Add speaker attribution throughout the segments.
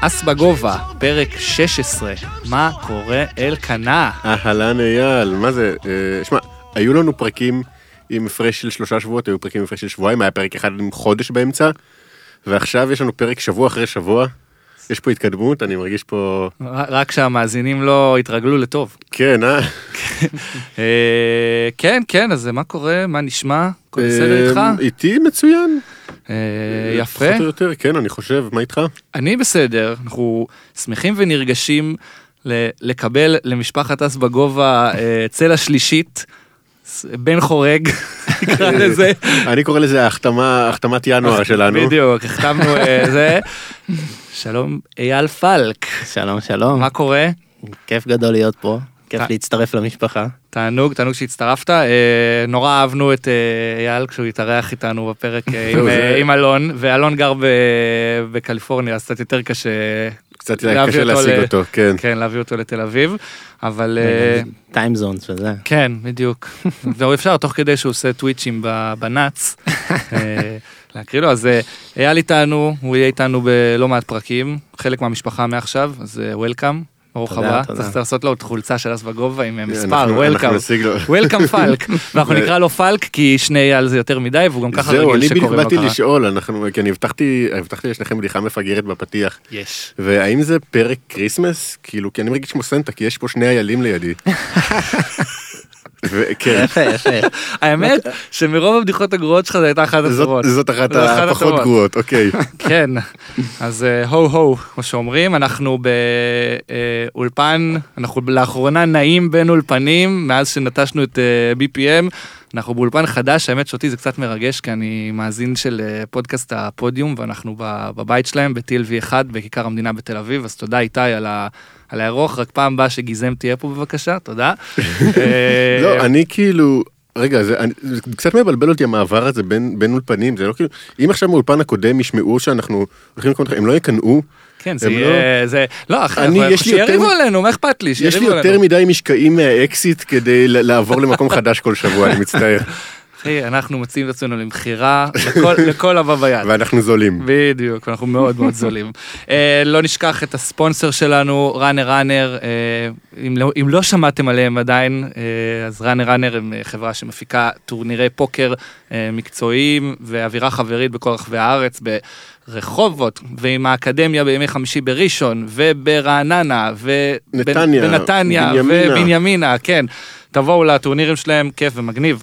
Speaker 1: אס בגובה, פרק 16, מה קורה אלקנה?
Speaker 2: אהלן אייל, מה זה? אה, שמע, היו לנו פרקים עם הפרש של שלושה שבועות, היו פרקים עם הפרש של שבועיים, היה פרק אחד עם חודש באמצע, ועכשיו יש לנו פרק שבוע אחרי שבוע. יש פה התקדמות, אני מרגיש פה...
Speaker 1: ר- רק שהמאזינים לא יתרגלו לטוב.
Speaker 2: כן, אה?
Speaker 1: אה, כן, כן, אז מה קורה? מה נשמע? הכל בסדר איתך?
Speaker 2: אה, איתי מצוין.
Speaker 1: אה, יפה.
Speaker 2: פחות או יותר, כן, אני חושב, מה איתך?
Speaker 1: אני בסדר, אנחנו שמחים ונרגשים ל- לקבל למשפחת אס בגובה אה, צלע שלישית, ס- בן חורג, נקרא
Speaker 2: אה,
Speaker 1: לזה.
Speaker 2: אני קורא לזה ההחתמה, החתמת ינואר אה, שלנו.
Speaker 1: בדיוק, החתמנו אה, זה. שלום אייל פלק,
Speaker 3: שלום שלום,
Speaker 1: מה קורה?
Speaker 3: כיף גדול להיות פה, כיף
Speaker 1: ת-
Speaker 3: להצטרף למשפחה.
Speaker 1: תענוג, תענוג שהצטרפת. אה, נורא אהבנו את אה, אייל כשהוא התארח איתנו בפרק אה, עם,
Speaker 2: זהו,
Speaker 1: אה,
Speaker 2: זה-
Speaker 1: עם אלון, ואלון גר ב- בקליפורניה, אז קצת יותר קשה
Speaker 2: קצת אה,
Speaker 1: להביא
Speaker 2: קשה
Speaker 1: אותו
Speaker 2: להשיג
Speaker 1: ל-
Speaker 2: אותו, כן.
Speaker 1: כן, להביא אותו לתל אביב, אבל אה,
Speaker 3: טיים זונס וזה.
Speaker 1: כן, בדיוק. לא אפשר, תוך כדי שהוא עושה טוויצ'ים ב- בנאץ, אה, להקריא לו. אז אה, אייל איתנו, הוא יהיה איתנו בלא מעט פרקים, חלק מהמשפחה מעכשיו, אז וולקאם, ברוך
Speaker 3: תודה,
Speaker 1: הבא.
Speaker 3: תודה.
Speaker 1: צריך לעשות לו עוד חולצה של אס בגובה עם אה, מספר,
Speaker 2: כן, אנחנו- אנחנו
Speaker 1: וולקאם.
Speaker 2: נשיג לו.
Speaker 1: וולקאם פלק, ואנחנו נקרא לו פלק כי שני אייל זה יותר מדי והוא גם ככה
Speaker 2: זהו,
Speaker 1: רגיל
Speaker 2: אני בדיוק
Speaker 1: שקוראים אה. לו
Speaker 2: באתי
Speaker 1: ככה.
Speaker 2: לשאול, אנחנו, כי אני הבטחתי, הבטחתי לשניכם בדיחה מפגרת בפתיח.
Speaker 1: יש.
Speaker 2: והאם זה פרק כריסמס? כאילו, כי אני מרגיש כמו סנטה, כי יש פה שני איילים לידי. ו- כן,
Speaker 3: יפה יפה.
Speaker 1: האמת שמרוב הבדיחות הגרועות שלך זו הייתה אחת
Speaker 2: זאת-
Speaker 1: הטובות.
Speaker 2: זאת אחת
Speaker 1: זאת אחת
Speaker 2: הפחות
Speaker 1: הטובות.
Speaker 2: גרועות, אוקיי.
Speaker 1: כן, אז אה, הו הו, כמו שאומרים, אנחנו באולפן, אנחנו לאחרונה נעים בין אולפנים, מאז שנטשנו את אה, BPM, אנחנו באולפן חדש, האמת שאותי זה קצת מרגש, כי אני מאזין של אה, פודקאסט הפודיום, ואנחנו ב- בבית שלהם, ב-TLV1, בכיכר המדינה בתל אביב, אז תודה איתי על ה... על האירוח, רק פעם הבאה שגיזם תהיה פה בבקשה, תודה. אה,
Speaker 2: לא, אני כאילו... רגע, זה, אני, זה קצת מבלבל אותי המעבר הזה בין, בין אולפנים, זה לא כאילו, אם עכשיו מהאולפן הקודם ישמעו שאנחנו הולכים לקרוא אותך, הם לא יקנאו,
Speaker 1: כן, זה
Speaker 2: הם
Speaker 1: יהיה... זה- לא, אחי,
Speaker 2: אני-
Speaker 1: אנחנו-
Speaker 2: יש לי יותר-
Speaker 1: שיריבו עלינו, מה אכפת לי?
Speaker 2: יש לי
Speaker 1: שיריבו עלינו.
Speaker 2: יותר מדי משקעים מהאקזיט כדי ל- לעבור למקום חדש כל שבוע, אני מצטער,
Speaker 1: אחי, אנחנו מוצאים את עצמנו למכירה לכל- לכל הבא ביד.
Speaker 2: ואנחנו זולים.
Speaker 1: בדיוק, אנחנו מאוד מאוד זולים. אה, לא נשכח את הספונסר שלנו, ראנר ראנר, אה, אם לא- אם לא שמעתם עליהם עדיין, אה, אז ראנר ראנר הם אה, חברה שמפיקה טורנירי פוקר אה, מקצועיים ואווירה חברית בכל רחבי הארץ, ברחובות, ועם האקדמיה בימי חמישי בראשון, וברעננה,
Speaker 2: נתניה,
Speaker 1: ובנתניה,
Speaker 2: בנימינה.
Speaker 1: ובנימינה, כן. תבואו לטורנירים שלהם, כיף ומגניב.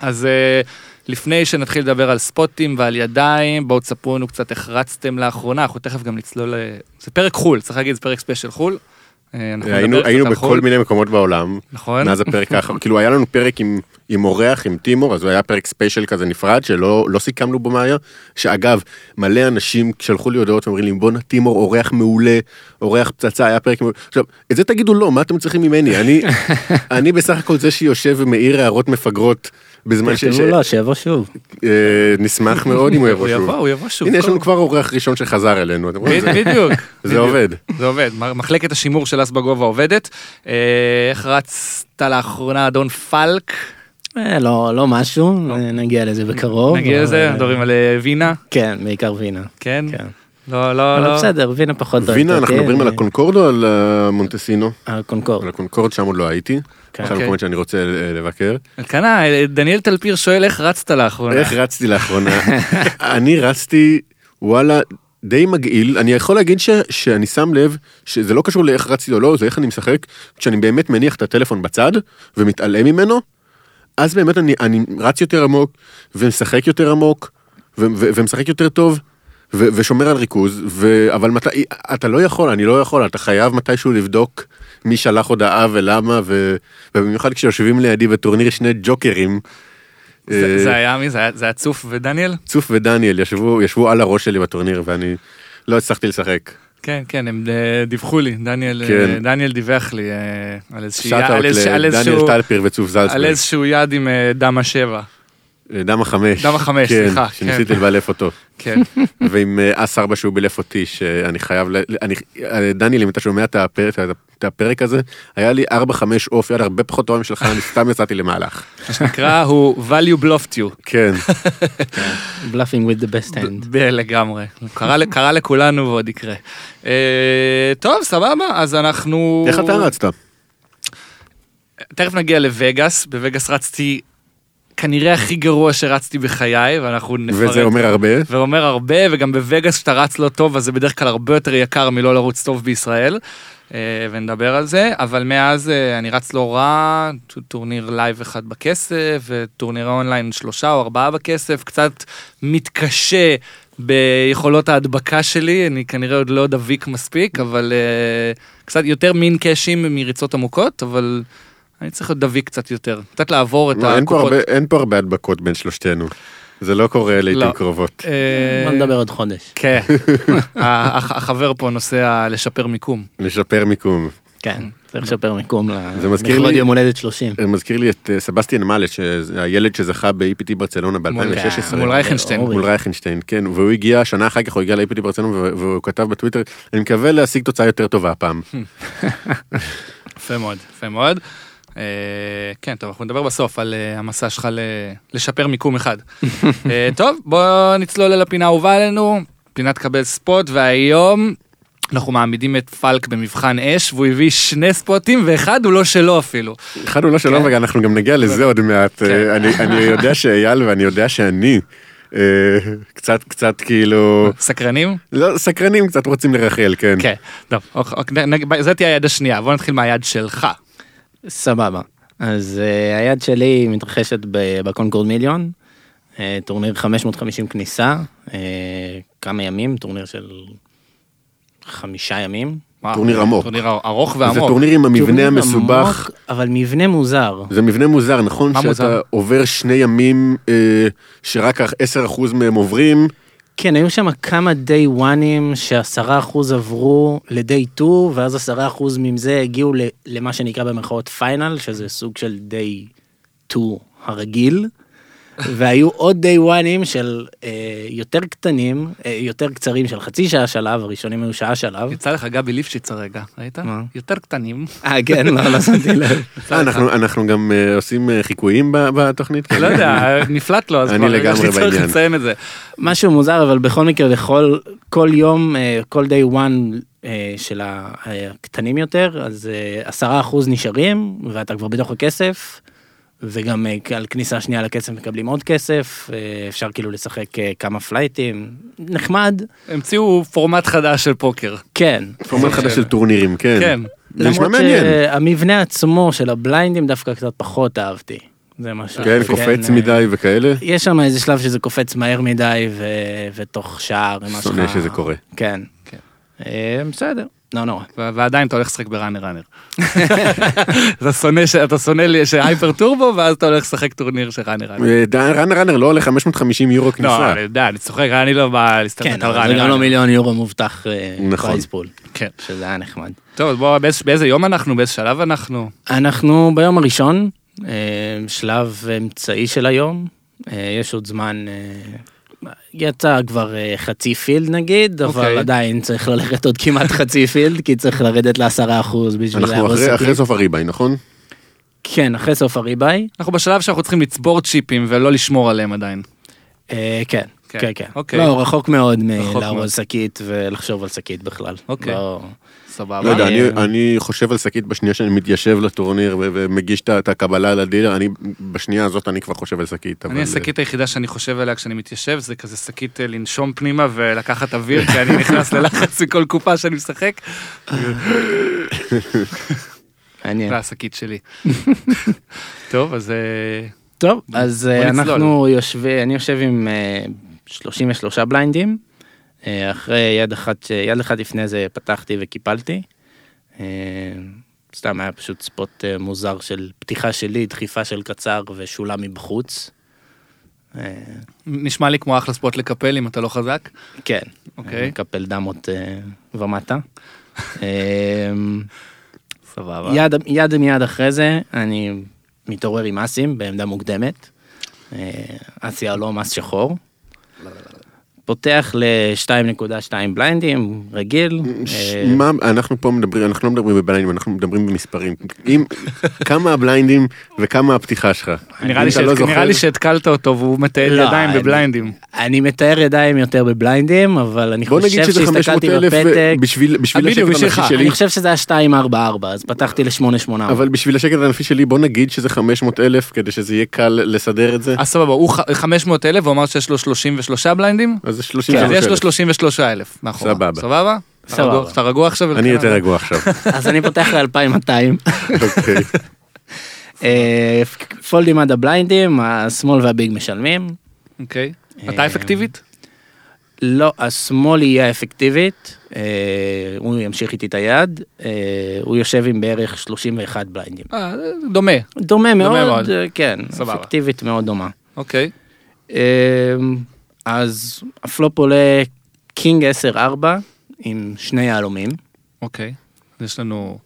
Speaker 1: אז אה, לפני שנתחיל לדבר על ספוטים ועל ידיים, בואו תספרו לנו קצת איך רצתם לאחרונה, אנחנו תכף גם נצלול... ל- זה פרק חו"ל, צריך להגיד, זה פרק ספיישל חו"ל. אה, אנחנו
Speaker 2: היינו,
Speaker 1: נדבר קצת
Speaker 2: היינו
Speaker 1: על
Speaker 2: בכל
Speaker 1: חו"ל,
Speaker 2: מיני מקומות בעולם,
Speaker 1: נכון?
Speaker 2: מאז הפרק האחרון, כאילו היה לנו פרק עם, עם אורח, עם טימור, אז הוא היה פרק ספיישל כזה נפרד, שלא לא סיכמנו בו מה היה, שאגב, מלא אנשים שלחו לי הודעות ואומרים לי, בואנה טימור, אורח מעולה, אורח פצצה, היה פרק מעולה. עכשיו, את זה תגידו לא, מה אתם צריכים ממני? אני, אני בסך הכל זה שיושב ומעיר הערות מפגרות בזמן ש... ש...
Speaker 3: תכתבו לו שיבוא שוב.
Speaker 2: אה, נשמח מאוד אם הוא
Speaker 1: הוא
Speaker 2: יבוא שוב.
Speaker 1: יבוא, הוא יבוא שוב.
Speaker 2: הנה, יש לנו
Speaker 1: כל-
Speaker 2: כבר אורח ראשון שחזר אלינו, אתם רואים? זה-
Speaker 1: בדיוק.
Speaker 2: זה עובד.
Speaker 1: זה עובד, מ- מחלקת השימור של אס בגובה עובדת. אה, איך רצת לאחרונה, אדון פלק?
Speaker 3: אה, לא לא משהו, אה, נגיע לזה בקרוב.
Speaker 1: נגיע לזה,
Speaker 3: אבל-
Speaker 1: מדברים על אה, וינה,
Speaker 3: כן, בעיקר וינה.
Speaker 1: כן?
Speaker 3: כן.
Speaker 1: לא, לא,
Speaker 3: אבל
Speaker 1: לא.
Speaker 3: בסדר, וינה פחות אוהבת
Speaker 2: וינה,
Speaker 3: אותי,
Speaker 2: אנחנו מדברים
Speaker 3: אני-
Speaker 2: על הקונקורד או על המונטסינו?
Speaker 3: על הקונקורד.
Speaker 2: על הקונקורד שם עוד לא הייתי,
Speaker 3: כן.
Speaker 2: שם מקומות שאני רוצה אה, לבקר.
Speaker 1: אלקנה, אה, דניאל תלפיר שואל איך רצת לאחרונה.
Speaker 2: איך רצתי לאחרונה? אני רצתי, וואלה, די מגעיל. אני יכול להגיד ש- שאני שם לב שזה לא קשור לאיך רצתי או לא, זה איך אני משחק. כשאני באמת מניח את הטלפון בצד ומתעלם ממנו, אז באמת אני, אני רץ יותר עמוק ומשחק יותר עמוק ו- ו- ומשחק יותר טוב. ו- ושומר על ריכוז, ו- אבל מתי, אתה לא יכול, אני לא יכול, אתה חייב מתישהו לבדוק מי שלח הודעה ולמה, ו- ובמיוחד כשיושבים לידי בטורניר שני ג'וקרים.
Speaker 1: זה-
Speaker 2: אה,
Speaker 1: זה היה מי? זה היה- זה היה צוף ודניאל?
Speaker 2: צוף ודניאל ישבו, ישבו על הראש שלי בטורניר ואני לא הצלחתי לשחק.
Speaker 1: כן, כן, הם אה, דיווחו לי, דניאל,
Speaker 2: כן.
Speaker 1: אה, דניאל דיווח לי אה, על איזושהי-
Speaker 2: שאט
Speaker 1: על
Speaker 2: אאוט
Speaker 1: איזוש- על
Speaker 2: לדניאל
Speaker 1: איזשהו-
Speaker 2: טלפיר וצוף
Speaker 1: על
Speaker 2: זלצברג.
Speaker 1: איזשהו יד עם אה, דם השבע.
Speaker 2: דם החמש.
Speaker 1: דם החמש,
Speaker 2: כן,
Speaker 1: סליחה,
Speaker 2: שניסיתי
Speaker 1: כן.
Speaker 2: לבלף אותו.
Speaker 1: כן.
Speaker 2: ועם אה, אס ארבע שהוא בלף אותי, שאני חייב, ל- אני, אה, דניאל, אם אתה שומע את הפרק, את הפרק הזה, היה לי ארבע חמש אוף, יד הרבה פחות טובים שלך, אני סתם יצאתי למהלך.
Speaker 1: מה שנקרא, הוא value bluffed you.
Speaker 2: כן,
Speaker 3: בלאפינג with the best hand.
Speaker 1: ב- לגמרי, קרה, ל- קרה לכולנו ועוד יקרה. אה, טוב, סבבה, אז אנחנו...
Speaker 2: איך אתה רצת?
Speaker 1: תכף נגיע לווגאס, בווגאס רצתי כנראה הכי גרוע שרצתי בחיי, ואנחנו נפרט.
Speaker 2: וזה אומר הרבה.
Speaker 1: ואומר הרבה, וגם בווגאס כשאתה רץ לא טוב, אז זה בדרך כלל הרבה יותר יקר מלא לרוץ טוב בישראל, אה, ונדבר על זה, אבל מאז אה, אני רץ לא רע, ט- טורניר לייב אחד בכסף, וטורנירי אונליין שלושה או ארבעה בכסף, קצת מתקשה. ביכולות ההדבקה שלי, אני כנראה עוד לא דביק מספיק, אבל uh, קצת יותר מין קאשים מריצות עמוקות, אבל אני צריך להיות דביק קצת יותר. קצת לעבור את
Speaker 2: לא, אין פה
Speaker 1: הקופות.
Speaker 2: הרבה- אין פה הרבה הדבקות בין שלושתנו. זה לא קורה לעיתים
Speaker 1: לא.
Speaker 2: קרובות.
Speaker 1: אה,
Speaker 3: בוא נדבר עוד חודש.
Speaker 1: כן, ה- הח- החבר פה נוסע לשפר מיקום.
Speaker 2: לשפר מיקום.
Speaker 3: כן, צריך לשפר מיקום
Speaker 2: זה מזכיר
Speaker 3: לכבוד
Speaker 2: לי-
Speaker 3: יום הולדת 30.
Speaker 2: זה מזכיר לי את אה, סבסטיאן מאלט, הילד שזכה ב-EPT ברצלונה ב-2016.
Speaker 1: מול רייכנשטיין.
Speaker 3: אורי.
Speaker 2: אה, מול רייכנשטיין, כן, והוא הגיע, שנה אחר כך הוא הגיע ל-APT ברצלונה ו- והוא כתב בטוויטר, אני מקווה להשיג תוצאה יותר טובה הפעם.
Speaker 1: יפה מאוד, יפה מאוד. אה, כן, טוב, אנחנו נדבר בסוף על אה, המסע שלך ל- לשפר מיקום אחד. אה, טוב, בוא נצלול אל הפינה האהובה עלינו, פינת קבל ספוט, והיום אנחנו מעמידים את פלק במבחן אש, והוא הביא שני ספוטים, ואחד הוא לא שלו אפילו.
Speaker 2: אחד הוא לא
Speaker 1: כן.
Speaker 2: שלום, ואנחנו גם נגיע לזה עוד מעט. אה, אני- אני יודע שאייל ואני יודע שאני אה, קצת, קצת כאילו,
Speaker 1: סקרנים?
Speaker 2: לא, סקרנים קצת רוצים לרחל, כן.
Speaker 1: כן. טוב, אוקיי, אוק- אוק, נ- נ- זאת תהיה היד השנייה, בוא נתחיל מהיד שלך.
Speaker 3: סבבה. אז אה, היד שלי מתרחשת ב- בקונקורד מיליון, אה, טורניר 550 כניסה, אה, כמה ימים, טורניר של חמישה ימים.
Speaker 1: וואו,
Speaker 2: טורניר עמוק.
Speaker 1: טורניר ארוך
Speaker 2: זה
Speaker 1: ועמוק.
Speaker 2: טורניר עם המבנה
Speaker 3: טורניר
Speaker 2: המסובך.
Speaker 3: עמוק, אבל מבנה מוזר.
Speaker 2: זה מבנה מוזר, נכון?
Speaker 1: מה
Speaker 2: שאתה
Speaker 1: מוזר?
Speaker 2: עובר שני ימים אה, שרק 10% מהם עוברים,
Speaker 3: כן, היו שם כמה דיי וואנים שעשרה אחוז עברו לדיי טו, ואז עשרה אחוז מזה הגיעו ל- למה שנקרא במרכאות פיינל, שזה סוג של דיי טו הרגיל. והיו עוד דיי וואנים של אה, יותר קטנים, אה, יותר קצרים של חצי שעה שלב, הראשונים היו שעה שלב.
Speaker 1: יצא לך גבי ליפשיץ הרגע, ראית?
Speaker 3: מה?
Speaker 1: יותר קטנים.
Speaker 3: אה, כן, לא, לא שמתי לב.
Speaker 2: אה, אנחנו, אנחנו גם אה, עושים אה, חיקויים ב- בתוכנית?
Speaker 1: לא יודע, נפלט לו, אז
Speaker 2: אני
Speaker 1: כבר
Speaker 2: לגמרי
Speaker 1: יש לי צורך
Speaker 2: בעניין.
Speaker 1: לציין את זה.
Speaker 3: משהו מוזר אבל בכל מקרה לכל כל יום אה, כל דיי וואן של ה- הקטנים יותר אז אה, עשרה אחוז נשארים ואתה כבר בתוך הכסף. וגם אה, על כניסה שנייה לכסף מקבלים עוד כסף אה, אפשר כאילו לשחק אה, כמה פלייטים נחמד
Speaker 1: המציאו פורמט חדש של פוקר.
Speaker 3: כן.
Speaker 2: פורמט חדש של טורנירים, כן.
Speaker 1: כן.
Speaker 2: זה נשמע
Speaker 3: למרות
Speaker 2: מעניין.
Speaker 3: שהמבנה עצמו של הבליינדים דווקא קצת פחות אהבתי. זה משהו.
Speaker 2: כן, קופץ
Speaker 3: אה,
Speaker 2: מדי וכאלה.
Speaker 3: יש שם איזה שלב שזה קופץ מהר מדי ו... ותוך שעה הרמה
Speaker 2: שונא שזה קורה.
Speaker 3: כן.
Speaker 1: כן.
Speaker 3: אה, בסדר, לא נורא.
Speaker 1: ו- ועדיין אתה הולך לשחק בראנר ראנר. אתה שונא ש- אתה שונא לי שהייפר טורבו ואז אתה הולך לשחק טורניר של ראנר ראנר.
Speaker 2: אה, דן- רן ראנר לא עולה 550 יורו
Speaker 1: לא,
Speaker 2: כניסה.
Speaker 1: אני יודע, אני צוחק, אני לא בא
Speaker 3: כן,
Speaker 1: להסתכלת על
Speaker 3: אבל זה
Speaker 1: ראנר
Speaker 3: גם לא
Speaker 1: ראנר.
Speaker 3: מיליון יורו מובטח אה,
Speaker 2: נכון.
Speaker 3: פרייזפול,
Speaker 1: כן.
Speaker 3: שזה היה נחמד.
Speaker 1: טוב, אז בוא, באיזה- באיזה יום אנחנו? באיזה שלב אנחנו?
Speaker 3: אנחנו ביום הראשון, אה, שלב אמצעי של היום, אה, יש עוד זמן, אה, יצא כבר אה, חצי פילד נגיד, אבל
Speaker 1: אוקיי.
Speaker 3: עדיין צריך ללכת עוד כמעט חצי פילד, כי צריך לרדת לעשרה אחוז בשביל
Speaker 2: אנחנו
Speaker 3: להרוס
Speaker 2: אחרי-
Speaker 3: אותי.
Speaker 2: אחרי סוף הריבאי, נכון?
Speaker 3: כן, אחרי סוף הריבאי,
Speaker 1: אנחנו בשלב שאנחנו צריכים לצבור צ'יפים ולא לשמור עליהם עדיין.
Speaker 3: אה, כן,
Speaker 1: כן,
Speaker 3: כן, כן.
Speaker 1: אוקיי.
Speaker 3: לא, הוא רחוק מאוד
Speaker 1: רחוק מאוד.
Speaker 3: מלארוז שקית ולחשוב על שקית בכלל.
Speaker 1: אוקיי.
Speaker 3: לא-
Speaker 2: לא
Speaker 1: סבבה.
Speaker 2: יודע, אני-
Speaker 3: אה.
Speaker 2: אני חושב על שקית בשנייה שאני מתיישב לטורניר ו- ומגיש את ה- את הקבלה לדילר, אני בשנייה הזאת אני כבר חושב על שקית. אבל,
Speaker 1: אני
Speaker 2: אה,
Speaker 1: השקית היחידה שאני חושב עליה כשאני מתיישב זה כזה שקית אה, לנשום פנימה ולקחת אוויר כי אני נכנס ללחץ מכל קופה שאני משחק.
Speaker 2: כן.
Speaker 3: מעניין.
Speaker 1: זה השקית שלי. טוב אז אה,
Speaker 3: טוב, אז אה,
Speaker 1: נצלול.
Speaker 3: אנחנו יושבים, אני יושב עם אה, 33 בליינדים, אה, אחרי יד אחת, ש- יד אחת לפני זה פתחתי וקיפלתי. אה, סתם היה פשוט ספוט אה, מוזר של פתיחה שלי, דחיפה של קצר ושולה מבחוץ. אה,
Speaker 1: נשמע לי כמו אחלה ספוט לקפל אם אתה לא חזק.
Speaker 3: כן,
Speaker 1: אוקיי.
Speaker 3: אה, מקפל דמות אה, ומטה. אה,
Speaker 1: סבבה.
Speaker 3: יד, יד מיד אחרי זה, אני מתעורר עם אסים בעמדה מוקדמת. אה, מס יהלום, מס שחור. פותח ל-2.2 בליינדים, רגיל.
Speaker 2: ש-
Speaker 3: אה,
Speaker 2: מה אנחנו פה מדברים אנחנו לא מדברים בבליינדים אנחנו מדברים במספרים אם כמה הבליינדים וכמה הפתיחה שלך.
Speaker 1: נראה
Speaker 2: אם
Speaker 1: לי
Speaker 2: אתה לא
Speaker 1: שהת-
Speaker 2: זוכר-
Speaker 1: נראה לי שהתקלת אותו והוא מטייל
Speaker 3: לא,
Speaker 1: ידיים
Speaker 3: אני-
Speaker 1: בבליינדים.
Speaker 3: אה, אני מתאר ידיים יותר בבליינדים, אבל אני
Speaker 2: בוא נגיד
Speaker 3: חושב
Speaker 2: שזה 500
Speaker 3: שהסתכלתי
Speaker 2: אלף
Speaker 3: בפתק, אה,
Speaker 2: בשביל בשביל
Speaker 1: בדיוק,
Speaker 2: השקט
Speaker 1: בשבילך.
Speaker 2: הנפשי שלי
Speaker 3: אני חושב אה. שזה היה 244, אז פתחתי ל-884.
Speaker 2: אבל בשביל השקט הנפשי שלי בוא נגיד שזה 500 אלף כדי שזה יהיה קל לסדר את זה
Speaker 3: אה.
Speaker 1: אז אה, סבבה, הוא ח- 500 אלף, הוא אמר שיש לו 33 בליינדים?
Speaker 3: כן,
Speaker 2: אז זה
Speaker 1: אז
Speaker 2: 33
Speaker 1: יש לו
Speaker 2: כן. אלף.
Speaker 1: 33 אלף מאחורה.
Speaker 2: סבבה.
Speaker 1: סבבה? אתה
Speaker 3: סבבה.
Speaker 1: רגוע- אתה רגוע עכשיו?
Speaker 2: אני יותר רגוע עכשיו.
Speaker 3: אז אני פותח ל-2200.
Speaker 2: אוקיי.
Speaker 3: אה, פולדים עד הבליינדים, השמאל והביג משלמים.
Speaker 1: אוקיי. אתה
Speaker 3: אה,
Speaker 1: אפקטיבית?
Speaker 3: לא, השמאל יהיה אפקטיבית, אה, הוא ימשיך איתי את היד, אה, הוא יושב עם בערך 31 בליינדים.
Speaker 1: אה, דומה.
Speaker 3: דומה
Speaker 1: מאוד.
Speaker 3: מאוד, אה, כן,
Speaker 1: סבבה.
Speaker 3: אפקטיבית מאוד דומה.
Speaker 1: אוקיי.
Speaker 3: אה, אז הפלופ עולה קינג 10-4 עם שני יהלומים.
Speaker 1: אוקיי. יש לנו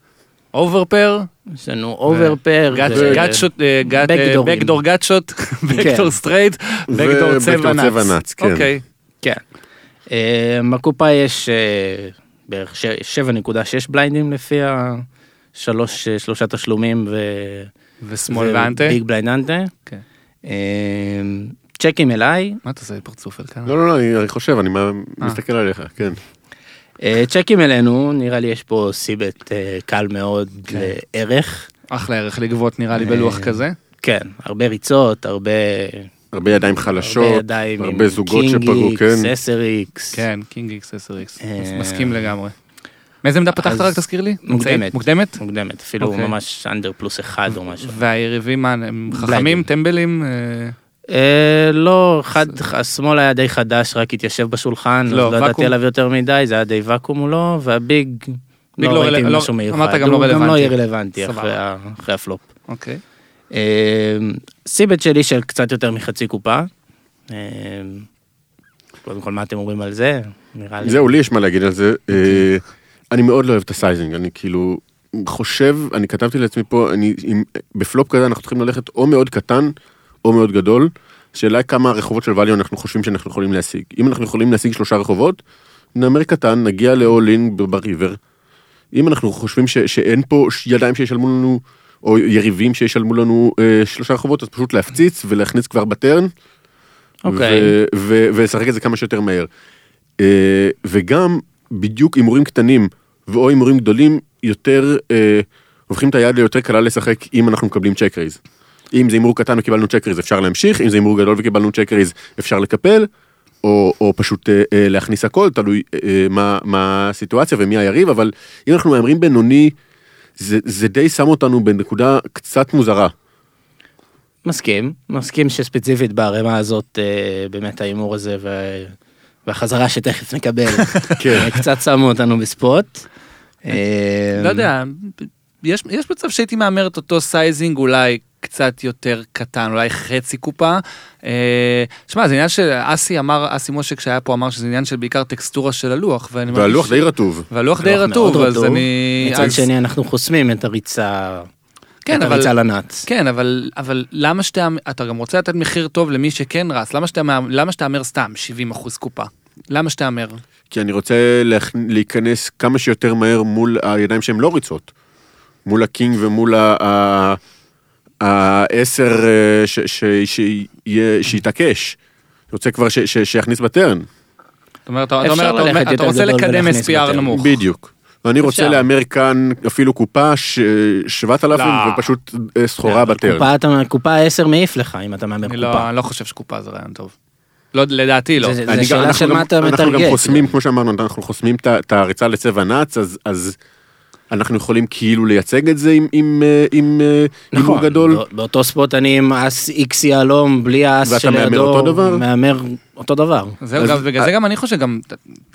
Speaker 1: אוברפר,
Speaker 3: יש לנו אובר פר, ו-
Speaker 2: כן.
Speaker 1: גאטשוט,
Speaker 3: אה, Backdoor'ים.
Speaker 1: בקדור גאטשוט,
Speaker 3: כן.
Speaker 1: בקדור סטרייט, בקדור
Speaker 2: ו-
Speaker 1: צבע
Speaker 2: backdoor
Speaker 1: נץ.
Speaker 2: צבע נץ, כן.
Speaker 1: אוקיי.
Speaker 3: כן. אה, בקופה יש אה, בערך ש- 7.6 בליינדים לפי ה... שלוש, אה, שלושה תשלומים ו...
Speaker 1: ושמאל ואנטה.
Speaker 3: ביג בליינד אנטה.
Speaker 1: כן.
Speaker 3: אה, צ'קים אליי,
Speaker 1: מה אתה עושה לי פרצוף אלקנה?
Speaker 2: לא לא לא אני- אני חושב אני מה- מסתכל עליך כן.
Speaker 3: אה, צ'קים אלינו, נראה לי יש פה סיבט אה, קל מאוד
Speaker 1: כן.
Speaker 3: לערך.
Speaker 1: אחלה ערך לגבות נראה לי בלוח
Speaker 3: אה,
Speaker 1: כזה.
Speaker 3: כן, הרבה ריצות, הרבה
Speaker 2: הרבה ידיים
Speaker 3: הרבה
Speaker 2: חלשות
Speaker 3: ידיים, עם
Speaker 2: הרבה זוגות
Speaker 3: קינג
Speaker 2: שפגעו
Speaker 3: איקס,
Speaker 2: כן.
Speaker 3: ססר איקס.
Speaker 1: כן, קינג איקס 10 איקס.
Speaker 3: אה,
Speaker 1: מסכים לגמרי. מאיזה עמדה פתחת
Speaker 3: אז-
Speaker 1: רק תזכיר לי?
Speaker 3: מוקדמת.
Speaker 1: אמצעית? מוקדמת?
Speaker 3: מוקדמת, אפילו
Speaker 1: אוקיי.
Speaker 3: ממש אנדר פלוס אחד או משהו.
Speaker 1: והיריבים מה, הם חכמים,
Speaker 3: בליידים.
Speaker 1: טמבלים? אה,
Speaker 3: אה, לא, אחד, השמאל היה די חדש, רק התיישב בשולחן, אז
Speaker 1: לא,
Speaker 3: לא ידעתי
Speaker 1: ואקום.
Speaker 3: עליו יותר מדי, זה היה די ואקום מולו, והביג,
Speaker 1: ביג
Speaker 3: לא
Speaker 1: לא
Speaker 3: ראיתי
Speaker 1: רל- לא-
Speaker 3: משהו מיוחד.
Speaker 1: אמרת גם לא
Speaker 3: הוא גם לא
Speaker 1: רלוונטי.
Speaker 3: יהיה רלוונטי
Speaker 1: סבבה.
Speaker 3: אחרי ה- אחרי הפלופ.
Speaker 1: אוקיי.
Speaker 3: אה, סיבט שלי של קצת יותר מחצי קופה. אה, קודם כל, מה אתם אומרים על זה? נראה לי. אוקיי.
Speaker 2: זהו, לי יש מה להגיד על זה. אה, אני מאוד לא אוהב את הסייזינג, אני כאילו חושב, אני כתבתי לעצמי פה, אני, אם, בפלופ כזה אנחנו צריכים ללכת או מאוד קטן או מאוד גדול. השאלה היא כמה רחובות של ואליו אנחנו חושבים שאנחנו יכולים להשיג. אם אנחנו יכולים להשיג שלושה רחובות, נאמר קטן, נגיע ל-all in ב- בריבר. אם אנחנו חושבים ש, שאין פה ש- ידיים שישלמו לנו, או יריבים שישלמו לנו אה, שלושה רחובות, אז פשוט להפציץ ולהכניס כבר בטרן.
Speaker 3: אוקיי.
Speaker 2: ו- ו- ולשחק את זה כמה שיותר מהר. אה, וגם בדיוק הימורים קטנים ואו הימורים גדולים יותר אה, הופכים את היד ליותר קלה לשחק אם אנחנו מקבלים צ'ק רייז. אם זה הימור קטן וקיבלנו צ'ק רייז אפשר להמשיך, אם זה הימור גדול וקיבלנו צ'ק רייז אפשר לקפל, או, או פשוט אה, אה, להכניס הכל, תלוי אה, אה, מה, מה הסיטואציה ומי היריב, אבל אם אנחנו מהמרים בינוני, זה, זה די שם אותנו בנקודה קצת מוזרה.
Speaker 3: מסכים, מסכים שספציפית בערימה הזאת אה, באמת ההימור הזה ו... והחזרה שתכף נקבל, אה,
Speaker 2: כן.
Speaker 3: קצת שמו אותנו בספוט. אה,
Speaker 1: לא יודע, יש יש מצב שהייתי מהמר את אותו סייזינג אולי קצת יותר קטן, אולי חצי קופה. אה, שמע, זה עניין של אסי אמר, אסי משה כשהיה פה אמר שזה עניין של בעיקר טקסטורה של הלוח. ואני מרגיש-
Speaker 2: והלוח די רטוב.
Speaker 1: והלוח די
Speaker 3: הלוח
Speaker 1: רטוב,
Speaker 3: מאוד
Speaker 1: אז
Speaker 3: רטוב.
Speaker 1: אני...
Speaker 3: לא מצד
Speaker 1: אז-
Speaker 3: שני אנחנו חוסמים את הריצה,
Speaker 1: כן,
Speaker 3: את
Speaker 1: אבל-
Speaker 3: הריצה לנאץ.
Speaker 1: כן, אבל, אבל למה שאתה, אתה גם רוצה לתת מחיר טוב למי שכן רץ, למה שאתה, מה- למה שתהמר סתם 70% קופה? למה שתהמר?
Speaker 2: כי אני רוצה להכ- להיכנס כמה שיותר מהר מול הידיים שהן לא ריצות. מול הקינג ומול ה- ה- העשר אה, ש- ש- שיהיה- שיתעקש. אני רוצה כבר ש- ש- שיכניס בטרן.
Speaker 1: זאת אומרת, אתה
Speaker 3: אפשר
Speaker 1: אומר, אתה
Speaker 3: ללכת
Speaker 1: אומר, אתה
Speaker 3: יותר
Speaker 1: רוצה
Speaker 3: גדול
Speaker 1: לקדם
Speaker 3: ולהכניס
Speaker 1: SPR
Speaker 3: יותר.
Speaker 1: נמוך.
Speaker 2: בדיוק. ואני רוצה
Speaker 3: אפשר.
Speaker 2: להמר כאן אפילו קופה ש- 7,000
Speaker 1: לא.
Speaker 2: ופשוט אה, סחורה בטרן.
Speaker 3: כן, קופה, אתה, קופה 10 מעיף לך אם אתה מהמר
Speaker 1: אני
Speaker 3: קופה.
Speaker 1: לא, אני לא חושב שקופה זה רעיון טוב. לא, לדעתי לא.
Speaker 3: זה- זה-
Speaker 2: אני גם-
Speaker 3: שאלה
Speaker 2: אנחנו
Speaker 3: של
Speaker 2: גם-
Speaker 3: מה אתה כאילו.
Speaker 2: אנחנו
Speaker 3: מטרגט.
Speaker 2: גם חוסמים, כמו שאמרנו, אנחנו חוסמים את ה- את הריצה לצבע נץ, אז- אז אנחנו יכולים כאילו לייצג את זה עם- עם אה, עם, אה, הימור
Speaker 3: נכון.
Speaker 2: גדול.
Speaker 3: כן, בא- באותו ספוט אני עם אס איקס יהלום, בלי האס
Speaker 2: ואתה
Speaker 3: שלידו,
Speaker 2: מהמר אותו דבר?
Speaker 3: מהמר אותו דבר.
Speaker 1: זהו,
Speaker 2: אז-
Speaker 1: גם- בגלל זה גם אני חושב, גם,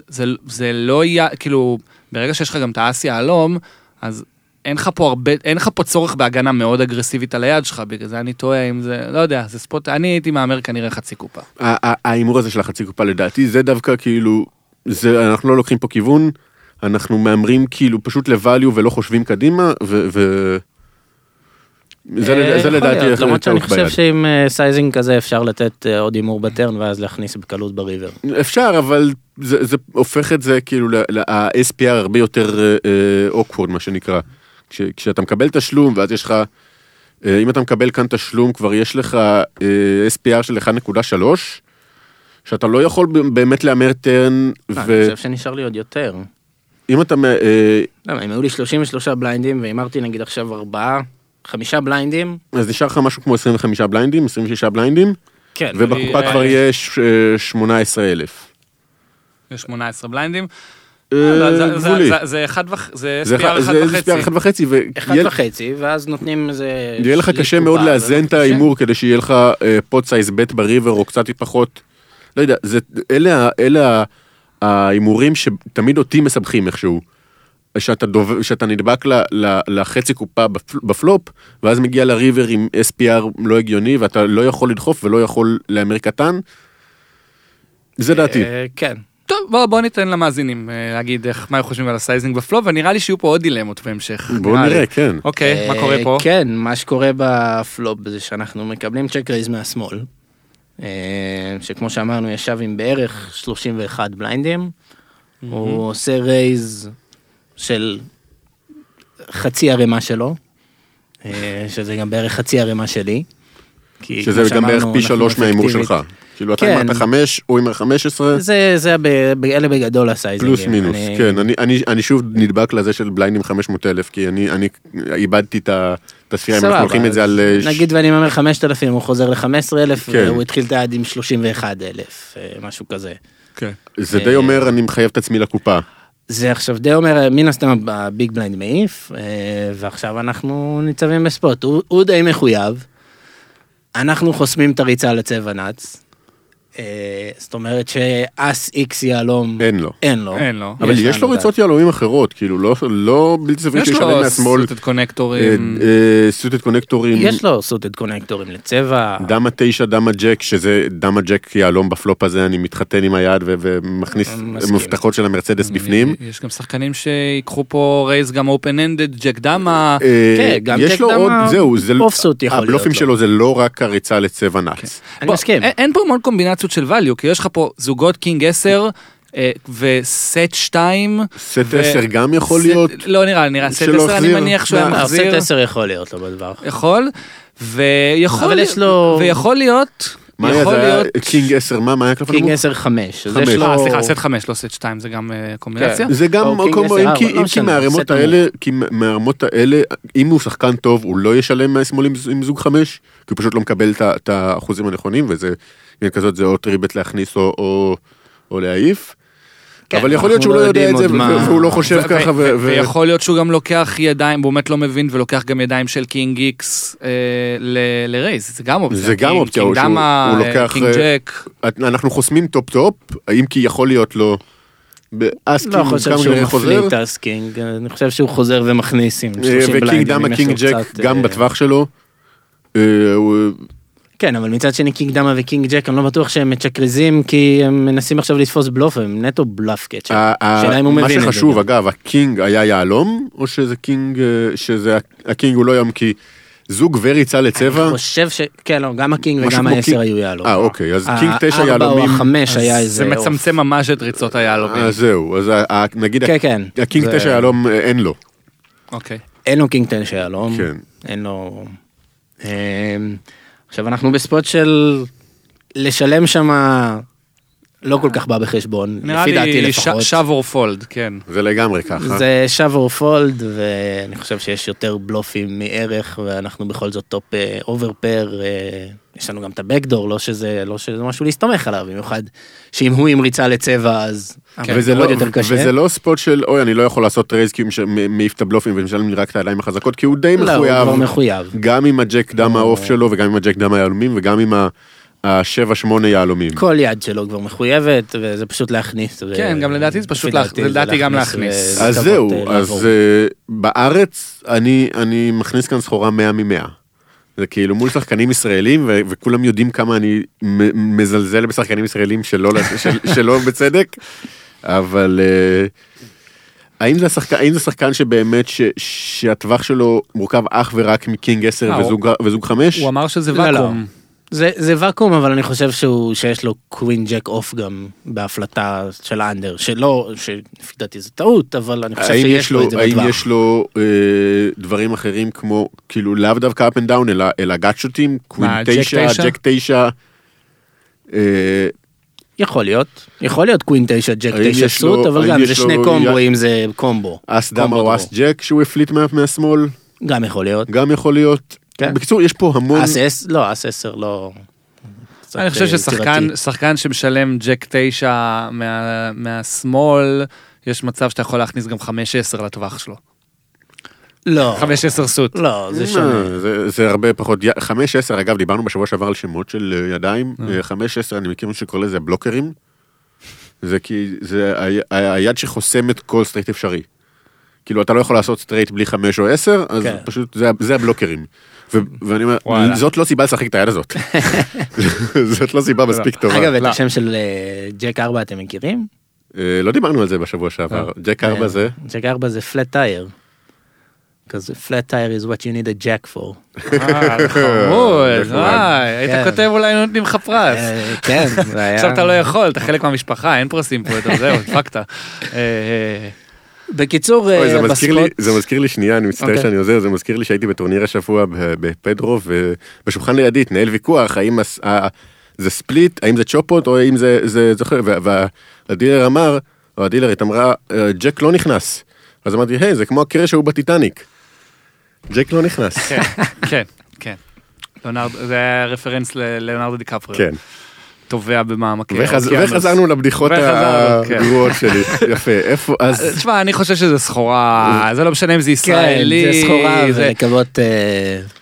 Speaker 1: זה- זה לא יהיה, כאילו, ברגע שיש לך גם את האס יהלום, אז אין לך פה הרבה, אין לך פה צורך בהגנה מאוד אגרסיבית על היד שלך, בגלל זה אני תוהה אם זה, לא יודע, זה ספוט, אני הייתי מהמר כנראה חצי קופה.
Speaker 2: ה- ה- ההימור הזה של החצי קופה לדעתי זה דווקא כאילו זה אנחנו לא לוקחים פה כיוון אנחנו מהמרים כאילו פשוט לvalue ולא חושבים קדימה ו- ו- זה
Speaker 3: אה,
Speaker 2: לד- זה
Speaker 3: יכול
Speaker 2: לדעתי
Speaker 3: להיות,
Speaker 2: איך
Speaker 3: למרות שאני
Speaker 2: לטעות ביד.
Speaker 3: חושב שעם אה, סייזינג כזה אפשר לתת אה, עוד הימור בטרן ואז להכניס בקלות בריבר.
Speaker 2: אפשר, אבל זה זה הופך את זה כאילו ל- ל- ה-SPR הרבה יותר אוקוורד, מה שנקרא. כש- כשאתה מקבל תשלום, ואז יש לך, אה, אם אתה מקבל כאן תשלום, כבר יש לך אה, SPR של 1.3, שאתה לא יכול ב- באמת להמר טרן,
Speaker 3: אה, אני חושב
Speaker 2: ואם
Speaker 3: שנשאר לי עוד יותר.
Speaker 2: אתה... מ- אה,
Speaker 3: למה, אם היו לי 33 בליינדים והימרתי נגיד עכשיו ארבעה, חמישה בליינדים,
Speaker 2: אז נשאר לך משהו כמו 25 בליינדים, 26 בליינדים,
Speaker 3: כן,
Speaker 2: ובקופה
Speaker 1: אני- אה,
Speaker 2: כבר יש 18 אלף.
Speaker 1: יש 18 בליינדים. לא, זה- זה-
Speaker 2: אה, גבולי.
Speaker 1: זה- זה אחד וח- זה
Speaker 2: זה
Speaker 1: SPR אחד וחצי.
Speaker 2: SPR אחד וחצי,
Speaker 3: אחד
Speaker 2: ויהיה-
Speaker 3: וחצי, ואז נותנים איזה...
Speaker 2: יהיה לך
Speaker 3: שליש
Speaker 2: קשה
Speaker 3: קופה,
Speaker 2: מאוד
Speaker 3: ואז
Speaker 2: לאזן את
Speaker 3: לא קשה.
Speaker 2: ההימור כדי שיהיה לך אה, פוד סייז בית בריבר או קצת פחות. לא יודע, זה, אלה, ה- אלה ה- ההימורים שתמיד אותי מסבכים איכשהו. שאתה, דוב, שאתה נדבק ל, ל, לחצי קופה בפל- בפלופ, ואז מגיע לריבר עם SPR לא הגיוני, ואתה לא יכול לדחוף ולא יכול להמר קטן. זה דעתי.
Speaker 3: אה, כן.
Speaker 1: טוב, בוא, בוא ניתן למאזינים אה, להגיד איך, מה הם חושבים על הסייזינג בפלופ, ונראה לי שיהיו פה עוד דילמות בהמשך.
Speaker 2: בואו
Speaker 1: נראה לי.
Speaker 2: נראה, כן.
Speaker 1: אוקיי, מה
Speaker 3: אה,
Speaker 1: קורה פה?
Speaker 3: כן, מה שקורה בפלופ זה שאנחנו מקבלים צ'ק רייז מהשמאל, אה, שכמו שאמרנו ישב עם בערך 31 בליינדים, הוא עושה רייז של חצי ערימה שלו, אה, שזה גם בערך חצי ערימה שלי. כי
Speaker 2: שזה
Speaker 3: כמו
Speaker 2: גם בערך
Speaker 3: שאמרנו,
Speaker 2: פי
Speaker 3: אנחנו
Speaker 2: שלוש מההימור
Speaker 3: אפקטיבית.
Speaker 2: שלך. כאילו, אתה
Speaker 3: כן.
Speaker 2: אמרת חמש, הוא אמר חמש עשרה.
Speaker 3: זה, זה, הב- ב- אלה בגדול הסייזינגים.
Speaker 2: פלוס מינוס,
Speaker 3: אני-
Speaker 2: כן, אני, אני, אני שוב נדבק לזה של בליינדים 500 אלף, כי אני, אני איבדתי את ה- את הספירה, אם
Speaker 3: סבבה,
Speaker 2: אנחנו לוקחים את זה על... אה, ש-
Speaker 3: נגיד ואני מהמר 5,000, הוא חוזר ל-15,000,
Speaker 2: כן.
Speaker 3: והוא התחיל את היעד עם 31,000, אה, משהו כזה.
Speaker 1: כן.
Speaker 2: זה
Speaker 3: אה,
Speaker 2: די אומר, אני מחייב את עצמי לקופה.
Speaker 3: זה עכשיו די אומר, אה, מן הסתם הביג בליינד מעיף, אה, ועכשיו אנחנו ניצבים בספוט. הוא, הוא די מחויב, אנחנו חוסמים את הריצה לצבע נץ, אה, זאת אומרת שאס איקס יהלום,
Speaker 2: אין לו.
Speaker 3: אין לו.
Speaker 1: אין לו.
Speaker 2: אבל יש לו
Speaker 3: לנו
Speaker 2: ריצות יהלומים אחרות, כאילו, לא, לא בלתי סביר
Speaker 1: יש
Speaker 2: שישלם
Speaker 1: לו אה,
Speaker 2: מהשמאל אה,
Speaker 1: סוטד קונקטורים.
Speaker 2: סוטד
Speaker 3: דעת.
Speaker 2: קונקטורים,
Speaker 3: יש לו סוטד קונקטורים לצבע,
Speaker 2: דמה תשע, דמה ג'ק, שזה דמה ג'ק יהלום בפלופ הזה, אני מתחתן עם היד ו- ומכניס
Speaker 3: מסכים.
Speaker 2: מפתחות של המרצדס בפנים.
Speaker 1: יש גם שחקנים שיקחו פה רייז גם אופן אנדד, ג'ק דמה.
Speaker 2: אה,
Speaker 3: כן, גם
Speaker 2: יש
Speaker 3: ג'ק
Speaker 2: לו
Speaker 3: דמה
Speaker 2: עוד, זהו, זה לא-
Speaker 3: אופסוט יכול להיות
Speaker 2: הבלופים
Speaker 3: לו. כן.
Speaker 2: שלו זה לא רק הריצה לצבע נץ.
Speaker 3: אני
Speaker 1: בוא,
Speaker 3: מסכים.
Speaker 1: אין- אין פה המון קומבינציות של value, כי יש לך פה זוגות קינג 10 אה, וסט 2.
Speaker 2: סט 10 גם יכול להיות.
Speaker 1: לא נראה, נראה סט
Speaker 2: שלא
Speaker 1: 10, אני
Speaker 2: החזיר.
Speaker 1: מניח שהוא היה
Speaker 2: לא,
Speaker 3: אה, סט
Speaker 1: מחזיר. אה,
Speaker 3: 10 יכול להיות לו בדבר.
Speaker 1: יכול, ויכול
Speaker 3: אבל יש לו-
Speaker 1: ויכול להיות,
Speaker 2: מה היה
Speaker 1: יכול
Speaker 2: זה היה
Speaker 1: להיות,
Speaker 2: קינג 10 מה מה היה הקלף
Speaker 3: קינג
Speaker 2: הנמוך?
Speaker 3: 10 5, אז
Speaker 2: חמש.
Speaker 3: יש לו...
Speaker 1: אה סליחה, סט 5 לא סט 2 זה גם
Speaker 2: כן.
Speaker 1: אה, קומבינציה,
Speaker 2: זה גם
Speaker 3: או קינג
Speaker 2: מקום,
Speaker 3: 10,
Speaker 2: אם
Speaker 3: אבל
Speaker 2: כי-
Speaker 3: לא
Speaker 2: אם כי
Speaker 3: משנה,
Speaker 2: מהרמות
Speaker 3: סט נמוך.
Speaker 2: האלה, כי מהרמות האלה, אם הוא שחקן טוב, הוא לא ישלם מהשמאל עם ז- עם זוג חמש, כי הוא פשוט לא מקבל את ה- את האחוזים הנכונים, וזה, עניין כזאת זה או טריבט להכניס או- או- או להעיף.
Speaker 3: כן,
Speaker 2: אבל יכול להיות
Speaker 3: אנחנו
Speaker 2: שהוא לא
Speaker 3: לא
Speaker 2: יודע
Speaker 3: יודעים
Speaker 2: את זה,
Speaker 3: עוד מה-
Speaker 2: והוא לא חושב
Speaker 1: ו-
Speaker 2: ככה,
Speaker 1: ו-
Speaker 2: ו-
Speaker 1: ו- ויכול להיות שהוא גם לוקח ידיים, הוא באמת לא מבין, ולוקח גם ידיים של קינג איקס אה, ל- לרייז, זה גם אופציה,
Speaker 2: זה גם
Speaker 1: קינג-
Speaker 2: אופציה,
Speaker 1: קינג
Speaker 2: או שהוא-
Speaker 1: דמה,
Speaker 2: הוא
Speaker 1: אה,
Speaker 2: לוקח,
Speaker 1: קינג
Speaker 2: אה,
Speaker 1: ג'ק,
Speaker 2: אנחנו חוסמים טופ טופ, אם כי יכול להיות לו, באסקים,
Speaker 3: לא חושב
Speaker 2: גם
Speaker 3: שהוא
Speaker 2: כנראה חוזר.
Speaker 3: מפליט אסקינג, אני חושב שהוא חוזר ומכניס עם 30 בליינדים.
Speaker 2: אה, וקינג
Speaker 3: אם
Speaker 2: דמה,
Speaker 3: יש
Speaker 2: קינג
Speaker 3: לו
Speaker 2: ג'ק,
Speaker 3: קצת,
Speaker 2: גם
Speaker 3: אה,
Speaker 2: בטווח שלו. אה, הוא-
Speaker 3: כן, אבל מצד שני קינג דמה וקינג ג'ק, אני לא בטוח שהם מצ'קריזים, כי הם מנסים עכשיו לתפוס בלוף, הם נטו בלף קצ'ר.
Speaker 2: אה,
Speaker 3: השאלה כן. אם הוא
Speaker 2: מה
Speaker 3: מבין את זה.
Speaker 2: שחשוב
Speaker 3: גם.
Speaker 2: אגב הקינג היה יהלום או שזה קינג אה, שזה הקינג הוא לא יהלום כי זוג וריצה לצבע
Speaker 3: אני חושב ש... כן, לא, גם הקינג
Speaker 2: משהו
Speaker 3: וגם
Speaker 2: כמו
Speaker 3: העשר
Speaker 2: קינג-
Speaker 3: היו יהלום.
Speaker 2: אה אוקיי אז קינג תשע
Speaker 3: הארבע או
Speaker 2: יהלומים
Speaker 3: החמש היה
Speaker 1: זה
Speaker 3: איזה... אוף.
Speaker 1: מצמצם ממש את ריצות היהלומים,
Speaker 2: אה, אז זהו אז ה- ה- נגיד
Speaker 3: כן,
Speaker 2: ה-
Speaker 3: כן.
Speaker 2: הקינג
Speaker 3: זה-
Speaker 2: תשע יהלום אה, אין לו
Speaker 1: אוקיי,
Speaker 3: אין לו קינג תשע יהלום.
Speaker 2: כן.
Speaker 3: אין לו... אמ, עכשיו אנחנו בספוט של לשלם שם לא כל כך בא בחשבון,
Speaker 1: נראה
Speaker 3: לפי דעתי
Speaker 1: לי
Speaker 3: לפחות.
Speaker 1: שב אור פולד, כן,
Speaker 2: זה לגמרי ככה
Speaker 3: זה שב או פולד ואני חושב שיש יותר בלופים מערך ואנחנו בכל זאת אה, טופ אובר פר אה, יש לנו גם את הבקדור לא שזה לא שזה משהו להסתמך עליו במיוחד שאם הוא עם ריצה לצבע אז
Speaker 2: וזה
Speaker 3: כן, עוד
Speaker 2: לא-
Speaker 3: יותר קשה.
Speaker 2: וזה לא ספוט של אוי אני לא יכול לעשות טרייז כי הוא מש- מ- מעיף את הבלופים ומשלם לי רק את הידיים החזקות כי הוא די
Speaker 3: לא, הוא
Speaker 2: מחויב
Speaker 3: כבר מחויב.
Speaker 2: גם עם הג'ק דם העוף שלו וגם עם הג'ק דם היהלומים וגם עם ה- השבע שמונה יהלומים.
Speaker 3: כל יד שלו כבר מחויבת וזה פשוט להכניס. ו-
Speaker 1: כן, גם לדעתי זה פשוט
Speaker 3: לפי
Speaker 1: לה-
Speaker 3: דעתי
Speaker 1: זה
Speaker 3: זה
Speaker 1: לדעתי גם להכניס.
Speaker 3: ו-
Speaker 2: אז
Speaker 3: לקוות, אה,
Speaker 2: זהו,
Speaker 3: לעבור.
Speaker 2: אז אה, בארץ אני אני מכניס כאן סחורה 100 מ-100. זה כאילו מול שחקנים ישראלים ו- וכולם יודעים כמה אני מ- מזלזל בשחקנים ישראלים שלא, של- שלא בצדק, אבל אה, האם זה השחקן, האם זה שחקן שבאמת ש, שהטווח שלו מורכב אך ורק מקינג 10
Speaker 1: אה,
Speaker 2: וזוג, וזוג 5?
Speaker 1: הוא אמר שזה
Speaker 3: לא, לא.
Speaker 1: ואקום.
Speaker 3: זה, זה ואקום, אבל אני חושב שהוא, שיש לו קווין ג'ק אוף גם בהפלטה של האנדר, שלא, שלפי דעתי זו טעות, אבל אני חושב
Speaker 2: האם יש
Speaker 3: שיש לו את זה
Speaker 2: לו, האם
Speaker 3: בטווח.
Speaker 2: יש לו אה, דברים אחרים כמו, כאילו לאו דווקא up and down, אלא, אלא גאצ'וטים, קווין
Speaker 1: מה, ג'ק
Speaker 2: 9,
Speaker 1: תשע?
Speaker 2: ג'ק 9, אה,
Speaker 3: יכול להיות, יכול להיות קווין 9, ג'ק
Speaker 2: האם
Speaker 3: 9
Speaker 2: יש לו-
Speaker 3: סוט, אבל
Speaker 2: האם
Speaker 3: גם
Speaker 2: יש
Speaker 3: זה
Speaker 2: לו
Speaker 3: שני
Speaker 2: ראייה?
Speaker 3: קומבואים, זה קומבו.
Speaker 2: אס דמה
Speaker 3: קומבו
Speaker 2: או
Speaker 3: דרור.
Speaker 2: אס ג'ק שהוא הפליט מה, מהשמאל,
Speaker 3: גם יכול להיות.
Speaker 2: גם יכול להיות.
Speaker 3: כן.
Speaker 2: בקיצור, יש פה המון...
Speaker 3: אס עשר, לא, אס עשר לא... קצת,
Speaker 1: אני חושב
Speaker 3: אה,
Speaker 1: ששחקן
Speaker 3: יצירתי.
Speaker 1: שחקן שמשלם ג'ק 9 מה- מהשמאל, יש מצב שאתה יכול להכניס גם 5-10 לטווח שלו.
Speaker 3: לא,
Speaker 1: 5-10 סוט.
Speaker 3: לא, זה
Speaker 2: אה,
Speaker 3: שונה.
Speaker 2: זה- זה הרבה פחות, י- 5-10, אגב, דיברנו בשבוע שעבר על שמות של אה, ידיים, אה, 5-10, אני מכיר מישהו שקורא לזה בלוקרים, זה כי זה ה- ה- היד שחוסמת כל סטרייט אפשרי. כאילו, אתה לא יכול לעשות סטרייט בלי 5 או 10, אז
Speaker 3: כן.
Speaker 2: פשוט זה ה- זה הבלוקרים. ו- ואני אומר,
Speaker 1: וואלה.
Speaker 2: זאת לא סיבה לשחק את היד הזאת. זאת לא סיבה מספיק טובה.
Speaker 3: אגב, את
Speaker 1: לא.
Speaker 3: השם של אה, ג'ק 4 אתם מכירים? כן.
Speaker 2: אה, לא דיברנו על זה בשבוע שעבר,
Speaker 3: אה,
Speaker 2: ג'ק ארבע זה,
Speaker 3: ג'ק 4 זה פלט טייר. כזה פלט טייר is what you need a jack for.
Speaker 1: אה, חמוד,
Speaker 2: נכון.
Speaker 1: וואי, היית
Speaker 3: כן.
Speaker 1: כותב אולי נותנים לך פרס.
Speaker 3: אה, כן, זה היה...
Speaker 1: עכשיו אתה לא יכול, אתה חלק מהמשפחה, אין פרסים פה יותר, זהו, הדפקת. אה, אה,
Speaker 3: בקיצור,
Speaker 2: לא- אוי, זה
Speaker 3: אה,
Speaker 2: מזכיר לי,
Speaker 3: בספוט...
Speaker 2: זה מזכיר לי שנייה, אני מצטער
Speaker 3: אוקיי.
Speaker 2: שאני עוזר, זה מזכיר לי שהייתי בטורניר השבוע ב- בפדרו, ובשולחן לידי התנהל ויכוח, האם הס- ה- זה ספליט, האם זה צ'ופות, או האם זה, זה זוכר, והדילר אמר, או הדילרית אמרה, "אה, ג'ק לא נכנס. אז אמרתי, היי, זה כמו הקרש ההוא בטיטניק. ג'ק לא נכנס.
Speaker 1: כן, כן, כן. ליאונרד- זה היה רפרנס ללאונרדו דיקפריו.
Speaker 2: כן.
Speaker 1: טובע במעמקי
Speaker 2: וחז-
Speaker 1: האוקיינוס.
Speaker 2: וחזרנו לבדיחות
Speaker 1: כן, וחזרנו, כן. אה,
Speaker 2: הגרועות שלי. יפה, איפה, אז...
Speaker 1: תשמע, אני חושב שזה סחורה, זה לא משנה אם זה
Speaker 3: כן,
Speaker 1: ישראלי.
Speaker 3: זה סחורה,
Speaker 1: זה-
Speaker 3: ולקוות אה,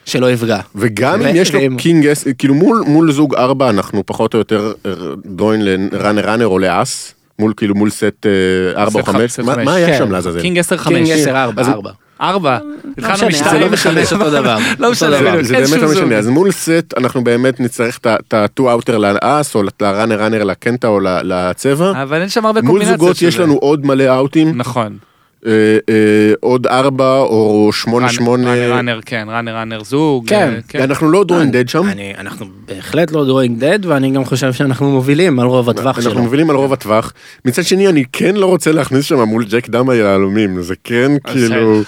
Speaker 3: שלא יפגע.
Speaker 2: וגם אם
Speaker 3: ו-
Speaker 2: יש לו
Speaker 3: ואם-
Speaker 2: קינג אס, כאילו מול, מול זוג ארבע אנחנו פחות או יותר אה, דוין לראנר ראנר או לאס, מול כאילו מול סט אה, ארבע או
Speaker 1: סט ח-
Speaker 2: חמש,
Speaker 1: סט
Speaker 2: מה
Speaker 1: חמש.
Speaker 2: מה היה
Speaker 3: כן.
Speaker 2: שם לעזאזל?
Speaker 1: קינג 10-5.
Speaker 3: קינג 10 4
Speaker 2: אז-
Speaker 3: 4.
Speaker 1: ארבע. התחלנו
Speaker 3: משנה,
Speaker 1: משתיים
Speaker 3: זה לא משנה,
Speaker 1: וחמש.
Speaker 3: אותו דבר.
Speaker 1: לא
Speaker 3: אותו
Speaker 1: משנה,
Speaker 2: זה
Speaker 3: דבר.
Speaker 1: בדיוק,
Speaker 2: זה
Speaker 1: אין
Speaker 2: באמת
Speaker 1: שום
Speaker 2: לא
Speaker 1: זוג.
Speaker 2: משנה, אז מול סט אנחנו באמת נצטרך את הטו אאוטר לאס או לראנר ראנר לקנטה או ל- לצבע,
Speaker 1: אבל אין שם הרבה
Speaker 2: מול
Speaker 1: קומבינציות.
Speaker 2: זוגות יש
Speaker 1: של
Speaker 2: לנו
Speaker 1: זה.
Speaker 2: עוד מלא אאוטים,
Speaker 1: נכון.
Speaker 2: אה, אה, עוד ארבע או שמונה שמונה,
Speaker 1: ראנר, ראנר, כן, ראנר, ראנר זוג.
Speaker 3: כן.
Speaker 1: אה,
Speaker 2: אנחנו לא דוין דד שם,
Speaker 3: אני- אנחנו בהחלט לא דרוינג דד, ואני גם חושב שאנחנו מובילים על רוב הטווח
Speaker 2: אנחנו
Speaker 3: שלו.
Speaker 2: מובילים על רוב הטווח. מצד שני, אני כן לא רוצה להכניס שם מול ג'ק דם היהלומים, זה כן כאילו...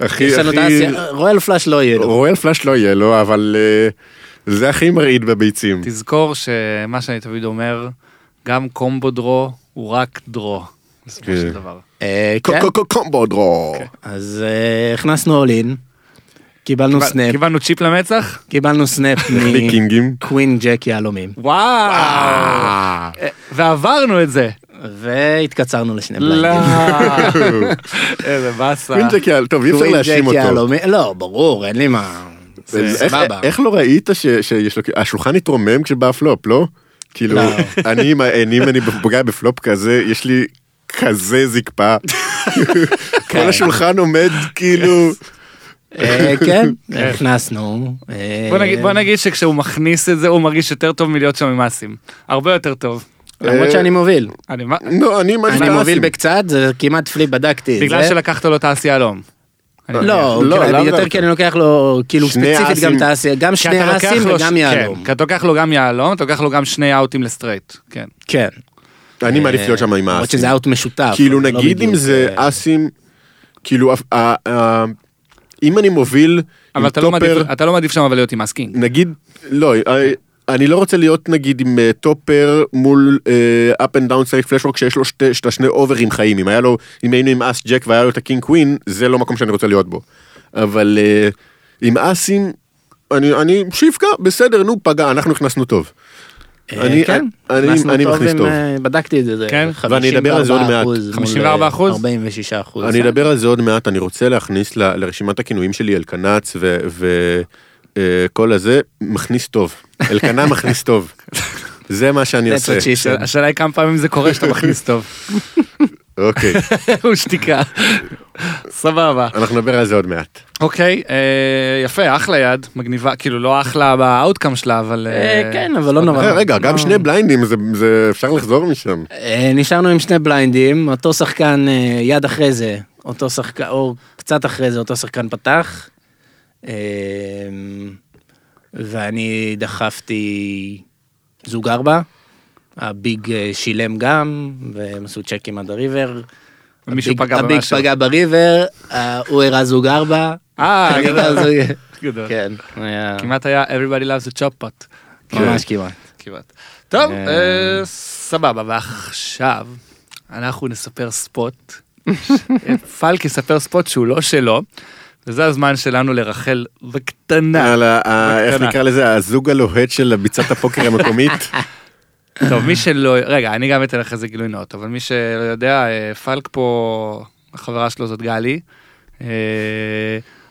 Speaker 2: הכי,
Speaker 3: יש לנו את
Speaker 2: הכי...
Speaker 3: האסיה, רויאל פלאש לא יהיה לו.
Speaker 2: רואל פלאש לא יהיה לו, אבל אה, זה הכי מרעיד בביצים.
Speaker 1: תזכור שמה שאני תמיד אומר, גם קומבו דרו הוא רק דרו. בסופו של
Speaker 2: כן.
Speaker 1: דבר.
Speaker 3: אה,
Speaker 2: קו-
Speaker 3: כן.
Speaker 2: קו- קו- קומבו דרו.
Speaker 3: אז אה, הכנסנו אולין, קיבלנו סנאפ,
Speaker 1: קיבלנו צ'יפ למצח?
Speaker 3: קיבלנו סנאפ
Speaker 2: בלי קינגים.
Speaker 3: מקווין ג'ק יהלומים,
Speaker 1: וואו. אה, ועברנו את זה.
Speaker 3: והתקצרנו לשני
Speaker 1: לא.
Speaker 3: בליינדים.
Speaker 1: איזה באסה.
Speaker 2: קווין ג'ק יהל- טוב, אי אפשר
Speaker 3: קווין
Speaker 2: להאשים
Speaker 3: ג'ק
Speaker 2: אותו.
Speaker 3: יהלומים, לא, ברור, אין לי מה, זה
Speaker 2: איך-
Speaker 3: סבבה.
Speaker 2: איך לא ראית ש- שיש לו... השולחן התרומם כשבא הפלופ, לא? כאילו,
Speaker 3: לא.
Speaker 2: אני עם העין, אם אני פוגע בפלופ כזה, יש לי כזה זקפה. כל
Speaker 3: כן.
Speaker 2: השולחן עומד כאילו...
Speaker 3: אה, כן, הכנסנו. אה,
Speaker 1: בוא נגיד- בוא נגיד שכשהוא מכניס את זה הוא מרגיש יותר טוב מלהיות שם עם אסים. הרבה יותר טוב.
Speaker 3: למרות שאני מוביל.
Speaker 1: אני מה?
Speaker 2: לא, אני מעדיף
Speaker 3: אני
Speaker 2: את
Speaker 3: מוביל
Speaker 2: האסים.
Speaker 3: בקצת, זה כמעט פליפ, בדקתי את אה, זה.
Speaker 1: בגלל שלקחת לו את האסי יהלום. אני מניח.
Speaker 3: לא,
Speaker 2: לא,
Speaker 3: כן,
Speaker 2: למה
Speaker 3: אני יותר
Speaker 2: דווקא?
Speaker 3: כי אני לוקח לו, כאילו
Speaker 2: שני
Speaker 3: ספציפית גם
Speaker 2: אסים.
Speaker 3: את האסיה, גם
Speaker 1: כי
Speaker 3: שני
Speaker 1: אתה לוקח
Speaker 3: אסים
Speaker 1: לו ש-
Speaker 3: וגם
Speaker 1: כן,
Speaker 3: יהלום.
Speaker 1: כי אתה לוקח לו גם יהלום, אתה לוקח לו גם שני אאוטים לסטרייט. כן.
Speaker 3: כן. אה,
Speaker 2: אני מעדיף להיות שם עם
Speaker 3: למרות
Speaker 2: האסים.
Speaker 3: שזה אאוט משותף.
Speaker 2: כאילו
Speaker 3: אבל לא
Speaker 2: נגיד אם
Speaker 3: בדיוק,
Speaker 2: זה
Speaker 3: אה,
Speaker 2: אסים, כאילו אף- ה- ה- אם אני מוביל
Speaker 1: אבל
Speaker 2: עם
Speaker 1: אתה לא
Speaker 2: טופר,
Speaker 1: מעדיף- אתה לא מעדיף שם אבל להיות עם אסקינג.
Speaker 2: נגיד, לא, אה, אני לא רוצה להיות נגיד עם אה, טופר מול אה, up and down סייק פלאשרוק שיש לו שתי- שתי- שני אוברים חיים, אם היה לו, אם היינו עם אס ג'ק והיה לו את הקינג קווין, זה לא מקום שאני רוצה להיות בו. אבל אה, עם אסים, אני, אני, שיפקע, בסדר, נו, פגע, אנחנו הכנסנו טוב.
Speaker 3: אה,
Speaker 2: אני-
Speaker 3: כן.
Speaker 2: אני-
Speaker 3: הכנסנו
Speaker 2: אני
Speaker 3: טוב
Speaker 2: מכניס
Speaker 3: עם,
Speaker 2: טוב.
Speaker 3: אה, בדקתי את זה, זה
Speaker 1: כן,
Speaker 2: ואני אדבר על זה עוד מעט.
Speaker 3: 54% מול,
Speaker 1: 54%?
Speaker 3: 46 אחוז.
Speaker 2: אני אדבר על זה עוד מעט, אני רוצה להכניס ל- לרשימת הכינויים שלי אלקנץ וכל הזה, מכניס טוב. אלקנה מכניס טוב. זה מה שאני עושה.
Speaker 3: כן.
Speaker 1: השאלה היא כמה פעמים זה קורה שאתה מכניס טוב.
Speaker 2: אוקיי.
Speaker 1: הוא שתיקה. סבבה.
Speaker 2: אנחנו נדבר על זה עוד מעט.
Speaker 1: אוקיי, אה, יפה, אחלה יד, מגניבה, כאילו לא אחלה באאוטקאם שלה, אבל...
Speaker 3: אה,
Speaker 1: אה,
Speaker 3: כן, אבל לא נורא.
Speaker 2: אה, רגע, גם
Speaker 3: לא.
Speaker 2: שני בליינדים, זה- זה אפשר לחזור משם.
Speaker 3: אה, נשארנו עם שני בליינדים, אותו שחקן אה, יד אחרי זה, אותו שחקן, או קצת אחרי זה, אותו שחקן פתח. אה, ואני דחפתי זוג ארבע, הביג אה, שילם גם, והם עשו צ'קים עד הריבר.
Speaker 1: מישהו
Speaker 3: הביג-
Speaker 1: פגע
Speaker 3: הביג
Speaker 1: במשהו.
Speaker 3: פגע בריבר, אה, הוא הראה זוג ארבע.
Speaker 1: אה,
Speaker 3: אני
Speaker 1: גדול.
Speaker 3: הראה זוג-
Speaker 1: גדול.
Speaker 3: כן, היה-
Speaker 1: כמעט היה Everybody loves a chop pot.
Speaker 3: ממש כמעט.
Speaker 1: כמעט. טוב,
Speaker 3: כן. אה.
Speaker 1: אה, סבבה, ועכשיו אנחנו נספר ספוט. פלק יספר ספוט שהוא לא שלו, וזה הזמן שלנו לרחל בקטנה.
Speaker 2: על ה- ה- איך
Speaker 1: בקטנה.
Speaker 2: נקרא לזה, הזוג הלוהט של ביצת הפוקר המקומית.
Speaker 1: טוב, מי שלא, רגע, אני גם אתן לך איזה גילוי נאות, אבל מי שלא יודע, אה, פלק פה, החברה שלו זאת גלי. אה,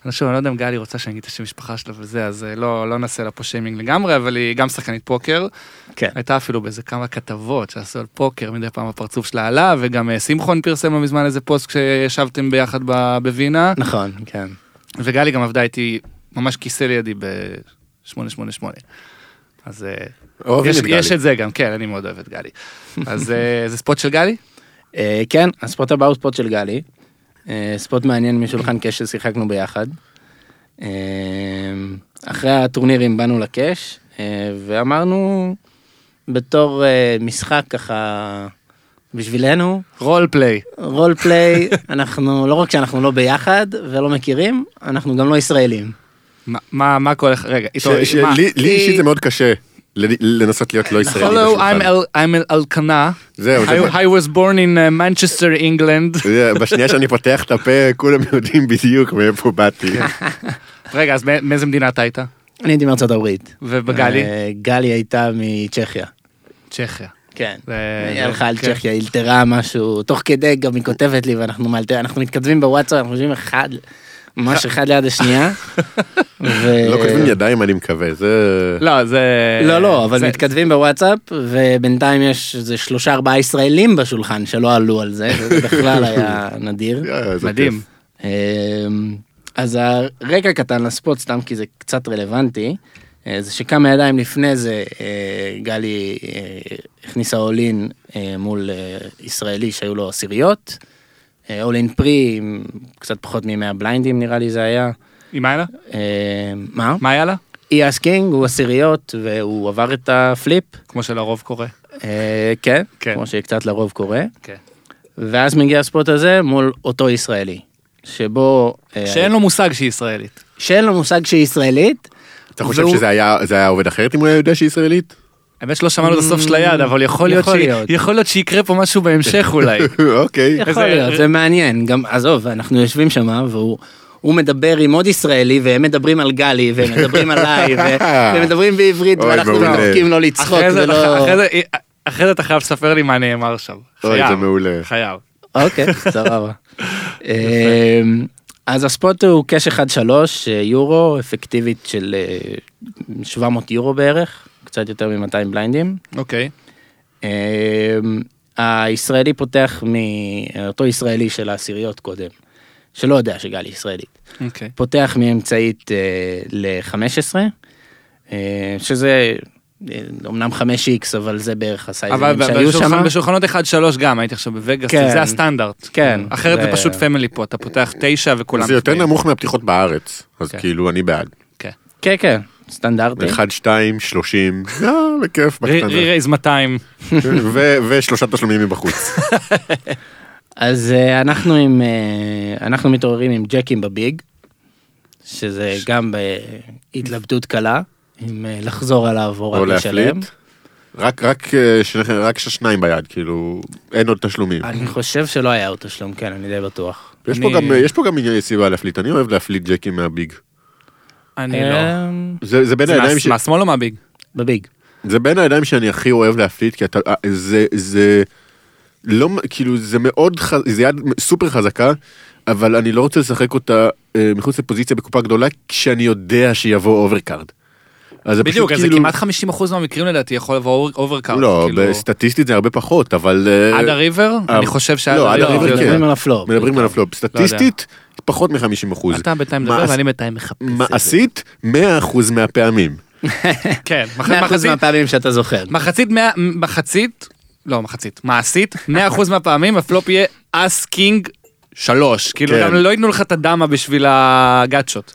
Speaker 1: אני חושב, אני לא יודע אם גלי רוצה שאני אגיד את השם משפחה שלה וזה, אז אה, לא לא נעשה לה פה שיימינג לגמרי, אבל היא גם שחקנית פוקר.
Speaker 3: כן.
Speaker 1: הייתה אפילו באיזה כמה כתבות שעשו על פוקר, מדי פעם הפרצוף שלה עלה, וגם אה, שמחון פרסם לא מזמן איזה פוסט כשישבתם ביחד ב- בווינה,
Speaker 3: נכון, כן.
Speaker 1: וגלי גם עבדה איתי ממש כיסא לידי ב-888. אז אה,
Speaker 2: אוהבים
Speaker 1: יש,
Speaker 2: את
Speaker 1: יש
Speaker 2: גלי.
Speaker 1: את זה גם, כן, אני מאוד אוהב את גלי. אז אה, זה ספוט של גלי?
Speaker 3: אה, כן, הספוט הבא הוא ספוט של גלי. אה, ספוט מעניין משולחן קאש ששיחקנו ביחד. אה, אחרי הטורנירים באנו לקאש, אה, ואמרנו, בתור אה, משחק ככה בשבילנו,
Speaker 1: רול פליי.
Speaker 3: רול פליי, אנחנו, לא רק שאנחנו לא ביחד ולא מכירים, אנחנו גם לא ישראלים.
Speaker 1: מה- מה מה כל אחד, רגע,
Speaker 2: ש-
Speaker 1: טוב,
Speaker 2: ש-
Speaker 1: מה?
Speaker 2: לי לי
Speaker 1: היא-
Speaker 2: אישית זה מאוד קשה ל- לנסות להיות לא ישראלי.
Speaker 1: Hello,
Speaker 2: בשולחן.
Speaker 1: I'm Al- I'm Al- Alcana.
Speaker 2: זהו, זה-
Speaker 1: I I was born in uh, Manchester, England.
Speaker 2: אתה יודע, בשנייה שאני פותח את הפה, כולם יודעים בדיוק מאיפה באתי.
Speaker 1: רגע, אז מא- מאיזה מדינה אתה היית?
Speaker 3: אני הייתי מארצות הברית.
Speaker 1: ובגלי?
Speaker 3: אה, גלי הייתה מצ'כיה.
Speaker 1: צ'כיה.
Speaker 3: כן.
Speaker 1: זה-
Speaker 3: היא
Speaker 1: זה-
Speaker 3: הלכה על
Speaker 1: כן.
Speaker 3: צ'כיה, היא אלתרה משהו, תוך כדי גם היא כותבת לי ואנחנו מאלתר, אנחנו מתכתבים בוואטסאפ, אנחנו יושבים אחד, ממש אחד ליד השנייה. ו-
Speaker 1: אה,
Speaker 2: לא כותבים ידיים, אני מקווה, זה...
Speaker 1: לא, זה...
Speaker 3: לא, לא, אבל
Speaker 1: זה-
Speaker 3: מתכתבים בוואטסאפ, ובינתיים יש איזה שלושה ארבעה ישראלים בשולחן שלא עלו על זה, זה בכלל היה נדיר.
Speaker 2: אה, זה
Speaker 1: לא, מדהים.
Speaker 2: כיף.
Speaker 3: אמ, אז הרקע קטן לספוט, סתם כי זה קצת רלוונטי, אה, זה שכמה ידיים לפני זה אה, גלי אה, הכניסה אולין אה, מול אה, ישראלי שהיו לו עשיריות, אה, אולין פרי עם קצת פחות מ-100 בליינדים נראה לי זה היה.
Speaker 1: עם מה היה לה?
Speaker 3: אה, מה?
Speaker 1: מה היה לה?
Speaker 3: אי-אס קינג הוא עשיריות והוא עבר את הפליפ,
Speaker 1: כמו שלרוב קורה.
Speaker 3: אה, כן,
Speaker 1: כן.
Speaker 3: כמו שקצת לרוב קורה,
Speaker 1: כן.
Speaker 3: ואז מגיע הספוט הזה מול אותו ישראלי, שבו... אה,
Speaker 1: שאין לו מושג שהיא ישראלית.
Speaker 3: שאין לו מושג שהיא ישראלית.
Speaker 2: אתה חושב
Speaker 3: והוא-
Speaker 2: שזה היה זה היה עובד אחרת אם הוא היה יודע שהיא ישראלית?
Speaker 1: האמת שלא שמענו את הסוף של היד, אבל יכול להיות
Speaker 3: יכול
Speaker 1: שהיא-
Speaker 3: להיות.
Speaker 1: יכול להיות שיקרה פה משהו בהמשך אולי.
Speaker 2: אוקיי.
Speaker 3: יכול
Speaker 1: איזה-
Speaker 3: להיות, זה מעניין, גם עזוב, אנחנו יושבים שם והוא... הוא מדבר עם עוד ישראלי והם מדברים על גלי והם מדברים עליי ו- והם מדברים בעברית
Speaker 2: אוי,
Speaker 3: ואנחנו
Speaker 2: מעולה.
Speaker 3: מתעסקים לא לצחוק
Speaker 1: אחרי זה אתה ח-
Speaker 3: ולא...
Speaker 1: אחרי זה- אחרי זה אתה חייב לספר לי מה נאמר שם.
Speaker 2: אוי,
Speaker 1: חייב.
Speaker 2: זה מעולה.
Speaker 1: חייב.
Speaker 3: אוקיי, סבבה. אמ, אז הספוט הוא קאש 1-3 אה, יורו אפקטיבית של אה, 700 יורו בערך, קצת יותר מ-200 בליינדים.
Speaker 1: אוקיי.
Speaker 3: אמ, הישראלי פותח מאותו ישראלי של העשיריות קודם, שלא יודע שגלי ישראלית,
Speaker 1: אוקיי.
Speaker 3: פותח מאמצעית אה, ל-15, אה, שזה אה, אומנם 5x אבל זה בערך
Speaker 1: אבל
Speaker 3: הסייזרים
Speaker 1: ב-
Speaker 3: שהיו
Speaker 1: בשולחן-
Speaker 3: שם.
Speaker 1: בשולחנות 1-3 גם, הייתי עכשיו בווגאס,
Speaker 3: כן.
Speaker 1: זה הסטנדרט.
Speaker 3: כן.
Speaker 1: אחרת זה
Speaker 3: זה-
Speaker 1: פשוט פמילי פה, אתה פותח 9 וכולם...
Speaker 2: זה יותר
Speaker 1: בפנים.
Speaker 2: נמוך מהפתיחות בארץ, אז
Speaker 1: כן.
Speaker 2: כאילו אני בעד.
Speaker 1: כן.
Speaker 3: כן כן, סטנדרטי.
Speaker 2: 1, 2, 30, אה, בכיף,
Speaker 1: רי-
Speaker 2: בקטנה.
Speaker 1: רי-רייז 200.
Speaker 2: ו- ושלושה תשלומים מבחוץ.
Speaker 3: אז אה, אנחנו עם, אה, אנחנו מתעוררים עם ג'קים בביג, שזה גם בהתלבטות קלה, אם אה, לחזור עליו או
Speaker 2: או
Speaker 3: רק לשלם.
Speaker 2: להפליט. רק רק אה, שניכם- רק שניים ביד, כאילו, אין עוד תשלומים.
Speaker 3: אני חושב שלא היה עוד תשלום, כן, אני די בטוח.
Speaker 2: יש פה
Speaker 1: אני-
Speaker 2: גם- יש פה גם עניין- סיבה להפליט, אני אוהב להפליט ג'קים מהביג.
Speaker 1: אני לא.
Speaker 3: אמ,
Speaker 2: זה זה בין
Speaker 1: זה
Speaker 2: הידיים
Speaker 1: מה-
Speaker 2: ש...
Speaker 1: מהשמאל או מהביג?
Speaker 3: בביג.
Speaker 2: זה בין הידיים שאני הכי אוהב להפליט, כי אתה, אה, זה, זה, לא, מ- כאילו, זה מאוד, ח- זה יד סופר חזקה, אבל אני לא רוצה לשחק אותה אה, מחוץ לפוזיציה בקופה גדולה, כשאני יודע שיבוא אוברקארד. אז זה
Speaker 1: בדיוק,
Speaker 2: פשוט
Speaker 1: אז זה
Speaker 2: כאילו...
Speaker 1: כמעט 50% מהמקרים לדעתי יכול לבוא אוברקארט.
Speaker 2: לא, בסטטיסטית זה הרבה פחות, אבל... אה,
Speaker 1: כאילו. עד הריבר?
Speaker 2: אה,
Speaker 1: אני חושב שעד
Speaker 2: לא, עד
Speaker 1: הריבר.
Speaker 2: הריבר,
Speaker 1: זה יותר-
Speaker 3: מדברים על הפלופ.
Speaker 2: מדברים על הפלופ. סטטיסטית, פחות מ-50 אחוז.
Speaker 1: לא אתה בינתיים מדבר
Speaker 2: מעש-
Speaker 1: ואני בינתיים מחפש.
Speaker 2: מעשית, 100 אחוז מהפעמים.
Speaker 1: כן, מח-
Speaker 3: 100%
Speaker 1: מחצית-
Speaker 3: מהפעמים שאתה זוכר.
Speaker 1: מחצית, מאה- מחצית, לא מחצית, מעשית, 100% מהפעמים הפלופ יהיה אס קינג. שלוש, כאילו
Speaker 2: כן.
Speaker 1: גם לא ייתנו לך את הדמה בשביל הגאצ'ות.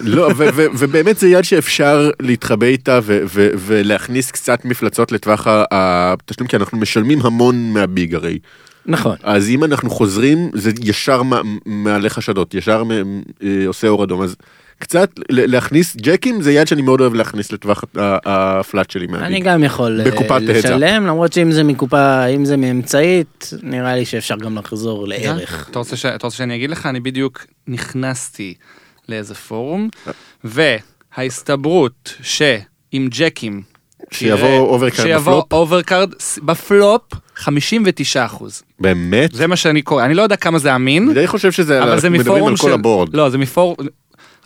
Speaker 2: לא, ו- ו- ובאמת זה יד שאפשר להתחבא איתה ו- ו- ולהכניס קצת מפלצות לטווח ה- התשלום, כי אנחנו משלמים המון מהביג הרי.
Speaker 3: נכון.
Speaker 2: אז אם אנחנו חוזרים, זה ישר מ- מעלה חשדות, ישר מ- אה, עושה אור אדום. אז קצת ל- להכניס ג'קים זה יד שאני מאוד אוהב להכניס לטווח ה- הפלאט שלי
Speaker 3: אני
Speaker 2: מהביג.
Speaker 3: גם יכול אה,
Speaker 2: בקופת העצה.
Speaker 3: לשלם, למרות שאם זה מקופה, אם זה מאמצעית, נראה לי שאפשר גם לחזור לערך.
Speaker 1: אתה רוצה ש- אתה רוצה שאני אגיד לך? אני בדיוק נכנסתי לאיזה פורום,
Speaker 2: אה.
Speaker 1: וההסתברות שעם ג'קים...
Speaker 2: שיבוא
Speaker 1: תראה-
Speaker 2: אוברקארד
Speaker 1: שיבוא
Speaker 2: בפלופ?
Speaker 1: אוברקארד ס- בפלופ, 59 אחוז.
Speaker 2: באמת?
Speaker 1: זה מה שאני קורא, אני לא יודע כמה זה אמין.
Speaker 2: אני די חושב שזה,
Speaker 1: אבל זה
Speaker 2: אנחנו מדברים
Speaker 1: מפורום
Speaker 2: על
Speaker 1: של...
Speaker 2: כל הבורד.
Speaker 1: לא, זה מפורום...
Speaker 3: לא,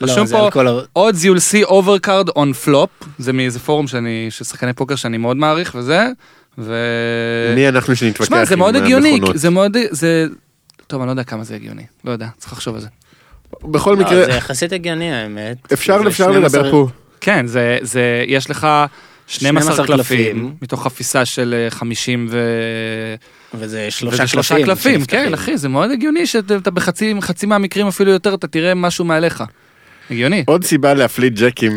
Speaker 1: רשום
Speaker 3: זה על
Speaker 1: פה,
Speaker 3: כל ה-
Speaker 1: odds you'll see overcard on flop, זה מאיזה פורום שאני, של שחקני פוקר שאני מאוד מעריך וזה, ו...
Speaker 2: מי אנחנו שנתווכח עם
Speaker 1: שמע, זה מאוד הגיוני,
Speaker 2: המכונות?
Speaker 1: זה מאוד, זה... טוב, אני לא יודע כמה זה הגיוני, לא יודע, צריך לחשוב על זה.
Speaker 2: בכל
Speaker 3: לא, זה
Speaker 2: מקרה,
Speaker 3: יחסית הגיוני האמת.
Speaker 2: אפשר
Speaker 3: זה
Speaker 2: אפשר
Speaker 3: 12
Speaker 2: לדבר פה.
Speaker 1: כן, זה, זה, יש לך
Speaker 3: 12
Speaker 1: 12
Speaker 3: קלפים.
Speaker 1: קלפים, מתוך חפיסה של אה, 50 ו...
Speaker 3: וזה
Speaker 1: וזה
Speaker 3: שלושה
Speaker 1: שלושה
Speaker 3: קלפים.
Speaker 1: קלפים,
Speaker 3: שנפתחים.
Speaker 1: כן, אחי, זה מאוד הגיוני שאתה בחצי חצי מהמקרים אפילו יותר, אתה תראה משהו מעליך. הגיוני.
Speaker 2: עוד סיבה להפליט ג'קים.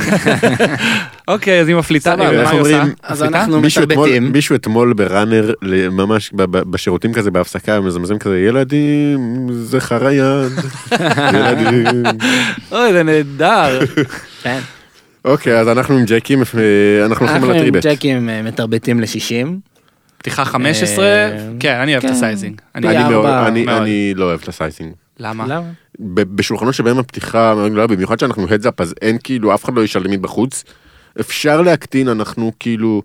Speaker 1: אוקיי, אז היא מפליטה,
Speaker 3: סבבה,
Speaker 1: היא-
Speaker 2: איך
Speaker 1: מה היא
Speaker 2: אומרים?
Speaker 1: עושה?
Speaker 3: אז
Speaker 1: מפליטה?
Speaker 3: אנחנו
Speaker 2: מישהו אתמול-
Speaker 3: מתרבטים.
Speaker 2: מישהו אתמול בראנר, ל- ממש ב- ב- בשירותים כזה, בהפסקה, מזמזם כזה, ילדים, זה חריין. ילדים.
Speaker 1: אוי, זה נהדר.
Speaker 3: כן.
Speaker 2: אוקיי, אז אנחנו עם ג'קים, אה, אנחנו הולכים
Speaker 3: אנחנו
Speaker 2: על
Speaker 3: עם
Speaker 2: הטריבט.
Speaker 3: צ'קים אה, מתרבטים ל-60.
Speaker 1: פתיחה 15,
Speaker 3: אה,
Speaker 1: כן, אני אוהב את
Speaker 3: כן.
Speaker 1: הסייזינג. אני-
Speaker 3: פי
Speaker 2: אני מאוד-
Speaker 3: ארבע.
Speaker 2: אני-
Speaker 1: מאוד.
Speaker 2: אני לא אוהב את הסייסינג.
Speaker 1: למה?
Speaker 2: ב- בשולחנות שבהם הפתיחה מאוד גדולה, במיוחד שאנחנו הדזאפ אז אין כאילו אף אחד לא ישאל למי בחוץ. אפשר להקטין אנחנו כאילו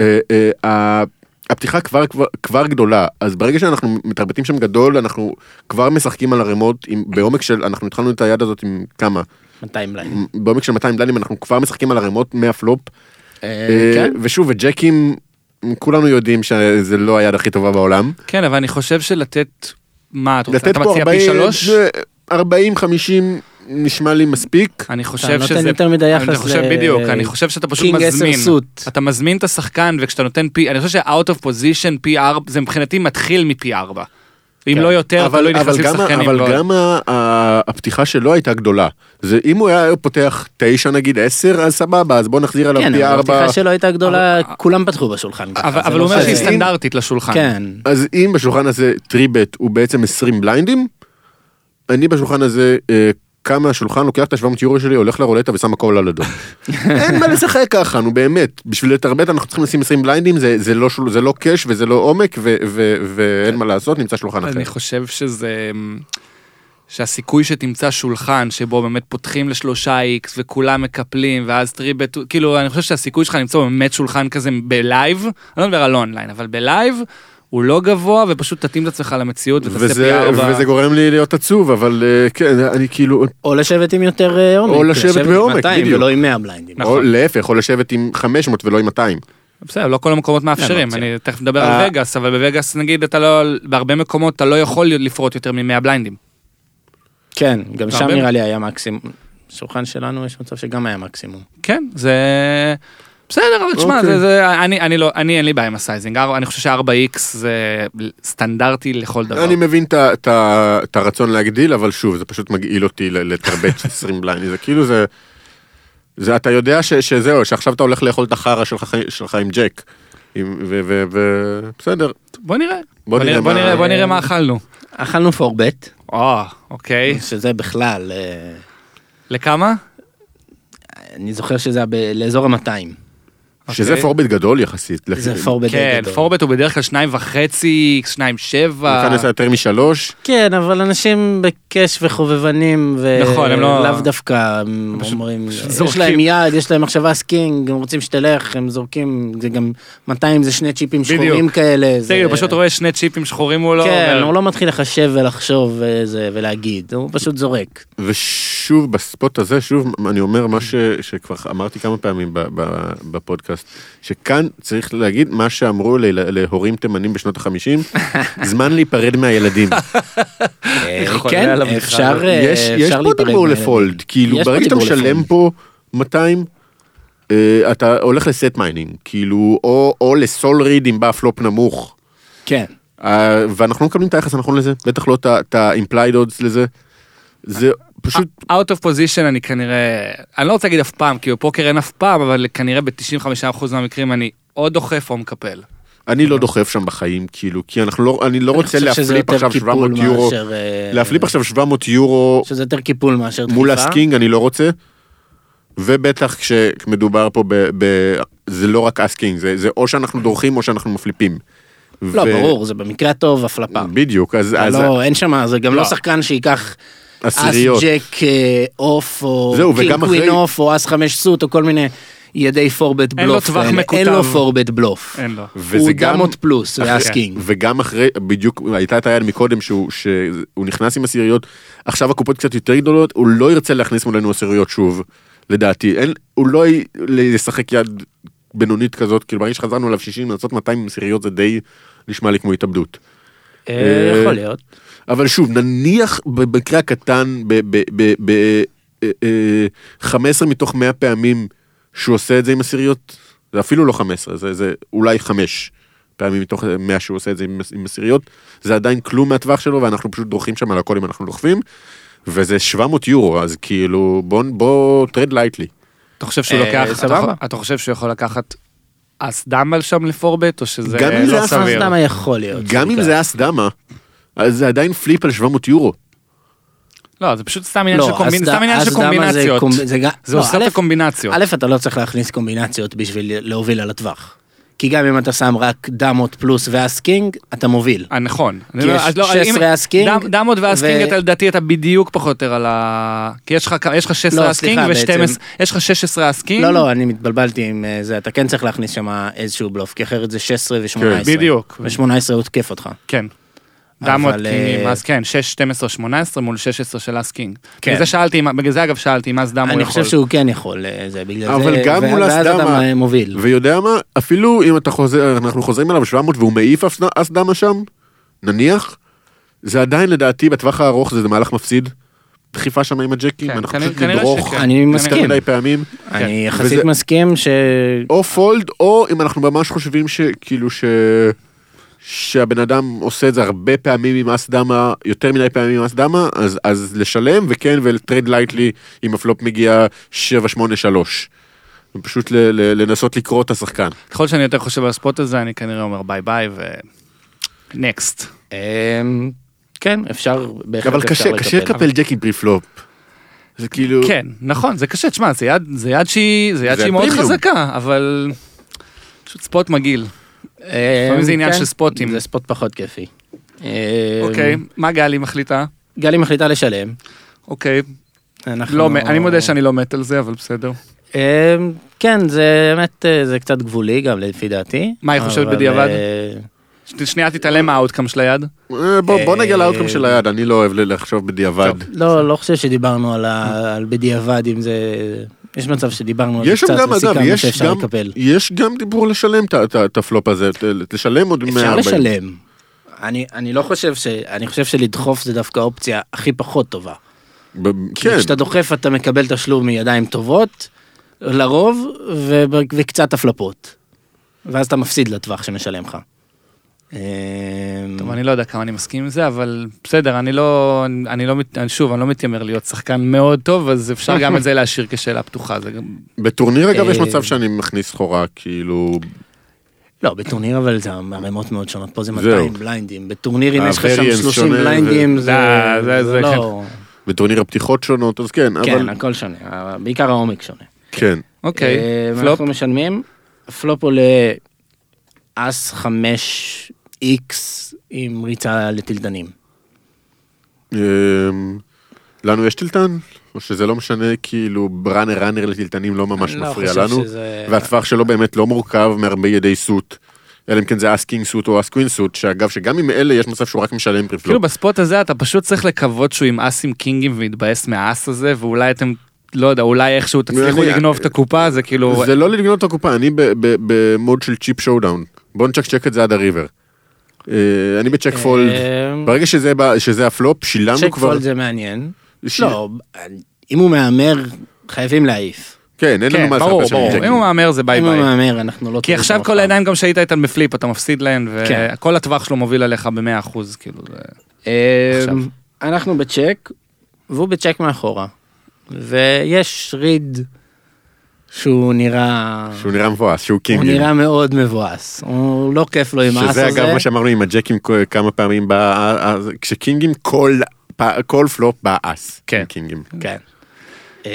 Speaker 2: אה, אה, ה- הפתיחה כבר, כבר כבר גדולה אז ברגע שאנחנו מתרבטים שם גדול אנחנו כבר משחקים על ערימות עם בעומק של אנחנו התחלנו את היד הזאת עם כמה
Speaker 3: 200 בליים.
Speaker 2: בעומק של 200 דנים אנחנו כבר משחקים על ערימות מהפלופ
Speaker 3: אה,
Speaker 2: אה,
Speaker 3: כן.
Speaker 2: ושוב וג'קים כולנו יודעים שזה לא היד הכי טובה בעולם.
Speaker 1: כן, אבל אני חושב שלתת, מה, אתה רוצה-
Speaker 2: לתת
Speaker 1: אתה
Speaker 2: פה
Speaker 1: מציע פי
Speaker 2: 40,
Speaker 1: שלוש?
Speaker 2: 40 50 נשמע לי מספיק.
Speaker 1: אני
Speaker 3: אתה
Speaker 1: חושב
Speaker 3: נותן
Speaker 1: שזה...
Speaker 3: יותר מדי
Speaker 1: אני
Speaker 3: יחס
Speaker 1: חושב-
Speaker 3: ל-
Speaker 1: בדיוק, אני חושב שאתה פשוט
Speaker 3: קינג עשר
Speaker 1: מזמין.
Speaker 3: סוט.
Speaker 1: אתה מזמין את השחקן, וכשאתה נותן פי... אני חושב ש-out of position פי ארבע, זה מבחינתי מתחיל מפי ארבע. אם
Speaker 3: כן.
Speaker 1: לא יותר,
Speaker 2: אבל,
Speaker 1: תלוי
Speaker 2: אבל
Speaker 1: נכנסים
Speaker 2: גם,
Speaker 1: שחקנים. לא-
Speaker 2: אבל
Speaker 1: ועוד.
Speaker 2: גם ה, ה, הפתיחה שלו הייתה גדולה. זה, אם הוא היה פותח 9 נגיד 10 אז סבבה אז בוא נחזיר עליו
Speaker 3: כן,
Speaker 2: פי
Speaker 3: אבל
Speaker 2: 4.
Speaker 3: הפתיחה שלו הייתה גדולה, כולם פתחו בשולחן ככה.
Speaker 1: אבל
Speaker 3: זה
Speaker 1: אבל
Speaker 3: לא
Speaker 1: הוא אומר
Speaker 3: ש-
Speaker 1: שהיא
Speaker 2: אם-
Speaker 1: סטנדרטית לשולחן.
Speaker 3: כן.
Speaker 2: אז אם בשולחן הזה טריבט הוא בעצם 20 בליינדים, אני בשולחן הזה אה, קם מהשולחן לוקח את ה-700 יורו שלי הולך לרולטה ושם הכל על אדום. אין מה לשחק ככה נו באמת בשביל לתרבט אנחנו צריכים לשים 20 בליינדים זה, זה לא שול- זה לא קאש וזה לא עומק ו, ו, ואין מה לעשות נמצא שולחן אחר.
Speaker 1: אני חושב שזה... אמ, שהסיכוי שתמצא שולחן שבו באמת פותחים לשלושה איקס וכולם מקפלים ואז טריבט, כאילו אני חושב שהסיכוי שלך למצוא באמת שולחן כזה בלייב, אני לא מדבר על אונליין, אבל בלייב הוא לא גבוה ופשוט תתאים את עצמך למציאות ותעשה פי
Speaker 2: וזה,
Speaker 1: ארבע.
Speaker 2: וזה גורם לי להיות עצוב אבל אה, כן אני כאילו
Speaker 3: או לשבת עם יותר אה, עומק.
Speaker 2: לשבת
Speaker 3: עם
Speaker 2: בעומק,
Speaker 3: 200
Speaker 2: בדיוק.
Speaker 3: ולא עם 100 בליינדים.
Speaker 1: נכון.
Speaker 2: או להפך, או לשבת עם 500 ולא עם 200.
Speaker 1: בסדר, לא כל המקומות מאפשרים,
Speaker 3: אופציה.
Speaker 1: אני תכף מדבר
Speaker 2: אה.
Speaker 1: על וגאס, אבל בווגאס נגיד אתה לא, בהרבה מקומות אתה לא יכול לפרוט יותר מ-100 בליינדים.
Speaker 3: כן, גם שם
Speaker 1: הרבה?
Speaker 3: נראה לי היה מקסימום. שולחן שלנו יש מצב שגם היה מקסימום.
Speaker 1: כן, זה... בסדר, אבל תשמע,
Speaker 2: אוקיי.
Speaker 1: זה, זה, אני, אני לא, אני אין לי בעיה עם הסייזינג, אר- אני חושב ש-4X זה סטנדרטי לכל דבר.
Speaker 2: אני מבין את ה- את ה- את הרצון להגדיל, אבל שוב, זה פשוט מגעיל אותי ל- לתרבט 20 בליינד. זה כאילו זה... זה אתה יודע ש- שזהו, שעכשיו אתה הולך לאכול את החרא שלך- שלך עם ג'ק. עם- ו- ו- ו- בסדר.
Speaker 1: בוא נראה,
Speaker 2: בוא
Speaker 1: בוא
Speaker 2: נראה
Speaker 1: נראה, בוא
Speaker 2: מה- אה.
Speaker 1: נראה, בוא נראה מה אכלנו.
Speaker 3: אכלנו פורבט,
Speaker 1: או, אוקיי,
Speaker 3: שזה בכלל, אה,
Speaker 1: לכמה?
Speaker 3: אני זוכר שזה היה ב- לאזור ה-200.
Speaker 2: שזה
Speaker 1: אוקיי.
Speaker 2: פורבט גדול יחסית.
Speaker 3: זה פורבט די
Speaker 1: כן,
Speaker 3: גדול.
Speaker 1: פורבט הוא בדרך כלל שניים וחצי, שניים שבע.
Speaker 2: כאן עשה יותר משלוש.
Speaker 3: כן, אבל אנשים קש וחובבנים, ולאו
Speaker 1: נכון, הם לא-
Speaker 3: דווקא הם
Speaker 1: פשוט-
Speaker 3: אומרים,
Speaker 1: פשוט
Speaker 3: יש
Speaker 1: זורקים.
Speaker 3: להם יד, יש להם מחשבה סקינג, הם רוצים שתלך, הם זורקים, זה גם 200 זה שני צ'יפים
Speaker 1: בדיוק.
Speaker 3: שחורים כאלה. זה-
Speaker 1: בסדר, הוא פשוט רואה שני צ'יפים שחורים מולו.
Speaker 3: כן,
Speaker 1: אומר,
Speaker 3: הוא לא מתחיל לחשב ולחשוב וזה, ולהגיד, הוא פשוט זורק.
Speaker 2: ושוב, בספוט הזה, שוב, אני אומר מה ש, שכבר אמרתי כמה פעמים ב, ב, בפודקאסט, שכאן צריך להגיד מה שאמרו ל, להורים תימנים בשנות החמישים, זמן להיפרד מהילדים.
Speaker 1: יכול,
Speaker 3: כן,
Speaker 1: היה עליו בדיחה.
Speaker 3: אפשר אה,
Speaker 2: יש,
Speaker 3: אפשר
Speaker 2: יש פה
Speaker 3: להיפרד
Speaker 2: דיבור
Speaker 3: מהילדים.
Speaker 2: לפולד, כאילו
Speaker 3: יש פה
Speaker 2: ברגע שאתה
Speaker 3: דיבור
Speaker 2: משלם
Speaker 3: לפולד.
Speaker 2: פה 200, אה, אתה הולך לסט מיינינג, כאילו, או, או לסול ריד אם בא פלופ נמוך.
Speaker 3: כן.
Speaker 2: אה, ואנחנו לא מקבלים את היחס הנכון לזה, בטח לא את ה- את ה-implied odds לזה. זה פשוט
Speaker 1: out of position אני כנראה, אני לא רוצה להגיד אף פעם, כי בפוקר אין אף פעם, אבל כנראה ב-95% מהמקרים אני או דוחף או מקפל.
Speaker 2: אני לא דוחף שם בחיים, כאילו, כי אנחנו לא, אני לא
Speaker 3: אני
Speaker 2: רוצה
Speaker 3: חושב שזה
Speaker 2: להפליפ
Speaker 3: יותר
Speaker 2: עכשיו
Speaker 3: קיפול
Speaker 2: 700 יורו,
Speaker 3: מאשר, אה,
Speaker 2: להפליפ עכשיו 700 יורו
Speaker 3: שזה יותר קיפול מאשר דחיפה.
Speaker 2: מול הסקינג, אני לא רוצה. ובטח כשמדובר פה ב... ב- זה לא רק אסקינג, זה זה או שאנחנו דורכים או שאנחנו מפליפים.
Speaker 3: לא,
Speaker 2: ו-
Speaker 3: ברור, זה במקרה הטוב הפלפה.
Speaker 2: בדיוק, אז... אז-
Speaker 3: לא, אין שם, זה גם לא
Speaker 2: לא.
Speaker 3: שחקן שייקח אס
Speaker 2: עשיריות.
Speaker 3: ג'ק אה, אוף, או
Speaker 2: זהו,
Speaker 3: קינג
Speaker 2: וגם
Speaker 3: קווין
Speaker 2: אחרי-
Speaker 3: אוף, או אס חמש סוט, או כל מיני ידי פורבט בלוף.
Speaker 1: אין לו טווח
Speaker 3: כאלה.
Speaker 1: מקוטב.
Speaker 3: אין לו פורבט בלוף.
Speaker 1: אין לו.
Speaker 2: וזה
Speaker 3: הוא
Speaker 2: גם- אה, כן.
Speaker 3: גם עוד פלוס,
Speaker 2: אחרי-
Speaker 3: ואס קינג.
Speaker 2: וגם אחרי, בדיוק הייתה את היד מקודם שהוא, שהוא נכנס עם עשיריות, עכשיו הקופות קצת יותר גדולות, הוא לא ירצה להכניס מולנו עשיריות שוב, לדעתי. אין, הוא לא י- ישחק יד בינונית כזאת, כאילו ברגע שחזרנו אליו 60 לעשות 200 עם עשיריות זה די נשמע לי כמו התאבדות.
Speaker 3: אה, יכול להיות.
Speaker 2: אבל שוב, נניח במקרה הקטן, ב... ב, ב, ב אה, אה, 15 מתוך 100 פעמים שהוא עושה את זה עם עשיריות, זה אפילו לא 15, זה, זה אולי 5 פעמים מתוך 100 שהוא עושה את זה עם, עם עשיריות, זה עדיין כלום מהטווח שלו ואנחנו פשוט דורכים שם על הכל אם אנחנו דוחפים, וזה 700 יורו, אז כאילו בוא, בוא טרד לייטלי.
Speaker 1: אתה חושב שהוא
Speaker 3: אה,
Speaker 1: לוקח, אתה
Speaker 3: סבבה.
Speaker 1: יכול- אתה חושב שהוא יכול לקחת אס דאמל שם לפורבט, או שזה
Speaker 2: גם אם זה
Speaker 1: לא
Speaker 2: אס
Speaker 1: סביר?
Speaker 3: למה יכול להיות?
Speaker 2: גם אם זה היה סדמה, אז זה עדיין פליפ על 700 יורו.
Speaker 1: לא, זה פשוט סתם עניין
Speaker 3: לא,
Speaker 1: של קומבינה-
Speaker 3: אז
Speaker 1: סתם
Speaker 3: ד-
Speaker 1: עניין
Speaker 3: אז
Speaker 1: של
Speaker 3: למה זה
Speaker 1: קומבינציות.
Speaker 3: קומב- זה גם-
Speaker 1: זה
Speaker 3: לא,
Speaker 1: עושה את
Speaker 3: א',
Speaker 1: הקומבינציות.
Speaker 3: א', אתה לא צריך להכניס קומבינציות בשביל להוביל על הטווח. כי גם אם אתה שם רק דמות פלוס ואס קינג, אתה מוביל.
Speaker 1: אה, נכון. אני
Speaker 3: כי
Speaker 1: לא-
Speaker 3: יש
Speaker 1: אז לא,
Speaker 3: 16
Speaker 1: אם-
Speaker 3: אסקינג,
Speaker 1: דם- דמות ואסקינג,
Speaker 3: ו-
Speaker 1: אתה לדעתי אתה בדיוק פחות או יותר על ה... כי יש לך כ- יש לך 16
Speaker 3: לא,
Speaker 1: אסקינג
Speaker 3: סליחה,
Speaker 1: ו-12, יש לך 16 אסקינג.
Speaker 3: לא, לא, אני מתבלבלתי עם אה, זה, אתה כן צריך להכניס שם איזשהו בלוף, כי אחרת זה 16 ו-18.
Speaker 1: כן, בדיוק.
Speaker 3: ו-18 הוא תקף אותך.
Speaker 1: כן. דמות
Speaker 3: אבל,
Speaker 1: קינגים,
Speaker 3: אה,
Speaker 1: אז כן, 6, 12, 18 מול 16 של אס קינג.
Speaker 3: כן.
Speaker 1: בגלל זה שאלתי, אם- בגלל זה אגב שאלתי אם אס דם הוא
Speaker 3: אני
Speaker 1: יכול.
Speaker 3: חושב שהוא כן יכול, אה, זה בגלל זה.
Speaker 2: אבל גם
Speaker 3: ו-
Speaker 2: מול
Speaker 3: ואז אתה
Speaker 2: הסדמה,
Speaker 3: מ- מוביל.
Speaker 2: ויודע מה, אפילו אם אתה חוזר, אנחנו חוזרים עליו 700 והוא מעיף אס- אסדמה שם, נניח, זה עדיין לדעתי בטווח הארוך זה מהלך מפסיד. דחיפה שם עם הג'קים,
Speaker 1: כן,
Speaker 2: אנחנו
Speaker 1: כנראה-
Speaker 2: פשוט
Speaker 1: כנראה
Speaker 2: נדרוך
Speaker 1: שכן.
Speaker 3: אני
Speaker 1: כנראה.
Speaker 2: יותר
Speaker 3: מסכים.
Speaker 2: מדי פעמים,
Speaker 3: אני
Speaker 2: כן.
Speaker 3: יחסית
Speaker 2: וזה-
Speaker 3: מסכים ש...
Speaker 2: או פולד, או אם אנחנו ממש חושבים שכאילו ש... שהבן אדם עושה את זה הרבה פעמים עם אסדמה, יותר מדי פעמים עם אסדמה, אז, אז לשלם וכן ולטרד לייטלי אם הפלופ מגיע 783. פשוט ל- ל- לנסות לקרוא את השחקן.
Speaker 1: ככל שאני יותר חושב על הספוט הזה, אני כנראה אומר ביי ביי ו... נקסט.
Speaker 3: אמ, כן, אפשר, בהחלט
Speaker 2: אבל
Speaker 3: אפשר
Speaker 2: קשה, קשה לקפל ג'קים פרי פלופ. זה כאילו,
Speaker 1: כן, נכון, זה קשה, תשמע, זה יד- זה יד שהיא זה יד
Speaker 2: זה
Speaker 1: שהיא מאוד
Speaker 2: הפרימיום.
Speaker 1: חזקה, אבל... פשוט ספוט מגעיל.
Speaker 3: אה,
Speaker 1: לפעמים זה עניין
Speaker 3: כן,
Speaker 1: של ספוטים.
Speaker 3: זה ספוט פחות כיפי. אה,
Speaker 1: אוקיי, מה גלי מחליטה?
Speaker 3: גלי מחליטה לשלם.
Speaker 1: אוקיי,
Speaker 3: אנחנו-
Speaker 1: לא, מת- אני מודה שאני לא מת על זה, אבל בסדר.
Speaker 3: אה, כן, זה באמת, אה, זה קצת גבולי גם לפי דעתי.
Speaker 1: מה, היא חושבת
Speaker 3: אבל,
Speaker 1: בדיעבד?
Speaker 3: אה,
Speaker 1: ש- שנייה תתעלם מהאאוטקאם של היד.
Speaker 2: אה, בוא בוא נגיע
Speaker 3: אה,
Speaker 2: לאאוטקאם של היד, אני לא אוהב ל- לחשוב בדיעבד.
Speaker 3: לא, לא חושב שדיברנו על ה- על בדיעבד, אם זה... יש מצב שדיברנו על זה
Speaker 2: יש שם
Speaker 3: קצת
Speaker 2: גם, אגב,
Speaker 3: וסיכמנו
Speaker 2: יש
Speaker 3: שאפשר
Speaker 2: גם,
Speaker 3: לקפל.
Speaker 2: יש גם דיבור לשלם את ה- את ה- את הפלופ הזה, ת- תשלם עוד 140.
Speaker 3: אפשר לשלם. אני אני לא חושב ש... אני חושב שלדחוף זה דווקא האופציה הכי פחות טובה.
Speaker 2: ב-
Speaker 3: כי
Speaker 2: כן,
Speaker 3: כשאתה דוחף אתה מקבל תשלום מידיים טובות, לרוב, ו- וקצת הפלפות. ואז אתה מפסיד לטווח שמשלם לך. אה,
Speaker 1: טוב, אני לא יודע כמה אני מסכים עם זה, אבל בסדר, אני לא, אני לא, מת- שוב, אני לא מתיימר להיות שחקן מאוד טוב, אז אפשר גם את זה להשאיר כשאלה פתוחה. זה גם...
Speaker 2: בטורניר אגב יש
Speaker 3: אה,
Speaker 2: מצב שאני מכניס סחורה, כאילו,
Speaker 3: לא, בטורניר אבל זה ערימות מאוד שונות, פה זה
Speaker 2: זהו.
Speaker 3: 200 בליינדים, בטורנירים יש לך
Speaker 2: ה-variance
Speaker 3: שם 30
Speaker 2: שונה ו-
Speaker 3: בליינדים, זה
Speaker 1: לא, זה- זה-
Speaker 3: זה לא...
Speaker 2: בטורניר הפתיחות שונות, אז כן,
Speaker 3: כן,
Speaker 2: אבל,
Speaker 3: הכל שונה, בעיקר העומק שונה.
Speaker 2: כן.
Speaker 1: אוקיי,
Speaker 3: אה,
Speaker 1: פלופ.
Speaker 3: אנחנו משלמים, פלופ עולה אס 5 איקס עם ריצה לטילדנים.
Speaker 2: אמ, לנו יש טילטן? או שזה לא משנה, כאילו, ראנר ראנר לטילטנים לא ממש
Speaker 3: לא
Speaker 2: מפריע
Speaker 3: חושב
Speaker 2: לנו,
Speaker 3: שזה-
Speaker 2: והטווח שלו באמת לא מורכב מהרבה ידי סוט. אלא אם כן זה אס קינג סוט או אס קווין סוט, שאגב, שגם עם אלה יש מצב שהוא רק משלם פריפלופ.
Speaker 1: כאילו בספוט הזה אתה פשוט צריך לקוות שהוא עם אסים קינגים ומתבאס מהאס הזה ואולי אתם לא יודע אולי איכשהו תצליחו
Speaker 2: אני-
Speaker 1: לגנוב את הקופה זה כאילו
Speaker 2: זה לא לגנוב את הקופה, אני ב- ב- במוד של צ'יפ שואודאון. בוא נצ'קצ'ק את זה עד הריבר. אה, אני בצ'ק פולד.
Speaker 3: אמ,
Speaker 2: ברגע שזה בא- שזה הפלופ, שילמנו
Speaker 3: צ'ק
Speaker 2: כבר...
Speaker 3: פולד זה מעניין.
Speaker 2: ש-
Speaker 3: לא, אם הוא מהמר, חייבים להעיף.
Speaker 2: כן, אין לנו
Speaker 1: כן
Speaker 2: מה
Speaker 1: ברור
Speaker 2: לעשות עכשיו עם
Speaker 1: ברור
Speaker 2: צ'קים.
Speaker 1: אם הוא מהמר זה ביי
Speaker 3: אם הוא
Speaker 1: ביי.
Speaker 3: מהמר, אנחנו לא...
Speaker 1: כי
Speaker 3: טובים
Speaker 1: עכשיו
Speaker 3: כמו
Speaker 1: כל
Speaker 3: אף
Speaker 1: העיניים גם שהיית איתן בפליפ אתה מפסיד להן
Speaker 3: כן.
Speaker 1: וכל הטווח שלו מוביל עליך ב-100% כאילו זה-
Speaker 2: אה,
Speaker 3: אמ, אנחנו בצ'ק, והוא בצ'ק מאחורה. ויש ריד שהוא נראה...
Speaker 2: שהוא נראה מבואס, שהוא קינג.
Speaker 3: הוא נראה מאוד מבואס. הוא לא כיף לו עם האס
Speaker 2: שזה
Speaker 3: הזה.
Speaker 2: אגב מה שאמרנו עם הג'קים כ- כמה פעמים, בא- אז כשקינגים כל פ- כל פלופ בא אס.
Speaker 1: כן.
Speaker 2: עם קינגים.
Speaker 3: כן.
Speaker 1: הוא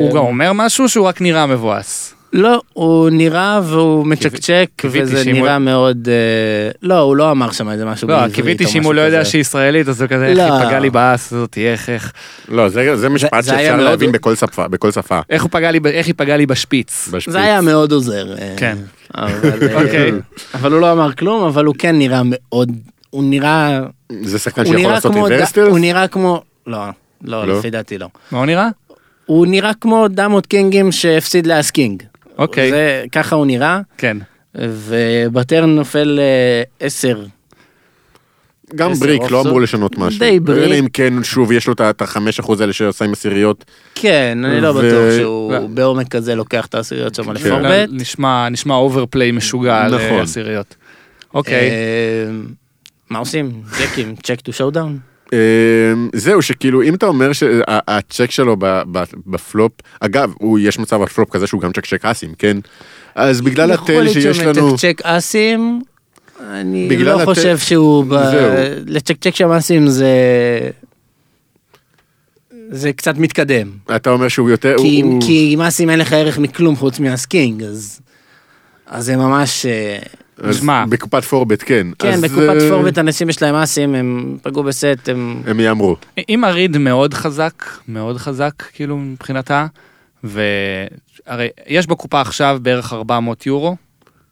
Speaker 3: אמ,
Speaker 2: אה,
Speaker 1: גם אומר משהו שהוא רק נראה מבואס.
Speaker 3: לא, הוא נראה והוא מצ'קצ'ק,
Speaker 1: קיוויתי
Speaker 3: וזה
Speaker 1: שאם הוא-
Speaker 3: נראה מאוד... אה, לא, הוא לא אמר שם איזה משהו
Speaker 1: לא
Speaker 3: בעברית
Speaker 1: קיוויתי
Speaker 3: או
Speaker 1: שאם
Speaker 3: משהו
Speaker 1: הוא לא יודע
Speaker 3: כזה.
Speaker 1: שהיא ישראלית אז הוא כזה איך
Speaker 3: לא.
Speaker 1: היא פגעה לי באס הזאת איך איך
Speaker 2: לא, זה זה משפט
Speaker 3: זה היה
Speaker 2: שאפשר
Speaker 3: מאוד-
Speaker 2: להבין בכל שפה, בכל שפה.
Speaker 1: איך הוא פגע לי ב- איך היא פגעה לי בשפיץ.
Speaker 2: בשפיץ.
Speaker 3: זה היה מאוד עוזר. אה,
Speaker 1: כן.
Speaker 3: אבל, אה,
Speaker 1: אוקיי.
Speaker 3: אבל הוא לא אמר כלום, אבל הוא כן נראה מאוד... הוא נראה...
Speaker 2: זה שחקן
Speaker 3: הוא
Speaker 2: שיכול
Speaker 3: נראה
Speaker 2: לעשות
Speaker 3: כמו... ד-
Speaker 2: אינברסטרס?
Speaker 3: הוא נראה כמו... לא, לא,
Speaker 2: לא?
Speaker 3: לפי דעתי לא.
Speaker 1: מה הוא נראה?
Speaker 3: הוא נראה כמו דמות קינגים שהפסיד לאס קינג.
Speaker 1: אוקיי.
Speaker 3: זה- ככה הוא נראה,
Speaker 1: כן.
Speaker 3: ובטרן נופל אה, עשר.
Speaker 2: גם
Speaker 3: עשר
Speaker 2: בריק, לא
Speaker 3: אופסות.
Speaker 2: אמור לשנות משהו.
Speaker 3: די בריק.
Speaker 2: אלא אם כן, שוב, יש לו את ה- את החמש אחוז האלה שעושה עם עשיריות.
Speaker 3: כן, אני לא
Speaker 2: ו-
Speaker 3: בטוח שהוא
Speaker 1: לא.
Speaker 3: בעומק כזה לוקח את העשיריות שם
Speaker 2: כן.
Speaker 3: לפורבט.
Speaker 1: נשמע נשמע אוברפליי משוגע על
Speaker 2: נכון.
Speaker 1: אה, עשיריות. אוקיי.
Speaker 3: אה, מה עושים? ג'קים, צ'ק טו שואו דאון?
Speaker 2: אמ, זהו שכאילו אם אתה אומר שהצ'ק שלו ב- ב- בפלופ אגב הוא יש מצב על פלופ כזה שהוא גם צ'ק צ'ק אסים כן אז בגלל
Speaker 3: נכון,
Speaker 2: הטל שיש לנו
Speaker 3: צ'ק אסים, אני
Speaker 2: בגלל
Speaker 3: לא
Speaker 2: הטל-
Speaker 3: חושב שהוא... ב-
Speaker 2: זהו.
Speaker 3: לצ'קצ'ק שם אסים זה... זה קצת מתקדם.
Speaker 2: אתה אומר שהוא יותר
Speaker 3: כי
Speaker 2: הוא-
Speaker 3: אם-
Speaker 2: הוא-
Speaker 3: כי עם אסים אין לך ערך מכלום חוץ מהסקינג, אז... אז זה ממש... אה,
Speaker 2: אז
Speaker 1: שמע.
Speaker 2: בקופת פורבט כן
Speaker 3: כן,
Speaker 2: אז,
Speaker 3: בקופת
Speaker 2: אה,
Speaker 3: פורבט אנשים יש להם אסים, הם פגעו בסט, הם...
Speaker 2: הם יאמרו
Speaker 1: אם הריד מאוד חזק, מאוד חזק כאילו מבחינתה, והרי יש בקופה עכשיו בערך 400 יורו,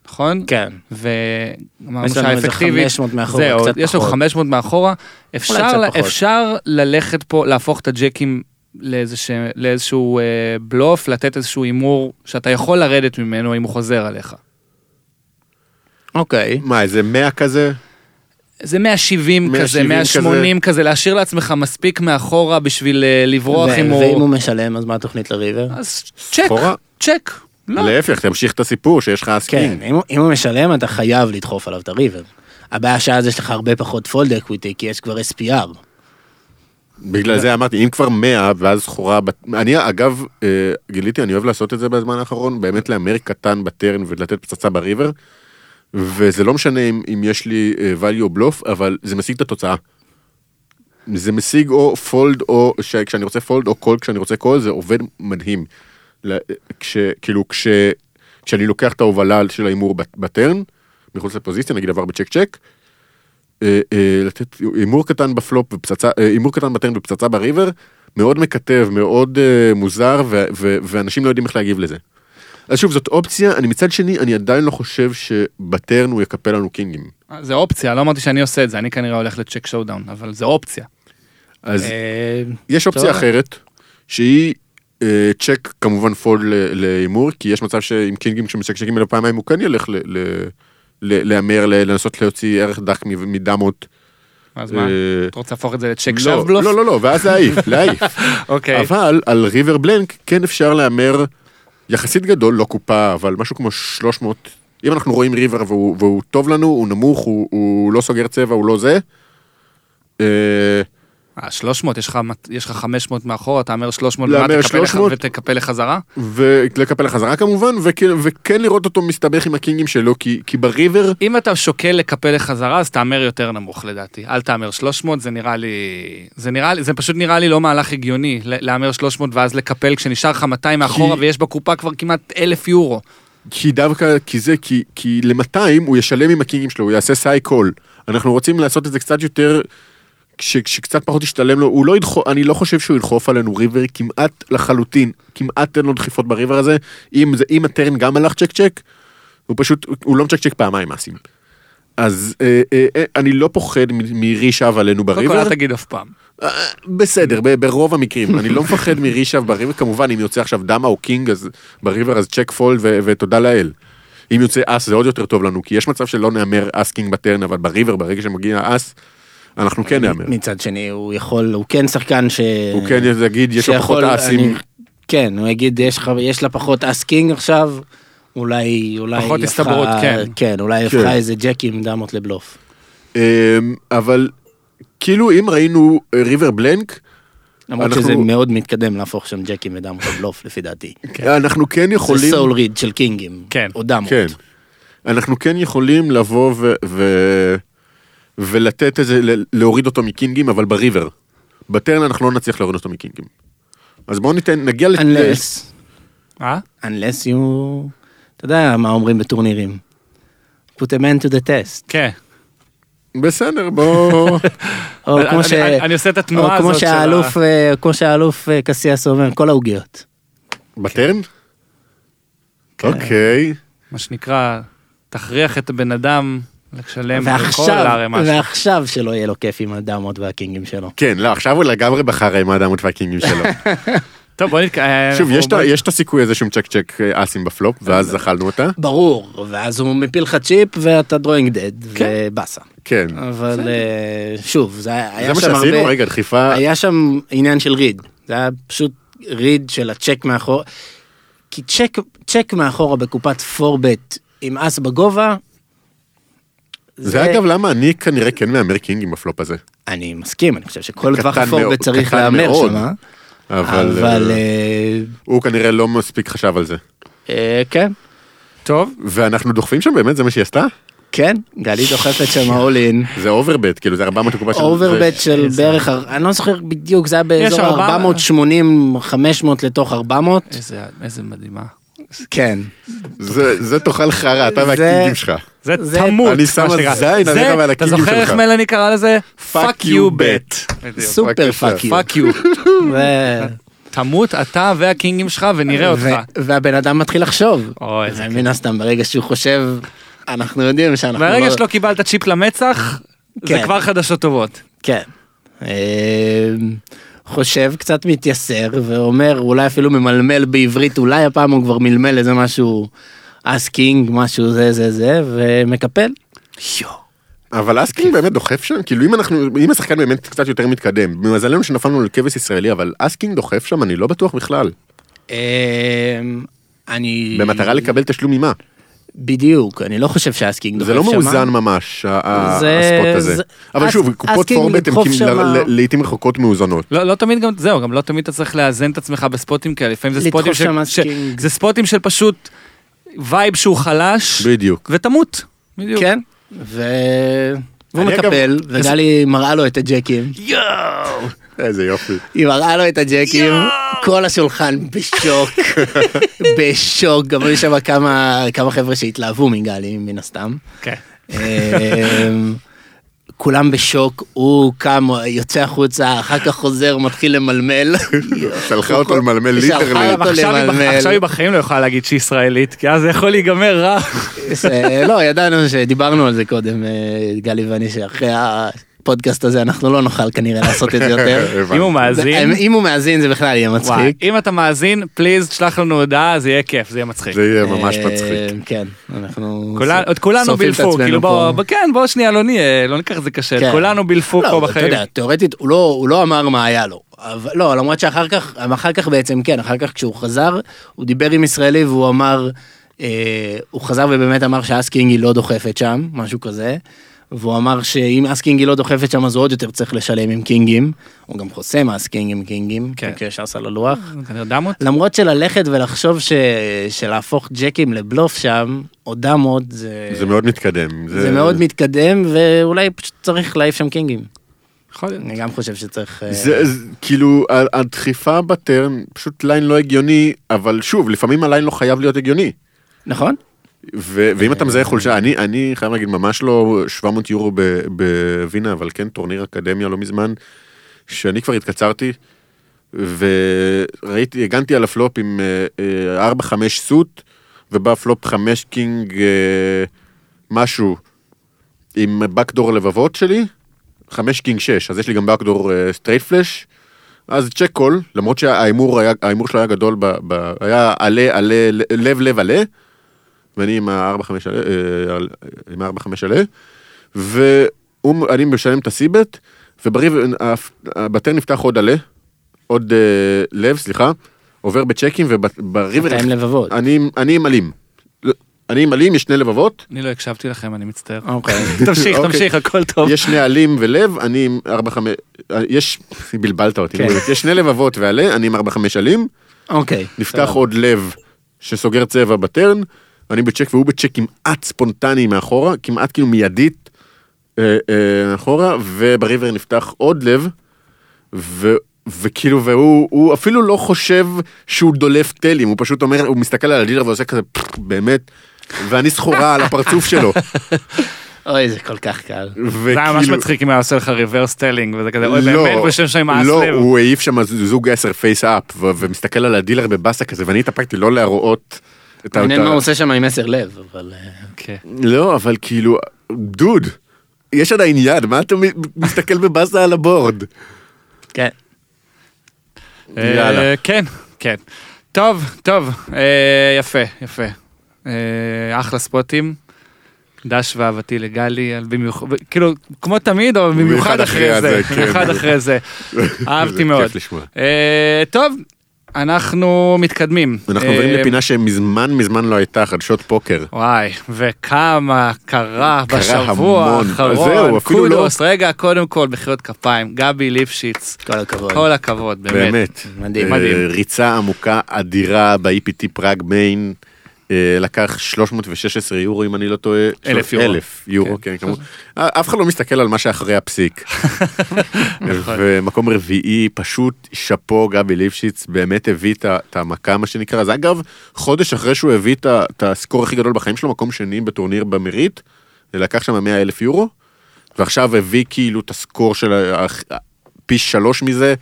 Speaker 1: נכון?
Speaker 3: כן.
Speaker 1: ואמרנו
Speaker 3: יש לנו איזה
Speaker 1: שהאפקטיבית,
Speaker 3: 500 מאחורה,
Speaker 1: זהו,
Speaker 3: קצת
Speaker 1: יש לנו
Speaker 3: פחות.
Speaker 1: 500 מאחורה, אפשר,
Speaker 3: קצת
Speaker 1: ל-
Speaker 3: פחות.
Speaker 1: אפשר ללכת פה, להפוך את הג'קים לאיזשה, לאיזשהו אה, בלוף, לתת איזשהו הימור שאתה יכול לרדת ממנו אם הוא חוזר עליך.
Speaker 3: אוקיי.
Speaker 2: מה איזה 100 כזה
Speaker 1: זה 170 כזה,
Speaker 2: 170
Speaker 1: 180 כזה, להשאיר לעצמך מספיק מאחורה בשביל אה, לברוח
Speaker 3: ו-
Speaker 1: אם
Speaker 3: ואם הוא
Speaker 1: הוא...
Speaker 3: משלם, אז מה התוכנית לריבר?
Speaker 1: אז צ'ק,
Speaker 2: סחורה?
Speaker 1: צ'ק. לא,
Speaker 2: להפך תמשיך את הסיפור שיש לך
Speaker 3: כן,
Speaker 2: אסקינג
Speaker 3: אם הוא- אם הוא משלם, אתה חייב לדחוף עליו את הריבר. הבעיה שאז יש לך הרבה פחות פולד אקוויטי, כי יש כבר SPR.
Speaker 2: בגלל זה אמרתי אם כבר 100 ואז סחורה בת- אני אגב אה, גיליתי אני אוהב לעשות את זה בזמן האחרון באמת להמר קטן בטרן ולתת פצצה בריבר. וזה לא משנה אם, אם יש לי אה, value או בלוף אבל זה משיג את התוצאה. זה משיג או פולד או ש- כשאני רוצה פולד או קול כשאני רוצה קול זה עובד מדהים. ל- כש, כאילו כש, כשאני לוקח את ההובלה של ההימור בט- בטרן מחוץ לפוזיציה נגיד עבר בצ'ק צ'ק. אה, אה, לתת הימור קטן בפלופ ופצצה אה, הימור קטן בטרן ופצצה בריבר מאוד מקטב מאוד אה, מוזר ו, ו, ואנשים לא יודעים איך להגיב לזה. אז שוב זאת אופציה אני מצד שני אני עדיין לא חושב שבטרן הוא יקפל לנו קינגים.
Speaker 1: זה אופציה, לא אמרתי שאני עושה את זה, אני כנראה הולך לצ'ק שואודאון, אבל זה אופציה.
Speaker 2: אז
Speaker 3: אה,
Speaker 2: יש אופציה
Speaker 3: טוב.
Speaker 2: אחרת שהיא אה, צ'ק כמובן פול ל- להימור כי יש מצב שעם קינגים שמצ'קשקים אלא פעמיים הוא כן ילך ל- ל- ל- להמר ל- לנסות להוציא ערך דק מ- מדמות.
Speaker 1: אז מה,
Speaker 2: אה,
Speaker 1: אתה רוצה להפוך את זה לצ'ק
Speaker 2: לא,
Speaker 1: שווא בלוף?
Speaker 2: לא לא לא ואז להעיף להעיף.
Speaker 1: אוקיי.
Speaker 2: אבל על ריבר בלנק כן אפשר להמר יחסית גדול, לא קופה, אבל משהו כמו 300. אם אנחנו רואים ריבר והוא, והוא טוב לנו, הוא נמוך, הוא, הוא לא סוגר צבע, הוא לא זה. אה,
Speaker 1: אה, 300, יש לך מת- יש לך 500 מאחורה, תהמר 300,
Speaker 2: להמר
Speaker 1: ומה, תקפל לך-
Speaker 2: 300?
Speaker 1: ותקפל לחזרה?
Speaker 2: ולקפל לחזרה כמובן, וכן, וכן לראות אותו מסתבך עם הקינגים שלו, כי, כי בריבר,
Speaker 1: אם אתה שוקל לקפל לחזרה, אז תהמר יותר נמוך לדעתי. אל תהמר 300, זה נראה לי... זה נראה לי, זה פשוט נראה לי לא מהלך הגיוני, ל- להמר 300 ואז לקפל כשנשאר לך 200 מאחורה ויש בקופה כבר כמעט 1,000 יורו.
Speaker 2: כי דווקא, כי זה, כי, כי ל-200 הוא ישלם עם הקינגים שלו, הוא יעשה סאי קול. אנחנו רוצים לעשות את זה קצת יותר כש- כשקצת פחות השתלם לו, הוא לא ידחוף, אני לא חושב שהוא ידחוף עלינו ריבר כמעט לחלוטין, כמעט אין לו דחיפות בריבר הזה, אם, זה, אם הטרן גם הלך צ'ק צ'ק, הוא פשוט, הוא לא מצ'קצ'ק פעמיים אסים. אז אה, אה, אה, אני לא פוחד מ- מרישב עלינו
Speaker 1: קודם כל
Speaker 2: בריבר,
Speaker 1: אל תגיד אף פעם.
Speaker 2: אה, בסדר, ב- ברוב המקרים, אני לא מפחד מרישב בריבר, כמובן אם יוצא עכשיו דמה או קינג אז בריבר אז צ'ק פולד ו- ותודה לאל. אם יוצא אס זה עוד יותר טוב לנו, כי יש מצב שלא נהמר אס קינג בטרן, אבל בריבר ברגע שמגיע אס, אנחנו כן נהמר.
Speaker 3: מצד שני, הוא יכול, הוא כן שחקן ש...
Speaker 2: הוא כן יגיד, יש לו פחות
Speaker 3: שיכול-
Speaker 2: אסים.
Speaker 3: אני- כן, הוא יגיד, יש, לך- יש לה פחות אס קינג עכשיו, אולי, אולי...
Speaker 1: פחות
Speaker 3: היא הפכה-
Speaker 1: הסתברות, כן.
Speaker 3: כן, אולי
Speaker 2: כן.
Speaker 3: הפכה איזה ג'קי עם דמות לבלוף.
Speaker 2: אמ, אבל כאילו אם ראינו אה, ריבר בלנק,
Speaker 3: למרות
Speaker 2: אנחנו-
Speaker 3: שזה מאוד מתקדם להפוך שם ג'קים ודמות לבלוף, לפי דעתי.
Speaker 2: אנחנו כן
Speaker 3: זה
Speaker 2: יכולים,
Speaker 3: סול ריד של קינגים.
Speaker 1: כן.
Speaker 3: או דמות.
Speaker 2: כן, אנחנו כן יכולים לבוא ו- ו- ולתת איזה, ל- להוריד אותו מקינגים, אבל בריבר. בטרן אנחנו לא נצליח להוריד אותו מקינגים. אז בואו ניתן, נגיע לת-
Speaker 3: Unless,
Speaker 1: אה?
Speaker 3: unless you... אתה יודע מה אומרים בטורנירים. put a man to the test.
Speaker 1: כן.
Speaker 2: בסדר, בואו...
Speaker 3: או
Speaker 1: אני-
Speaker 3: כמו
Speaker 1: אני-
Speaker 3: ש...
Speaker 1: אני- אני עושה את התנועה
Speaker 3: או כמו
Speaker 1: הזאת של ה-
Speaker 3: שהאלוף, אה, כמו שהאלוף אה, קסיאס אומר, כל העוגיות.
Speaker 2: בטרן?
Speaker 3: כן.
Speaker 2: אוקיי.
Speaker 1: מה שנקרא, תכריח את הבן אדם לשלם
Speaker 3: ועכשיו,
Speaker 1: דולר משהו.
Speaker 3: ועכשיו שלא יהיה לו כיף עם הדמות והקינגים שלו.
Speaker 2: כן, לא, עכשיו הוא לגמרי בחר אה, עם האדמות והקינגים שלו.
Speaker 1: טוב, בוא אה, נתקדם.
Speaker 2: שוב, יש את ה- יש את הסיכוי הזה שהוא מצ'קצ'ק אה, אסים בפלופ, ואז אכלנו אותה.
Speaker 3: ברור, ואז הוא מפיל לך צ'יפ ואתה דרוינג דד,
Speaker 1: כן.
Speaker 3: ובאסה.
Speaker 2: כן.
Speaker 3: אבל אה, שוב, זה היה
Speaker 2: זה
Speaker 3: היה
Speaker 2: מה
Speaker 3: שם
Speaker 2: שעשינו,
Speaker 3: הרבה...
Speaker 2: רגע, דחיפה...
Speaker 3: היה שם עניין של ריד, זה היה פשוט ריד של הצ'ק מאחור, כי צ'ק, צ'ק מאחורה בקופת פורבט עם אס בגובה,
Speaker 2: זה אגב למה אני כנראה כן מהמר קינג עם הפלופ הזה.
Speaker 3: אני מסכים, אני חושב שכל טווח
Speaker 2: קטן מאוד,
Speaker 3: הפורבט צריך
Speaker 2: קטן
Speaker 3: להמר
Speaker 2: מאוד.
Speaker 3: שם, אה?
Speaker 2: אבל,
Speaker 3: אבל
Speaker 2: אה,
Speaker 3: אה,
Speaker 2: הוא כנראה לא מספיק חשב על זה.
Speaker 3: אה, כן,
Speaker 1: טוב,
Speaker 2: ואנחנו דוחפים שם באמת זה מה שהיא עשתה?
Speaker 3: כן, גלי דוחפת שם אול אין.
Speaker 2: זה אוברבט כאילו זה 400 הקופה של...
Speaker 3: אוברבט
Speaker 2: זה-
Speaker 3: של בערך, הר- אני לא זוכר בדיוק, זה היה באזור
Speaker 1: ארבע-
Speaker 3: 480, 500 לתוך 400,
Speaker 1: איזה- איזה מדהימה.
Speaker 3: כן.
Speaker 2: זה זה תאכל חרא אתה
Speaker 3: זה-
Speaker 2: והקינגים שלך.
Speaker 1: זה
Speaker 3: זה-
Speaker 1: תמות,
Speaker 2: אני שם
Speaker 1: מה שנקרא.
Speaker 2: זין עליך
Speaker 1: זה-
Speaker 2: ועל
Speaker 1: אתה
Speaker 2: הקילים
Speaker 1: זוכר איך
Speaker 2: שלך.
Speaker 1: מלאני קרא לזה?
Speaker 2: Fuck
Speaker 1: fuck
Speaker 2: you
Speaker 1: you bet.
Speaker 3: סופר
Speaker 2: בבקשה.
Speaker 3: פאק יו.
Speaker 1: fuck you.
Speaker 3: ו-
Speaker 1: תמות אתה והקינגים שלך ונראה אותך.
Speaker 3: ו- והבן אדם מתחיל לחשוב.
Speaker 1: אוי, איזה
Speaker 3: מן הסתם ברגע שהוא חושב, אנחנו יודעים שאנחנו לא...
Speaker 1: מהרגע שלא קיבלת צ'יפ למצח, זה
Speaker 3: כן.
Speaker 1: כבר חדשות טובות.
Speaker 3: כן. אה, חושב, קצת מתייסר, ואומר, אולי אפילו ממלמל בעברית, אולי הפעם הוא כבר מלמל איזה משהו אסקינג, משהו זה זה זה, ומקפל.
Speaker 2: אבל אז קינג באמת דוחף שם כאילו אם אנחנו אם השחקן באמת קצת יותר מתקדם במזלנו שנפלנו על כבש ישראלי אבל אז קינג דוחף שם אני לא בטוח בכלל
Speaker 3: אה, אני...
Speaker 2: במטרה לקבל תשלום ממה
Speaker 3: בדיוק, אני לא חושב שהאסקינג דוחף
Speaker 2: זה לא
Speaker 3: שמה.
Speaker 2: מאוזן ממש ה- ה-
Speaker 3: זה-
Speaker 2: הספוט הזה
Speaker 3: זה-
Speaker 2: אבל
Speaker 3: אז-
Speaker 2: שוב
Speaker 3: אז
Speaker 2: קופות
Speaker 3: קינג
Speaker 2: פורבט הן
Speaker 3: לדחוף
Speaker 2: כאילו
Speaker 3: שמה-
Speaker 2: ל- לעיתים רחוקות מאוזנות.
Speaker 1: לא, לא תמיד גם, זהו, גם לא תמיד אתה צריך לאזן את עצמך בספוטים כאלה, לפעמים זה
Speaker 3: לדחוף
Speaker 1: ספוטים של,
Speaker 3: שם
Speaker 1: ש,
Speaker 3: סקינג.
Speaker 1: זה ספוטים של פשוט וייב שהוא חלש,
Speaker 2: בדיוק.
Speaker 1: ותמות. בדיוק.
Speaker 3: כן. ו... והוא
Speaker 2: אני אגב-
Speaker 3: מקפל, וגלי מראה לו את הג'קים.
Speaker 1: יואו!
Speaker 2: איזה יופי.
Speaker 3: היא מראה לו את הג'קים, כל השולחן בשוק, בשוק, גם היו שם כמה כמה חבר'ה שהתלהבו מגלי מן הסתם.
Speaker 1: כן.
Speaker 3: אמ, כולם בשוק, הוא קם, יוצא החוצה, אחר כך חוזר, מתחיל למלמל.
Speaker 2: שלחה אותו למלמל
Speaker 3: שלחה
Speaker 2: ליטרלי.
Speaker 3: אותו
Speaker 1: אה, עכשיו היא בח-
Speaker 3: למלמל.
Speaker 1: עכשיו היא בחיים לא יכולה להגיד שהיא ישראלית, כי אז זה יכול להיגמר רע.
Speaker 3: זה- לא, ידענו שדיברנו על זה קודם, אה, גלי ואני, שאחרי הפודקאסט הזה אנחנו לא נוכל כנראה לעשות את זה יותר.
Speaker 2: כן, הבנתי.
Speaker 1: אם הוא מאזין,
Speaker 3: אה, אם הוא מאזין זה בכלל יהיה
Speaker 1: וואי,
Speaker 3: מצחיק.
Speaker 1: אם אתה מאזין, פליז תשלח לנו הודעה, זה יהיה כיף, זה יהיה מצחיק.
Speaker 2: זה יהיה ממש
Speaker 3: אה,
Speaker 2: מצחיק.
Speaker 3: כן, אנחנו...
Speaker 1: כולנו- עוד כולנו
Speaker 3: שורפים את
Speaker 1: בילפו,
Speaker 3: עצמנו
Speaker 1: כאילו
Speaker 3: פה.
Speaker 1: בואו, כן בואו שנייה לא נהיה, לא ניקח את זה קשה,
Speaker 3: כן.
Speaker 1: כולנו בילפו
Speaker 3: לא,
Speaker 1: פה
Speaker 3: אתה
Speaker 1: בחיים.
Speaker 3: יודע, תיאורטית הוא לא, הוא לא אמר מה היה לו. אבל, לא, למרות שאחר כך, אחר כך בעצם כן, אחר כך כשהוא חזר, הוא דיבר עם ישראלי והוא אמר, אה, הוא חזר ובאמת אמר שאסקינג היא לא דוחפת שם, משהו כזה. והוא אמר שאם אסקינג היא לא דוחפת שם אז הוא עוד יותר צריך לשלם עם קינגים. הוא גם חוסם אסקינג עם קינגים,
Speaker 1: כן.
Speaker 3: כן. כשעשה ללוח.
Speaker 1: כנראה דמות?
Speaker 3: למרות שללכת ולחשוב ש... שלהפוך ג'קים לבלוף שם, או דמות, זה...
Speaker 2: זה מאוד מתקדם.
Speaker 3: זה מאוד מתקדם ואולי פשוט צריך להעיף שם קינגים.
Speaker 1: יכול להיות.
Speaker 3: אני גם חושב שצריך... אה,
Speaker 2: זה זה- כאילו ה- הדחיפה בטרן פשוט ליין לא הגיוני אבל שוב לפעמים הליין לא חייב להיות הגיוני.
Speaker 3: נכון?
Speaker 2: ו- ואם אתה מזהה חולשה, אני, אני חייב להגיד, ממש לא 700 יורו ב- בווינה, אבל כן טורניר אקדמיה לא מזמן, שאני כבר התקצרתי, וראיתי, הגנתי על הפלופ עם אה, אה, 4-5 סוט, ובא פלופ 5 קינג אה, משהו, עם בקדור לבבות שלי, 5 קינג 6, אז יש לי גם בקדור סטרייט פלאש. אז צ'ק קול, למרות שההימור היה- ההימור שלו היה גדול, ב, ב, היה עלה, עלה, לב, לב, עלה. ואני עם ה-4-5 עלה, אה, על- עם ה-4-5 עלה, ואני משלם את הסיבט, ובריב, הבטר נפתח עוד עלה, עוד אה, לב, סליחה, עובר בצ'קים, ובריב,
Speaker 3: אתה עם לבבות.
Speaker 2: אני עם עלים. לא, אני עם עלים, יש שני לבבות,
Speaker 1: אני לא הקשבתי לכם, אני מצטער.
Speaker 3: אוקיי.
Speaker 1: תמשיך,
Speaker 2: אוקיי.
Speaker 1: תמשיך, הכל טוב.
Speaker 2: יש שני עלים ולב, אני עם 4-5, אה, יש, בלבלת אותי,
Speaker 3: כן.
Speaker 2: יש שני לבבות ועלה, אני עם 4-5 עלים,
Speaker 3: אוקיי.
Speaker 2: נפתח עוד לב שסוגר צבע בטרן, אני בצ'ק והוא בצ'ק כמעט ספונטני מאחורה, כמעט כאילו מיידית אה, אה, מאחורה, ובריבר נפתח עוד לב, ו, וכאילו, והוא הוא אפילו לא חושב שהוא דולף טלים, הוא פשוט אומר, הוא מסתכל על הדילר ועושה כזה, "פפפ, באמת, ואני סחורה על הפרצוף שלו.
Speaker 3: אוי, זה כל כך קל.
Speaker 1: זה היה ממש
Speaker 2: וכאילו-
Speaker 1: מצחיק אם היה עושה לך ריברס טלינג וזה כזה, אוי
Speaker 2: לא,
Speaker 1: באמת, הוא יושב שם עם
Speaker 2: לא,
Speaker 1: האסלב.
Speaker 2: הוא העיף שם זוג 10 פייס אפ, ו- ומסתכל על הדילר בבאסה כזה, ואני התאפקתי לא להראות את ה...
Speaker 3: מעניין
Speaker 2: את
Speaker 3: מה
Speaker 2: ה-
Speaker 3: הוא עושה לא שם עם עשר לב, אבל... אה,
Speaker 1: כן.
Speaker 2: לא, אבל כאילו, דוד, יש עדיין יד, מה אתה מ- מסתכל בבאסה על הבורד?
Speaker 3: כן.
Speaker 2: יאללה.
Speaker 1: אה, כן, כן. טוב, טוב, אה, יפה, יפה. אה, אחלה ספוטים. דש ואהבתי לגלי, על במיוחד, כאילו, כמו תמיד, אבל במיוחד אחרי זה,
Speaker 2: כן.
Speaker 1: במיוחד אחרי זה.
Speaker 2: זה
Speaker 1: אהבתי
Speaker 2: כיף
Speaker 1: מאוד.
Speaker 2: לשמוע.
Speaker 1: אה, טוב, אנחנו מתקדמים.
Speaker 2: אנחנו עוברים
Speaker 1: אה,
Speaker 2: לפינה שמזמן מזמן לא הייתה, חדשות פוקר.
Speaker 1: וואי, וכמה קרה
Speaker 2: קרה
Speaker 1: בשבוע
Speaker 2: המון.
Speaker 1: האחרון,
Speaker 2: אז זהו, אפילו לא-
Speaker 1: קודוס, רגע, קודם כל, מחיאות כפיים, גבי ליפשיץ,
Speaker 3: כל הכבוד.
Speaker 1: כל הכבוד, באמת.
Speaker 2: כן. באמת.
Speaker 3: מדהים.
Speaker 2: אה,
Speaker 1: מדהים.
Speaker 2: ריצה עמוקה אדירה ב-EPT פראג מיין. אה, לקח 316 יורו אם אני לא טועה.
Speaker 1: אלף יורו.
Speaker 2: אלף יורו,
Speaker 1: כן.
Speaker 2: כן, כמובן. אף אחד לא מסתכל על מה שאחרי הפסיק.
Speaker 1: נכון.
Speaker 2: ומקום רביעי, פשוט שאפו גבי ליפשיץ, באמת הביא את ה- את המכה מה שנקרא. זה אגב, חודש אחרי שהוא הביא את ה- את הסקור הכי גדול בחיים שלו, מקום שני בטורניר במרית, לקח שם 100 אלף יורו, ועכשיו הביא כאילו את הסקור של ה- ה- פי שלוש מזה.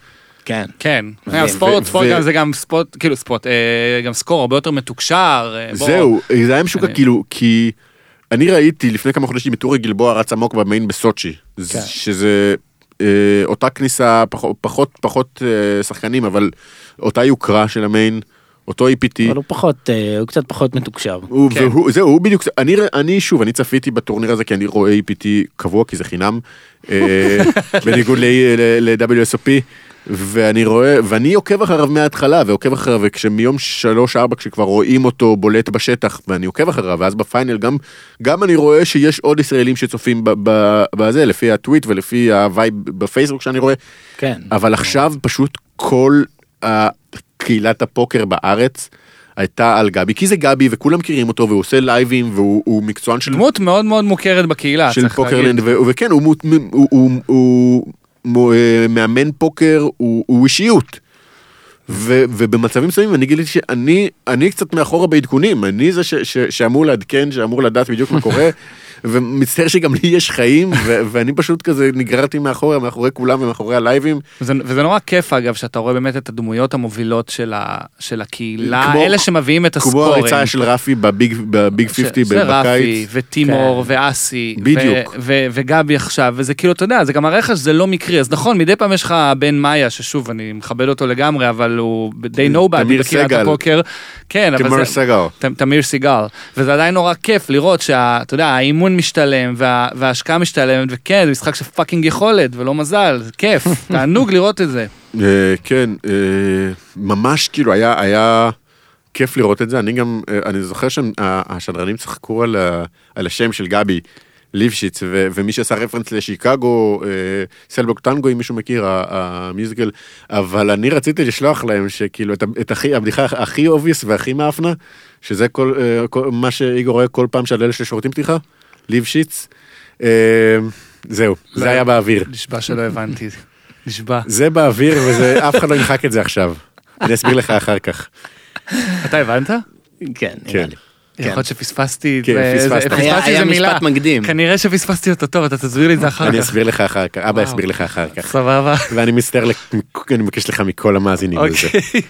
Speaker 3: כן.
Speaker 1: כן,
Speaker 3: מדהים.
Speaker 1: הספורט,
Speaker 2: ו-
Speaker 1: ספורט
Speaker 2: ו-
Speaker 1: גם זה גם ספורט, כאילו ספורט, אה, גם סקור הרבה יותר מתוקשר. אה, בוא.
Speaker 2: זהו, זה היה משוגע
Speaker 1: אני-
Speaker 2: כאילו, כי אני ראיתי לפני כמה חודשים את אורי גלבוע רץ עמוק במיין בסוצ'י, ז-
Speaker 3: כן.
Speaker 2: שזה אה, אותה כניסה, פחות- פחות פחות אה, שחקנים, אבל אותה יוקרה של המיין, אותו E
Speaker 3: אבל
Speaker 2: EPT.
Speaker 3: הוא פחות, אה, הוא קצת פחות מתוקשר.
Speaker 2: הוא-
Speaker 1: כן.
Speaker 2: והוא- זהו, הוא בדיוק, אני, ר- אני שוב, אני צפיתי בטורניר הזה כי אני רואה EPT קבוע, כי זה חינם, אה, בניגוד ל-WSOP, ואני רואה, ואני עוקב אחריו מההתחלה, ועוקב אחריו, וכשמיום 3-4 כשכבר רואים אותו בולט בשטח, ואני עוקב אחריו, ואז בפיינל גם, גם אני רואה שיש עוד ישראלים שצופים ב- ב- בזה, לפי הטוויט ולפי הווייב בפייסבוק שאני רואה,
Speaker 3: כן.
Speaker 1: אה,
Speaker 2: אבל עכשיו פשוט כל ה- קהילת הפוקר בארץ הייתה על גבי, כי זה גבי וכולם מכירים אותו והוא עושה לייבים והוא הוא מקצוען של,
Speaker 1: דמות מאוד מאוד מוכרת בקהילה,
Speaker 2: של
Speaker 1: צריך להגיד.
Speaker 2: פוקרלנד, ו- וכן, הוא, מות- מ- הוא, הוא, הוא, מו- אה, מאמן פוקר, הוא, הוא אישיות. ו, ובמצבים מסוימים אני גיליתי שאני אני קצת מאחורה בעדכונים, אני זה ש, ש, שאמור לעדכן, שאמור לדעת בדיוק מה קורה, ומצטער שגם לי יש חיים, ו, ואני פשוט כזה נגררתי מאחורה, מאחורי כולם ומאחורי הלייבים.
Speaker 1: וזה, וזה נורא כיף אגב, שאתה רואה באמת את הדמויות המובילות של, ה, של הקהילה,
Speaker 2: כמו-
Speaker 1: אלה שמביאים את
Speaker 2: כמו
Speaker 1: הסקורים.
Speaker 2: הריצה של רפי בביג בביג
Speaker 1: ש-
Speaker 2: 50
Speaker 1: שזה רפי
Speaker 2: בקיץ. כן.
Speaker 1: וטימור ואסי ו-
Speaker 2: בדיוק.
Speaker 1: ו- ו- וגבי עכשיו וזה כאילו אתה יודע זה גם הרכש זה לא מקרי אז נכון מדי פעם יש לך בן מאיה ששוב אני מכבד אותו לגמרי אבל הוא די נובדי
Speaker 2: תמיר
Speaker 1: בקהילת
Speaker 2: סגל.
Speaker 1: הפוקר. כן אבל
Speaker 2: תמר
Speaker 1: זה-
Speaker 2: סגל.
Speaker 1: ת- תמיר סיגל וזה עדיין נורא כיף לראות שאתה יודע האימון משתלם וה- וההשקעה משתלמת וכן זה משחק של פאקינג יכולת ולא מזל זה כיף תענוג לראות את זה.
Speaker 2: אה, כן, אה, ממש כאילו היה היה כיף לראות את זה. אני גם, אה, אני זוכר שהשדרנים צחקו על ה- על השם של גבי. ליפשיץ ו- ומי שעשה רפרנס לשיקגו, אה, סלבוק טנגו אם מישהו מכיר, ה- המיוזיקל, אבל אני רציתי לשלוח להם שכאילו את, ה- את הכי, הבדיחה הכי אובייס והכי מאפנה, שזה כל, אה, כל, מה שאיגור רואה כל פעם של אלה ששורתים פתיחה, ליפשיץ. אה, זהו,
Speaker 1: לא.
Speaker 2: זה היה באוויר.
Speaker 1: נשבע שלא הבנתי. נשבע.
Speaker 2: זה באוויר וזה אף אחד לא ימחק את זה עכשיו. אני אסביר לך אחר כך.
Speaker 1: אתה הבנת?
Speaker 3: כן, נראה
Speaker 2: כן.
Speaker 3: לי.
Speaker 1: יכול להיות שפספסתי,
Speaker 2: כן,
Speaker 1: זה-
Speaker 2: פספסת.
Speaker 1: זה-
Speaker 4: היה
Speaker 1: פספסתי
Speaker 4: היה
Speaker 1: איזה מילה.
Speaker 4: משפט מקדים.
Speaker 1: כנראה שפספסתי אותו טוב, אתה תסביר לי את זה אחר
Speaker 2: אני
Speaker 1: כך.
Speaker 2: אסביר לך אחר כך, אבא
Speaker 1: וואו.
Speaker 2: יסביר לך אחר כך.
Speaker 1: סבבה.
Speaker 2: ואני מצטער, לכ- אני מבקש לך מכל המאזינים על זה.
Speaker 1: אוקיי.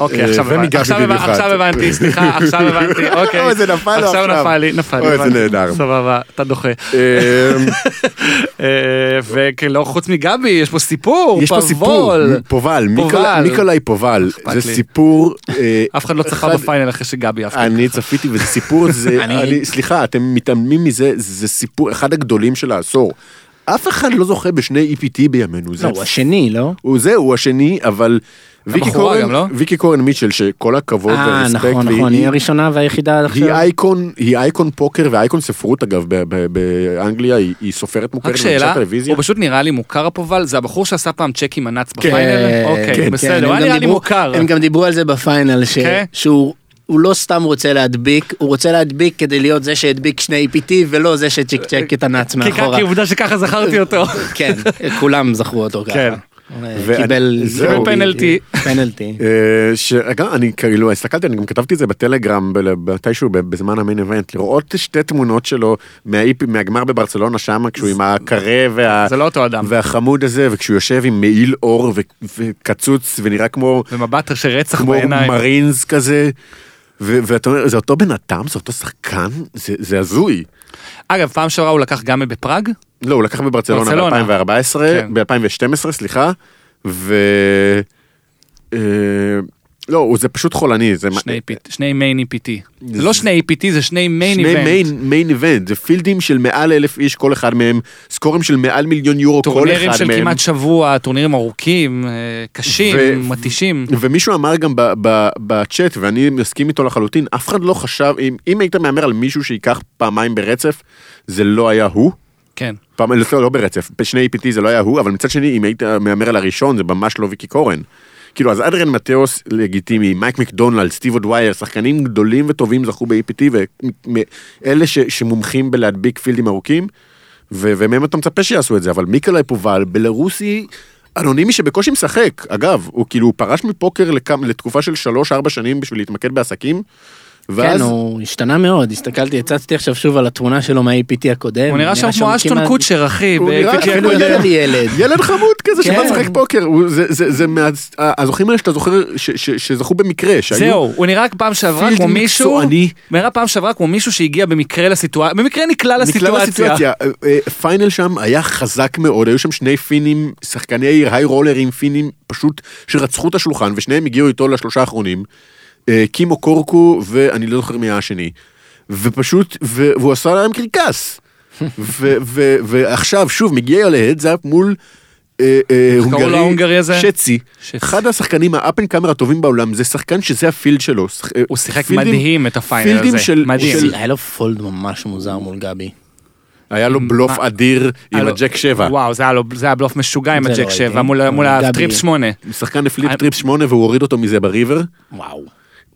Speaker 1: אוקיי,
Speaker 2: אה,
Speaker 1: עכשיו
Speaker 2: זה
Speaker 1: הבנתי,
Speaker 2: ניגע בי
Speaker 1: עכשיו הבנ-
Speaker 2: במיוחד.
Speaker 1: עכשיו הבנתי, סליחה, עכשיו הבנתי, אוקיי.
Speaker 2: אוי, זה נפל לו
Speaker 1: עכשיו
Speaker 2: עכשיו.
Speaker 1: נפל לי, נפל לי.
Speaker 2: אוי, זה
Speaker 1: הבנתי.
Speaker 2: נהדר.
Speaker 1: סבבה, אתה דוחה.
Speaker 2: אמ,
Speaker 1: אה, וכאילו, חוץ מגבי, יש פה סיפור,
Speaker 2: יש פה סיפור,
Speaker 1: פרוול.
Speaker 2: פובל,
Speaker 1: פובל.
Speaker 2: ניקולאי- ניקולאי פובל, זה
Speaker 1: לי.
Speaker 2: סיפור, אה,
Speaker 1: אף אחד לא צפה בפיינל אחרי שגבי עף.
Speaker 2: אני צפיתי וזה סיפור, זה,
Speaker 4: אני-
Speaker 2: אני, סליחה, אתם מתעלמים מזה, זה סיפור אחד הגדולים של העשור. אף אחד לא זוכה בשני EPT בימינו, זה,
Speaker 3: לא, הוא השני, לא?
Speaker 2: הוא זה, הוא השני, אבל ויקי
Speaker 1: הבחורה
Speaker 2: קורן,
Speaker 1: גם, לא?
Speaker 2: ויקי קורן מיטשל, שכל הכבוד
Speaker 3: אה,
Speaker 2: והרספקט,
Speaker 3: נכון,
Speaker 2: והיא-
Speaker 1: E.
Speaker 3: נכון, היא הראשונה והיחידה עד
Speaker 2: היא
Speaker 3: עכשיו.
Speaker 2: אייקון, היא אייקון פוקר ואייקון ספרות אגב, ב- ב- באנגליה, היא היא סופרת מוכרת,
Speaker 1: רק
Speaker 2: מגישת
Speaker 1: שאלה,
Speaker 2: טלוויזיה.
Speaker 1: הוא פשוט נראה לי מוכר הפובל, זה הבחור שעשה פעם צ'ק עם הנץ
Speaker 2: כן,
Speaker 1: בפיינל? אוקיי,
Speaker 2: כן,
Speaker 4: כן,
Speaker 1: בסדר, הוא
Speaker 4: הם
Speaker 1: היה
Speaker 4: גם
Speaker 1: נראה לי
Speaker 4: דיברו-
Speaker 1: מוכר.
Speaker 4: הם גם דיברו על זה בפיינל, ש-
Speaker 1: כן.
Speaker 4: שהוא... הוא לא סתם רוצה להדביק, הוא רוצה להדביק כדי להיות זה שהדביק
Speaker 3: E
Speaker 4: שני EPT ולא זה שצ'קצ'ק את הנץ
Speaker 1: כי-
Speaker 4: מאחורה.
Speaker 1: כי עובדה שככה זכרתי אותו.
Speaker 4: כן, כולם זכרו אותו ככה.
Speaker 1: כן.
Speaker 3: אה,
Speaker 2: ואני-
Speaker 4: קיבל
Speaker 2: זהו.
Speaker 1: קיבל פנלטי.
Speaker 4: פנלטי.
Speaker 2: אה, שאגב, אני כאילו הסתכלתי, אני גם כתבתי את זה בטלגרם ב- מתישהו ב- בזמן המיין איבנט, לראות שתי תמונות שלו מהאיפ- מהגמר בברצלונה שם, כשהוא עם הקרה וה...
Speaker 1: זה לא אותו אדם.
Speaker 2: והחמוד הזה, וכשהוא יושב עם מעיל אור ו- וקצוץ ונראה כמו
Speaker 1: ומבט של רצח
Speaker 2: כמו
Speaker 1: בעיניים.
Speaker 2: מרינס כזה. ו- ואתה אומר, זה אותו בן אדם? זה אותו שחקן? זה- זה הזוי.
Speaker 1: אגב, פעם שעברה הוא לקח גם בפראג?
Speaker 2: לא, הוא לקח בברצלונה
Speaker 1: ברצלונה.
Speaker 2: ב-2014,
Speaker 1: כן.
Speaker 2: ב-2012, סליחה, ו... אה, לא, הוא- זה פשוט חולני, זה
Speaker 1: שני EPT, שני מיין EPT. זה לא שני EPT, זה שני מיין
Speaker 2: שני
Speaker 1: איבנט.
Speaker 2: מיין, מיין איבנט, זה פילדים של מעל אלף איש כל אחד מהם, סקורים של מעל מיליון יורו כל
Speaker 1: טורנירים
Speaker 2: אחד
Speaker 1: של
Speaker 2: מהם.
Speaker 1: כמעט שבוע, טורנירים ארוכים, אה, קשים,
Speaker 2: ו-
Speaker 1: מתישים.
Speaker 2: ומישהו אמר גם ב- ב- בצ'אט, ואני מסכים איתו לחלוטין, אף אחד לא חשב, אם, אם היית מהמר על מישהו שייקח פעמיים ברצף, זה לא היה הוא.
Speaker 1: כן.
Speaker 2: פעם, לא, לא ברצף, בשני EPT זה לא היה הוא, אבל מצד שני, אם היית מהמר על הראשון, זה ממש לא ויקי קורן. כאילו, אז אדרן מתאוס לגיטימי, מייק מקדונלד, סטיב אודווייר, שחקנים גדולים וטובים זכו ב-EPT, ואלה ש- שמומחים בלהדביק פילדים ארוכים, ו- ומהם אתה מצפה שיעשו את זה, אבל מיקלאי פובל, בלרוסי אנונימי שבקושי משחק, אגב, הוא כאילו הוא פרש מפוקר לכמה- לתקופה של 3-4 שנים בשביל להתמקד בעסקים, ואז...
Speaker 4: כן, הוא השתנה מאוד, הסתכלתי, הצצתי עכשיו שוב על התמונה שלו מה-APT הקודם.
Speaker 1: הוא נראה שם כמו אשטון
Speaker 4: כמעט-
Speaker 1: קוצ'ר, אחי.
Speaker 2: הוא נראה
Speaker 1: ב-
Speaker 2: שם
Speaker 3: לא
Speaker 4: אפילו
Speaker 2: הוא
Speaker 4: ילד
Speaker 2: ילד.
Speaker 4: ילד.
Speaker 2: ילד חמוד כזה שבא
Speaker 4: כן.
Speaker 2: לשחק פוקר, הוא- זה- זה זה מה... אה, הזוכים האלה שאתה זוכר, ש- ש- שזכו במקרה, שהיו...
Speaker 1: זהו, הוא נראה פעם שעברה
Speaker 2: פילד
Speaker 1: כמו מישהו,
Speaker 2: מקצועני.
Speaker 1: נראה פעם שעברה כמו מישהו שהגיע במקרה לסיטואציה, במקרה נקלע
Speaker 2: נקלע
Speaker 1: לסיטואציה.
Speaker 2: לסיטואציה, אה, אה, פיינל שם היה חזק מאוד, היו שם שני פינים, שחקני היי רולרים פינים פשוט שרצחו את השולחן, ושניהם הגיעו איתו לשלושה האחרונים, אה, קימו קורקו ואני לא זוכר מי היה השני, ופשוט, ו- והוא עשה להם קרקס, ו- ו- ועכשיו שוב מגיע להדזאפ מול אה, אה,
Speaker 1: קראו לו ההונגרי הזה?
Speaker 2: שצי,
Speaker 1: שצי.
Speaker 2: אחד השחקנים האפ אנד קאמר הטובים בעולם, זה שחקן שזה הפילד שלו, שח- אה,
Speaker 1: הוא שיחק
Speaker 2: פילדים-
Speaker 1: מדהים את הפיינל
Speaker 2: פילדים
Speaker 1: הזה,
Speaker 2: של-
Speaker 1: מדהים.
Speaker 2: של-
Speaker 4: היה לו פולד ממש מוזר מול גבי.
Speaker 2: היה לו בלוף אדיר עם
Speaker 1: הלו,
Speaker 2: הג'ק 7.
Speaker 1: וואו, זה היה לו- זה היה בלוף משוגע עם
Speaker 4: זה
Speaker 1: הג'ק
Speaker 4: לא
Speaker 1: 7
Speaker 4: ראיתי.
Speaker 1: מול
Speaker 2: אה,
Speaker 1: מול
Speaker 4: גבי.
Speaker 1: הטריפס 8.
Speaker 2: שחקן הפליפ
Speaker 1: אני-
Speaker 2: טריפ 8 והוא הוריד אותו מזה בריבר.
Speaker 4: וואו.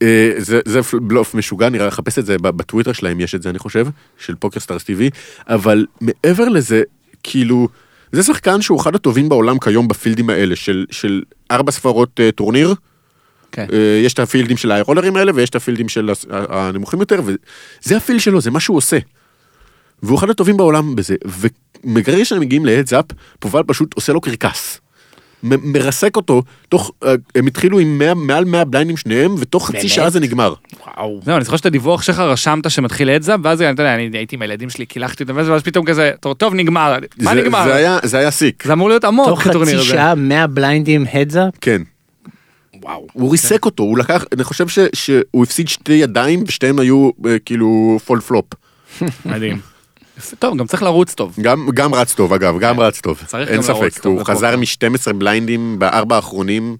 Speaker 2: אה, זה זה פל- בלוף משוגע, נראה, חפש את זה ב- בטוויטר שלהם, יש את זה אני חושב, של פוקרסטארס TV, אבל מעבר לזה, כאילו, זה שחקן שהוא אחד הטובים בעולם כיום בפילדים האלה, של- של ארבע ספרות אה, טורניר,
Speaker 1: כן.
Speaker 2: אה, יש את הפילדים של האיירולרים האלה ויש את הפילדים של הס- ה- הנמוכים יותר, וזה הפילד שלו, זה מה שהוא עושה. והוא אחד הטובים בעולם בזה, ומגרש שהם מגיעים להדסאפ, פובל פשוט עושה לו קרקס. מ- מרסק אותו, תוך, אה, הם התחילו עם 100, מעל 100 בליינים שניהם, ותוך חצי
Speaker 4: באמת?
Speaker 2: שעה זה נגמר.
Speaker 4: וואו.
Speaker 1: זהו, אני זוכר שאת הדיווח שלך רשמת שמתחיל את זה, ואז אתה יודע, אני הייתי עם הילדים שלי, קילחתי אותם, ואז ואז פתאום כזה, טוב, טוב, נגמר, מה
Speaker 2: זה,
Speaker 1: נגמר?
Speaker 2: זה היה, זה היה סיק,
Speaker 1: זה אמור להיות עמוק,
Speaker 3: תוך חצי
Speaker 1: הטורניר הזה.
Speaker 3: שעה 100 בליינדים הדסאפ?
Speaker 2: כן.
Speaker 4: וואו.
Speaker 1: אוקיי.
Speaker 2: הוא ריסק אותו, הוא לקח, אני חושב ש, שהוא הפסיד שתי ידיים, ושתיהן היו אה, כאילו פול פלופ.
Speaker 1: מדהים. יפה, טוב, גם צריך לרוץ טוב.
Speaker 2: גם, גם רץ טוב אגב, גם רץ טוב,
Speaker 1: כן. צריך
Speaker 2: אין
Speaker 1: גם לרוץ
Speaker 2: ספק,
Speaker 1: טוב,
Speaker 2: הוא
Speaker 1: בטוח.
Speaker 2: חזר מ-12 בליינדים בארבע האחרונים,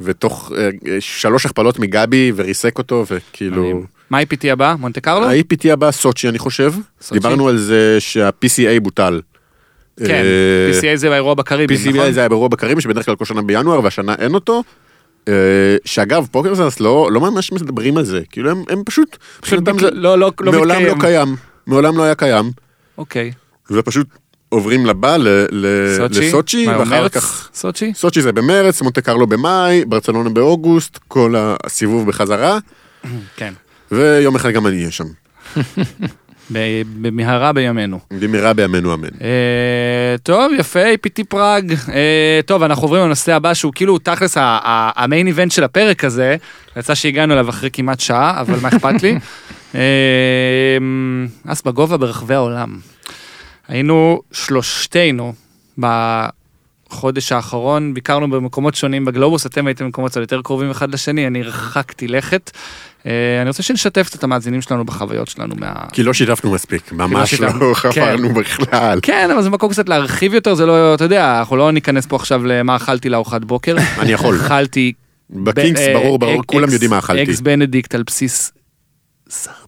Speaker 2: ותוך אה, אה, שלוש הכפלות מגבי וריסק אותו, וכאילו...
Speaker 1: מה ה-IPT הבא? מונטה קרלו?
Speaker 2: ה-APT הבא סוצ'י אני חושב,
Speaker 1: סוצ'י?
Speaker 2: דיברנו על זה שה-PCA בוטל.
Speaker 1: כן,
Speaker 2: אה,
Speaker 1: PCA זה באירוע בקריבים,
Speaker 2: PCA
Speaker 1: נכון?
Speaker 2: זה היה באירוע בקרים שבדרך כלל כל שנה בינואר והשנה אין אותו. אה, שאגב פוקרסנס לא לא ממש מדברים על זה כאילו הם, הם פשוט,
Speaker 1: פשוט
Speaker 2: מבחינתם
Speaker 1: ביטל-
Speaker 2: זה-
Speaker 1: לא- לא- לא
Speaker 2: מעולם לא
Speaker 1: מתקיים.
Speaker 2: קיים מעולם לא היה קיים
Speaker 1: אוקיי.
Speaker 2: ופשוט עוברים לבא ל- ל-
Speaker 1: סוצ'י?
Speaker 2: לסוצ'י
Speaker 1: מה,
Speaker 2: ואחר
Speaker 1: מרץ?
Speaker 2: כך
Speaker 1: סוצ'י?
Speaker 2: סוצ'י זה במרץ, מונטה קרלו במאי, ברצלונה באוגוסט, כל הסיבוב בחזרה,
Speaker 1: כן.
Speaker 2: ויום אחד גם אני אהיה שם.
Speaker 1: ב- במהרה בימינו.
Speaker 2: במהרה בימינו אמן.
Speaker 1: אה, טוב, יפה, APT פראג. אה, טוב, אנחנו עוברים לנושא הבא, שהוא כאילו תכלס ה- ה- המיין איבנט של הפרק הזה. יצא שהגענו אליו אחרי כמעט שעה, אבל מה אכפת לי? אה, אז בגובה ברחבי העולם. היינו שלושתנו בחודש האחרון, ביקרנו במקומות שונים בגלובוס, אתם הייתם במקומות קצת יותר קרובים אחד לשני, אני הרחקתי לכת. אה, אני רוצה שנשתף קצת את המאזינים שלנו בחוויות שלנו מה...
Speaker 2: כי לא שיתפנו מספיק, ממש
Speaker 1: שיתפנו,
Speaker 2: לא
Speaker 1: כן.
Speaker 2: חפרנו בכלל.
Speaker 1: כן, אבל זה מקום קצת להרחיב יותר, זה לא, אתה יודע, אנחנו לא ניכנס פה עכשיו למה אכלתי לארוחת בוקר.
Speaker 2: אני יכול.
Speaker 1: אכלתי...
Speaker 2: בקינגס,
Speaker 1: ב- אה,
Speaker 2: ברור, ברור,
Speaker 1: אק-
Speaker 2: כולם
Speaker 1: אקס-
Speaker 2: יודעים מה אכלתי.
Speaker 1: אקס בנדיקט על בסיס סרטן.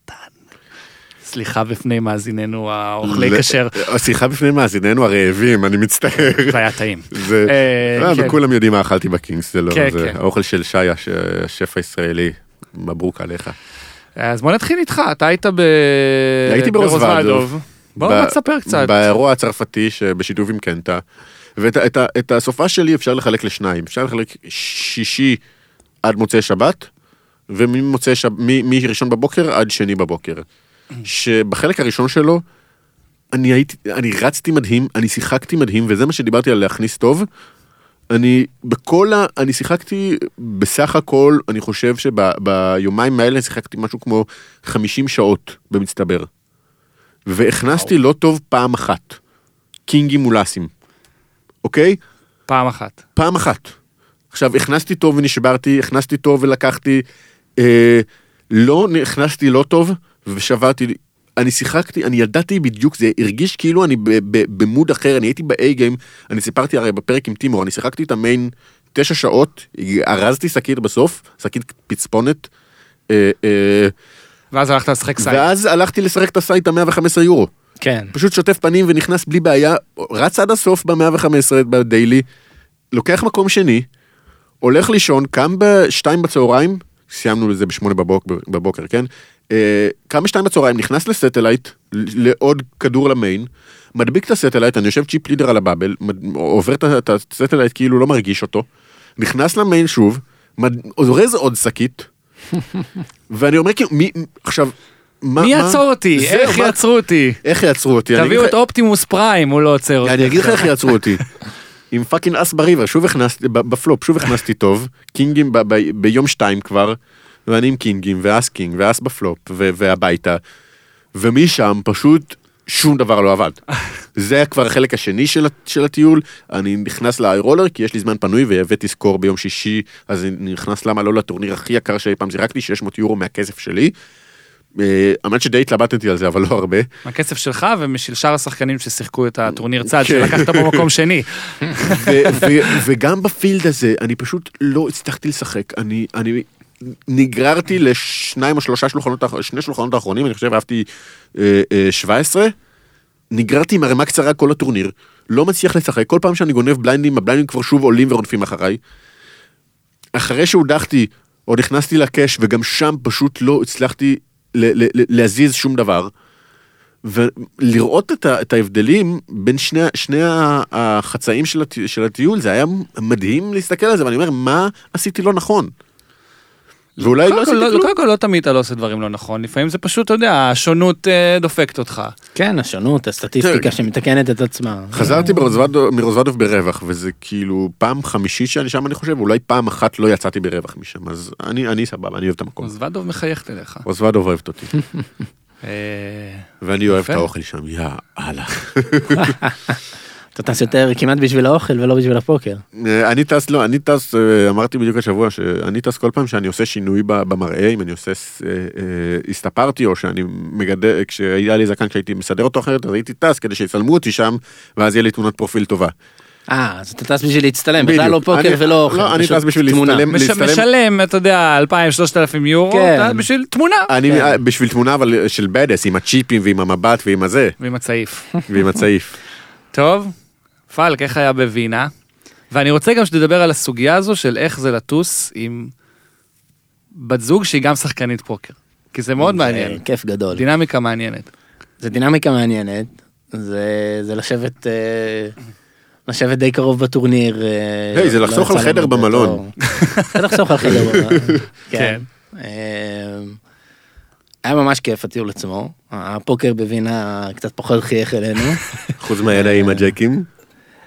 Speaker 1: סליחה בפני מאזיננו האוכלי
Speaker 2: ל-
Speaker 1: כשר,
Speaker 2: סליחה בפני מאזיננו הרעבים, אני מצטער.
Speaker 1: זה היה טעים.
Speaker 2: זה,
Speaker 1: אה,
Speaker 2: אה,
Speaker 1: כן.
Speaker 2: וכולם יודעים מה אכלתי בקינגס, זה לא,
Speaker 1: כן,
Speaker 2: זה
Speaker 1: כן.
Speaker 2: האוכל של שי, הש- השף הישראלי, מברוק עליך.
Speaker 1: אז בוא נתחיל איתך, אתה היית ב...
Speaker 2: הייתי ברוזוולדוב.
Speaker 1: ברוזוולדוב. בוא
Speaker 2: ב-
Speaker 1: בוא תספר קצת.
Speaker 2: באירוע הצרפתי שבשיתוף עם קנטה, ואת את, ה- את הסופה שלי אפשר לחלק לשניים, אפשר לחלק שישי עד מוצאי שבת, וממוצאי שבת, מראשון בבוקר עד שני בבוקר. שבחלק הראשון שלו, אני הייתי, אני רצתי מדהים, אני שיחקתי מדהים, וזה מה שדיברתי על להכניס טוב. אני בכל ה... אני שיחקתי בסך הכל, אני חושב שביומיים האלה שיחקתי משהו כמו 50 שעות במצטבר. והכנסתי לא טוב פעם אחת. קינגים מול אסים. אוקיי?
Speaker 1: פעם אחת.
Speaker 2: פעם אחת. עכשיו, הכנסתי טוב ונשברתי, הכנסתי טוב ולקחתי, אה, לא נכנסתי לא טוב ושברתי. אני שיחקתי, אני ידעתי בדיוק, זה הרגיש כאילו אני ב- ב- במוד אחר, אני הייתי ב-A game, אני סיפרתי הרי בפרק עם טימור, אני שיחקתי את המיין תשע שעות, ארזתי שקית בסוף, שקית פצפונת, אה, אה,
Speaker 1: ואז הלכת לשחק סייד.
Speaker 2: ואז הלכתי לשחק את הסייט ה-115 יורו.
Speaker 3: כן.
Speaker 2: פשוט שוטף פנים ונכנס בלי בעיה, רץ עד הסוף ב-115 בדיילי, לוקח מקום שני, הולך לישון, קם ב-2 בצהריים, סיימנו לזה ב-8 בבוקר, בבוקר, כן? אה, קם ב-2 בצהריים, נכנס לסטלייט, ל- לעוד כדור למיין, מדביק את הסטלייט, אני יושב צ'יפ לידר על הבאבל, מד- עובר את ה- את הסטלייט כאילו לא מרגיש אותו, נכנס למיין שוב, מד- אורז עוד שקית, ואני אומר כאילו, מי, עכשיו, מה,
Speaker 1: מי
Speaker 2: מה-
Speaker 1: יעצור אותי?
Speaker 2: זהו,
Speaker 1: איך
Speaker 2: מה-
Speaker 1: יעצרו אותי?
Speaker 2: איך יעצרו אותי? אני אגיד
Speaker 1: תביאו
Speaker 2: לך-
Speaker 1: את אופטימוס פריים, הוא לא עוצר אותי.
Speaker 2: אני אגיד לך
Speaker 1: עכשיו.
Speaker 2: איך יעצרו אותי. עם פאקינג אס בריבר, שוב הכנסתי, ב- בפלופ, שוב הכנסתי טוב, קינגים ב- ב- ביום שתיים כבר, ואני עם קינגים, ואס קינג, ואס בפלופ, ו- והביתה, ומשם פשוט שום דבר לא עבד. זה היה כבר החלק השני של, ה- של הטיול, אני נכנס לאיירולר כי יש לי זמן פנוי והבאתי סקור ביום שישי, אז אני נכנס למה לא לטורניר הכי יקר שאי פעם זירקתי, 600 יורו מהכסף שלי. אה, האמת שדי התלבטתי על זה, אבל לא הרבה.
Speaker 1: מהכסף שלך ומשל שאר השחקנים ששיחקו את הטורניר צד
Speaker 2: כן.
Speaker 1: שלקחת בו מקום שני.
Speaker 2: ו- ו- וגם בפילד הזה, אני פשוט לא הצלחתי לשחק. אני, אני נגררתי לשניים או שלושה שולחנות, האח- שני שולחנות האחרונים, אני חושב, אהבתי אה, אה, 17. נגררתי עם ערימה קצרה כל הטורניר. לא מצליח לשחק, כל פעם שאני גונב בליינדים, הבליינדים כבר שוב עולים ורודפים אחריי. אחרי שהודחתי, עוד נכנסתי לקאש, וגם שם פשוט לא הצלחתי ל- ל- ל- להזיז שום דבר. ולראות את, ה, את ההבדלים בין שני, שני ה- החצאים של, הטי, של הטיול, זה היה מדהים להסתכל על זה, ואני אומר, מה עשיתי לא נכון? ואולי לא
Speaker 1: קודם כל,
Speaker 2: עשיתי
Speaker 1: לא-
Speaker 2: כלום.
Speaker 1: קודם כל לא תמיד אתה לא עושה דברים לא נכון, לפעמים זה פשוט, אתה יודע, השונות אה, דופקת אותך.
Speaker 3: כן, השונות, הסטטיסטיקה שמתקנת את עצמה.
Speaker 2: חזרתי ברוזוודו- מרוזוודוב ברווח, וזה כאילו פעם חמישית שאני שם, אני חושב, אולי פעם אחת לא יצאתי ברווח משם, אז אני, אני סבבה, אני אוהב את המקום.
Speaker 1: אז ודוב מחייכת אליך.
Speaker 2: רוזוודוב אוהבת אותי,
Speaker 1: אה,
Speaker 2: ואני אוהב את
Speaker 1: יפה.
Speaker 2: האוכל שם, יא אללה.
Speaker 3: אתה טס יותר כמעט בשביל האוכל ולא בשביל הפוקר.
Speaker 2: אה, אני טס, לא, אני טס, אה, אמרתי בדיוק השבוע, שאני טס כל פעם שאני עושה שינוי ב- במראה, אם אני עושה, ס- אה, אה, הסתפרתי, או שאני מגדל, כשהיה לי זקן כשהייתי מסדר אותו אחרת, אז הייתי טס כדי שיצלמו אותי שם, ואז יהיה לי תמונת פרופיל טובה.
Speaker 3: אה, אז אתה טס בשביל להצטלם, בכלל לא
Speaker 2: בדיוק.
Speaker 3: פוקר
Speaker 2: אני-
Speaker 3: ולא אוכל.
Speaker 2: לא, אני
Speaker 3: פשוט
Speaker 2: טס בשביל
Speaker 3: תמונה.
Speaker 2: להצטלם.
Speaker 1: מש-
Speaker 2: להצטלם-
Speaker 1: משלם, אתה יודע, 2,000-3,000 יורו,
Speaker 3: כן.
Speaker 1: אתה- בשביל תמונה.
Speaker 2: אני אה, בשביל תמונה, אבל של בדס, עם הצ'יפים ועם המבט ועם הזה,
Speaker 1: ועם הצעיף.
Speaker 2: ועם הצעיף.
Speaker 1: טוב, פלק, איך היה בווינה? ואני רוצה גם שתדבר על הסוגיה הזו של איך זה לטוס עם בת זוג שהיא גם שחקנית פוקר. כי זה
Speaker 2: כן.
Speaker 1: מאוד מעניין,
Speaker 3: זה כיף גדול.
Speaker 1: דינמיקה מעניינת.
Speaker 3: זה דינמיקה מעניינת, זה, זה לשבת, אה, לשבת די קרוב בטורניר. אה,
Speaker 2: היי, זה
Speaker 3: לא
Speaker 2: לחסוך על
Speaker 3: יצא לנו
Speaker 2: חדר
Speaker 3: אותו-
Speaker 2: במלון.
Speaker 3: זה לחסוך על חדר במלון,
Speaker 1: כן.
Speaker 3: כן. אה, היה ממש כיף הטיול עצמו, הפוקר בווינה קצת פחות חייך אלינו,
Speaker 2: חוץ מהאלה עם הג'קים.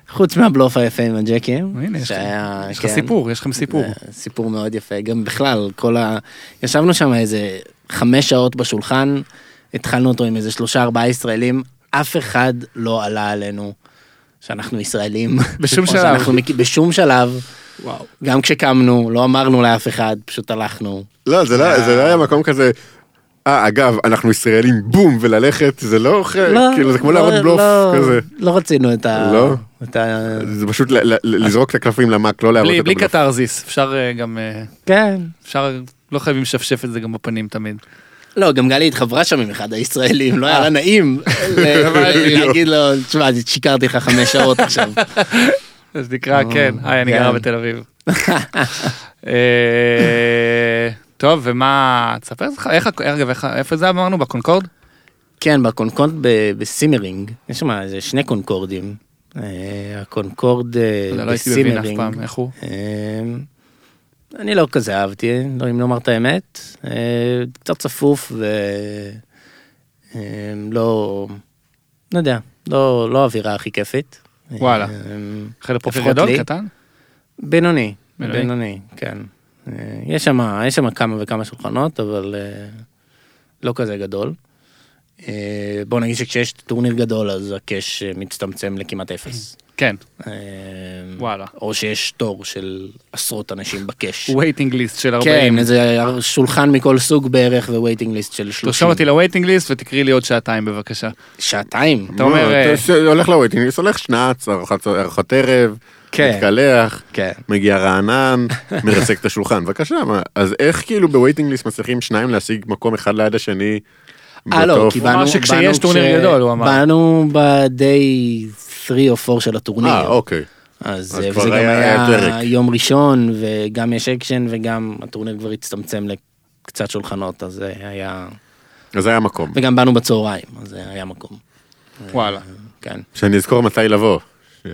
Speaker 3: חוץ מהבלוף היפה עם הג'קים,
Speaker 1: הנה, יש לך-
Speaker 3: שהיה,
Speaker 1: יש לך
Speaker 3: כן,
Speaker 1: סיפור, יש לכם סיפור.
Speaker 3: זה סיפור מאוד יפה, גם בכלל, כל ה... ישבנו שם איזה חמש שעות בשולחן, התחלנו אותו עם איזה שלושה ארבעה ישראלים, אף אחד לא עלה עלינו שאנחנו ישראלים.
Speaker 1: בשום
Speaker 3: או
Speaker 1: שלב.
Speaker 3: שאנחנו מכ- בשום שלב,
Speaker 1: וואו.
Speaker 3: גם כשקמנו, לא אמרנו לאף אחד, פשוט הלכנו.
Speaker 2: לא, זה לא זה לא היה מקום כזה. אה, אגב, אנחנו ישראלים, בום, וללכת, זה לא אחר, כאילו, זה כמו
Speaker 3: לא-
Speaker 2: לעבוד בלוף
Speaker 3: לא-
Speaker 2: כזה.
Speaker 3: לא רצינו את ה...
Speaker 2: לא?
Speaker 3: את ה...
Speaker 2: זה פשוט ל- ל- לזרוק את הקלפים למק, לא להראות
Speaker 1: בלי-
Speaker 2: את
Speaker 1: בלי
Speaker 2: הבלוף.
Speaker 1: קתרזיס, אפשר אה, גם, אה,
Speaker 3: כן.
Speaker 1: אפשר, לא חייבים לשפשף את זה גם בפנים תמיד.
Speaker 3: לא, גם גלי התחברה שם עם אחד הישראלים, לא היה לה נעים ל- להגיד לו, תשמע, שיקרתי לך חמש שעות עכשיו.
Speaker 1: אז נקרא, כן, היי, אני
Speaker 3: כן.
Speaker 1: גרה בתל אביב. אה, טוב, ומה, תספר לך, איך, ה- אגב, איך ה- איפה זה אמרנו? בקונקורד?
Speaker 3: כן, בקונקורד ב- בסימרינג, יש שם איזה שני קונקורדים. אה, הקונקורד אה,
Speaker 1: לא לא הייתי מבין אף
Speaker 3: בסימרינג.
Speaker 1: פעם, איך הוא?
Speaker 3: אה, אני לא כזה אהבתי, לא, אם לומר את האמת. אה, קצת צפוף ו... אה, לא... לא יודע, לא לא האווירה הכי כיפית.
Speaker 1: וואלה.
Speaker 3: אה,
Speaker 1: חדר פוקר
Speaker 3: לפחות
Speaker 1: גדול,
Speaker 3: לי.
Speaker 1: קטן?
Speaker 3: בינוני,
Speaker 1: בינוני?
Speaker 3: בינוני, כן. אה, יש שם יש שם כמה וכמה שולחנות, אבל אה, לא כזה גדול. אה, בוא נגיד שכשיש טורניר גדול אז הקאש אה, מצטמצם לכמעט אפס.
Speaker 1: כן,
Speaker 3: אה,
Speaker 1: וואלה.
Speaker 3: או שיש תור של עשרות אנשים בקאש.
Speaker 1: waiting list של 40.
Speaker 3: כן, איזה שולחן מכל סוג בערך ווייטינג ליסט של 30.
Speaker 1: תרשום אותי ל-waiting list ותקריא לי עוד שעתיים בבקשה.
Speaker 3: אה, שעתיים.
Speaker 1: אתה אומר,
Speaker 2: לא,
Speaker 1: אה,
Speaker 2: אתה ש- הולך לווייטינג, הולך שנץ, ארוחת ארוחת ערב,
Speaker 3: כן.
Speaker 2: מתקלח,
Speaker 3: כן.
Speaker 2: מגיע רענן, מרסק את השולחן, בבקשה, מה- אז איך כאילו בווייטינג ליסט מצליחים שניים להשיג מקום אחד ליד השני?
Speaker 3: אה לא,
Speaker 2: באותו-
Speaker 3: כי
Speaker 1: הוא אמר
Speaker 3: באנו,
Speaker 1: שכשיש
Speaker 3: באנו
Speaker 1: טורניר גדול, הוא אמר.
Speaker 3: באנו ב-day 3 או 4 של הטורניר.
Speaker 2: אה, אוקיי. אז
Speaker 3: אז אה,
Speaker 2: כבר
Speaker 3: וזה גם
Speaker 2: היה
Speaker 3: היה
Speaker 2: פרק.
Speaker 3: יום ראשון, וגם יש אקשן, וגם הטורניר כבר הצטמצם לקצת שולחנות, אז זה היה...
Speaker 2: אז זה היה מקום.
Speaker 3: וגם באנו בצהריים, אז זה היה מקום,
Speaker 1: וואלה.
Speaker 3: כן.
Speaker 2: שאני אזכור מתי לבוא. ש-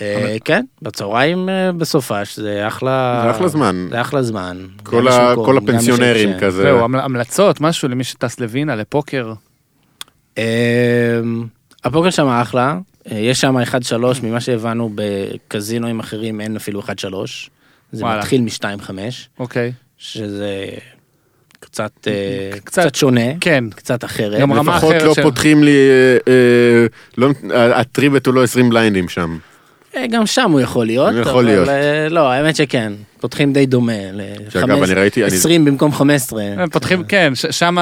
Speaker 3: אה, כן, בצהריים אה, בסופש, זה אחלה...
Speaker 2: זה
Speaker 1: אה.
Speaker 2: אחלה זמן.
Speaker 3: זה אחלה זמן. גם
Speaker 2: כל,
Speaker 3: יש
Speaker 2: ה,
Speaker 3: מקום,
Speaker 2: כל
Speaker 3: גם יש
Speaker 2: הפנסיונרים
Speaker 3: אקשן.
Speaker 2: כזה.
Speaker 1: זהו, המל- המלצות, משהו למי שטס לווינה, לפוקר.
Speaker 3: אה, הפוקר שם אחלה, אה, יש שם 1-3, ממה שהבנו בקזינואים אחרים אין אפילו 1-3. זה
Speaker 1: וואלה.
Speaker 3: מתחיל מ-2-5.
Speaker 1: אוקיי.
Speaker 3: שזה קצת, אה,
Speaker 1: קצת-
Speaker 3: קצת שונה,
Speaker 1: כן.
Speaker 3: קצת אחרת.
Speaker 1: גם רמה-
Speaker 2: לפחות
Speaker 1: אחרת
Speaker 2: לא
Speaker 1: של-
Speaker 2: פותחים לי, אה, אה, לא, ה- הטריבט הוא לא 20 בליינדים שם.
Speaker 3: אה, גם שם הוא יכול להיות.
Speaker 2: הוא יכול
Speaker 3: אבל,
Speaker 2: להיות.
Speaker 3: אה, לא, האמת שכן, פותחים די דומה. ל-
Speaker 2: שאגב,
Speaker 3: חמש-
Speaker 2: אני אה, ראיתי- אני-
Speaker 3: 20 במקום 15.
Speaker 1: הם פותחים, כן, ש- שם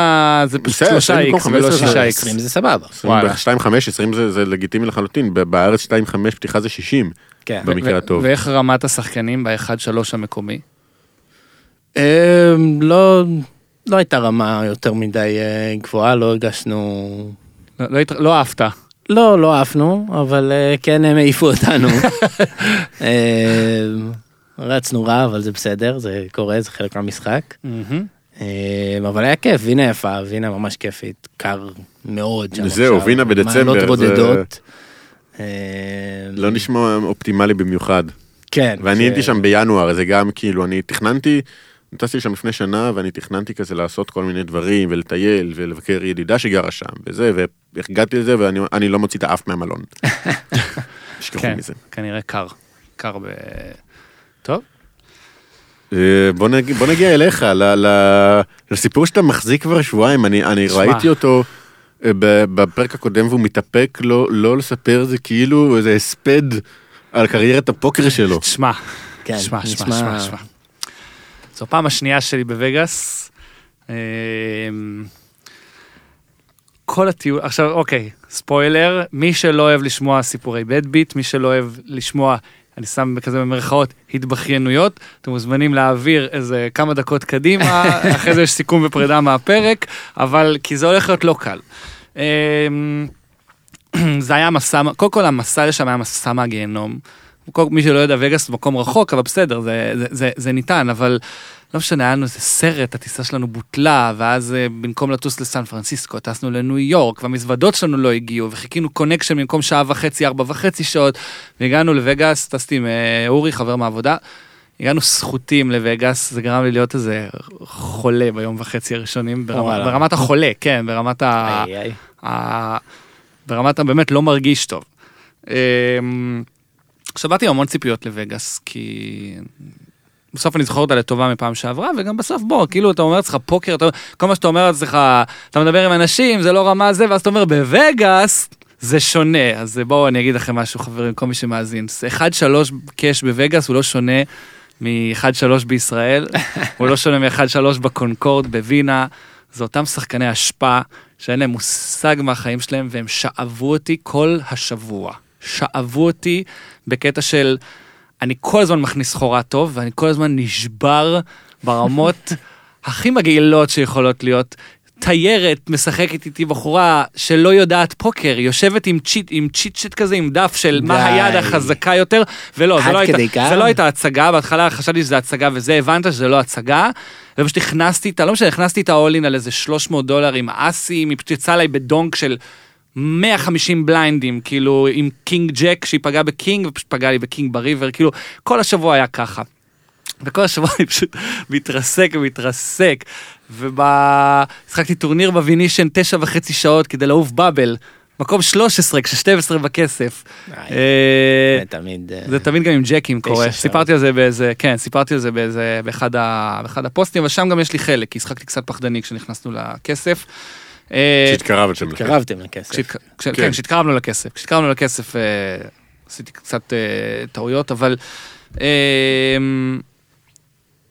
Speaker 1: זה פשוט
Speaker 2: בסדר,
Speaker 1: שלושה
Speaker 2: במקום
Speaker 1: איקס ולא
Speaker 2: 15 זה
Speaker 1: שישה איקס.
Speaker 3: 20 זה סבבה.
Speaker 2: 25, 20 זה, זה לגיטימי לחלוטין, ב- בארץ 25 פתיחה זה 60,
Speaker 3: כן.
Speaker 2: במקרה
Speaker 1: ו-
Speaker 2: הטוב.
Speaker 1: ואיך רמת השחקנים ב-1-3 המקומי?
Speaker 3: אה, לא, לא הייתה רמה יותר מדי אה, גבוהה, לא הרגשנו...
Speaker 1: לא- לא הת- לא אהבת.
Speaker 3: לא, לא עפנו, אבל אה, כן הם העיפו אותנו. אה, רצנו רע, אבל זה בסדר, זה קורה, זה חלק מהמשחק.
Speaker 4: אה,
Speaker 3: אמ, אבל היה כיף, וינה יפה, וינה ממש כיפית, קר מאוד שם
Speaker 2: זהו,
Speaker 3: עכשיו,
Speaker 2: וינה בדצמבר,
Speaker 3: מעלות
Speaker 2: זה-
Speaker 3: בודדות. אמ,
Speaker 4: אה,
Speaker 1: Mm.
Speaker 2: לא נשמע אופטימלי במיוחד.
Speaker 3: כן.
Speaker 2: ואני
Speaker 3: זה-
Speaker 2: הייתי שם בינואר, זה גם כאילו, אני תכננתי, טסתי לשם לפני שנה, ואני תכננתי כזה לעשות כל מיני דברים, ולטייל, ולבקר ידידה שגרה שם, וזה, והגעתי לזה, ואני אני לא מוציא את האף מהמלון. תשכחו
Speaker 1: כן,
Speaker 2: מזה.
Speaker 1: כנראה קר. קר ב... טוב.
Speaker 2: אה, בוא, נג... בוא נגיע אליך, ל... ל... לסיפור שאתה מחזיק כבר שבועיים, אני, אני
Speaker 1: שמע.
Speaker 2: ראיתי אותו אה, ב- בפרק הקודם והוא מתאפק לא, לא לספר זה כאילו איזה הספד על קריירת הפוקר שלו.
Speaker 1: שמע,
Speaker 3: כן,
Speaker 1: שמע, שמע,
Speaker 3: נשמע-
Speaker 1: שמע, שמע. זו הפעם השנייה שלי בווגאס. אמ, כל הטיול, עכשיו אוקיי, ספוילר, מי שלא אוהב לשמוע סיפורי בד ביט, מי שלא אוהב לשמוע, אני שם כזה במרכאות, התבכיינויות, אתם מוזמנים להעביר איזה כמה דקות קדימה, אחרי זה יש סיכום ופרידה מהפרק, אבל כי זה הולך להיות לא קל. אמ, זה היה מסע, קודם כל המסע לשם היה מסע מהגיהנום. כל- מי שלא יודע, וגאס זה מקום רחוק, אבל בסדר, זה, זה, זה, זה ניתן, אבל לא משנה, היה לנו איזה סרט, הטיסה שלנו בוטלה, ואז אה, במקום לטוס לסן פרנסיסקו, טסנו לניו יורק, והמזוודות שלנו לא הגיעו, וחיכינו קונקשן במקום שעה וחצי, ארבע וחצי שעות, והגענו לווגאס, טסתי עם אה, אורי, חבר מהעבודה, הגענו סחוטים לווגאס, זה גרם לי להיות איזה חולה ביום וחצי הראשונים, ברמה,
Speaker 4: וואלה.
Speaker 1: ברמת החולה, כן, ברמת ה...
Speaker 4: איי, איי.
Speaker 1: ה... ברמת ה- באמת לא מרגיש טוב. אמ, עכשיו באתי עם המון ציפיות לווגאס, כי בסוף אני זוכר אותה לטובה מפעם שעברה, וגם בסוף בוא, כאילו אתה אומר אצלך פוקר, אתה... כל מה שאתה אומר אצלך, אתה מדבר עם אנשים, זה לא רמה זה, ואז אתה אומר בווגאס. זה שונה, אז בואו אני אגיד לכם משהו חברים, כל מי שמאזין. 1-3 קאש בווגאס הוא לא שונה מ-1-3 בישראל, הוא לא שונה מ-1-3 בקונקורד, בווינה, זה אותם שחקני השפעה שאין להם מושג מהחיים שלהם, והם שאבו אותי כל השבוע. שאבו אותי בקטע של, אני כל הזמן מכניס סחורה טוב, ואני כל הזמן נשבר ברמות הכי מגעילות שיכולות להיות. תיירת משחקת איתי בחורה שלא יודעת פוקר, יושבת עם צ'יט, עם צ'יט שיט כזה, עם דף של מה
Speaker 4: די.
Speaker 1: היד החזקה יותר, ולא, זה
Speaker 4: עד
Speaker 1: לא,
Speaker 4: כדי
Speaker 1: הייתה,
Speaker 4: כך?
Speaker 1: זה לא הייתה הצגה, בהתחלה חשבתי שזה הצגה וזה, הבנת שזה לא הצגה, ופשוט הכנסתי את ה... לא משנה, הכנסתי את האולין על איזה 300 דולר עם אסי, היא פשוט יצאה עליי בדונק של 150 בליינדים, כאילו עם קינג ג'ק שהיא פגעה בקינג, ופשוט פגעה לי בקינג בריבר, כאילו כל השבוע היה ככה. וכל השבוע אני פשוט מתרסק ומתרסק. וב... שחקתי טורניר בווינישן תשע וחצי שעות כדי לעוף בבל. מקום 13 כש-12 בכסף. אה,
Speaker 4: זה תמיד... אה,
Speaker 1: זה תמיד גם עם ג'קים קורה,
Speaker 4: שעות.
Speaker 1: סיפרתי על זה באיזה, כן, סיפרתי על זה באיזה, באחד, ה, באחד הפוסטים, אבל שם גם יש לי חלק, כי השחקתי קצת פחדני כשנכנסנו לכסף. אה,
Speaker 2: שהתקרב אתם לכם.
Speaker 4: קרבתם לכסף.
Speaker 1: כשהתק- כש-
Speaker 2: כן.
Speaker 1: כן, כשהתקרבנו לכסף, כשהתקרבנו לכסף אה, עשיתי קצת אה, טעויות, אבל אה,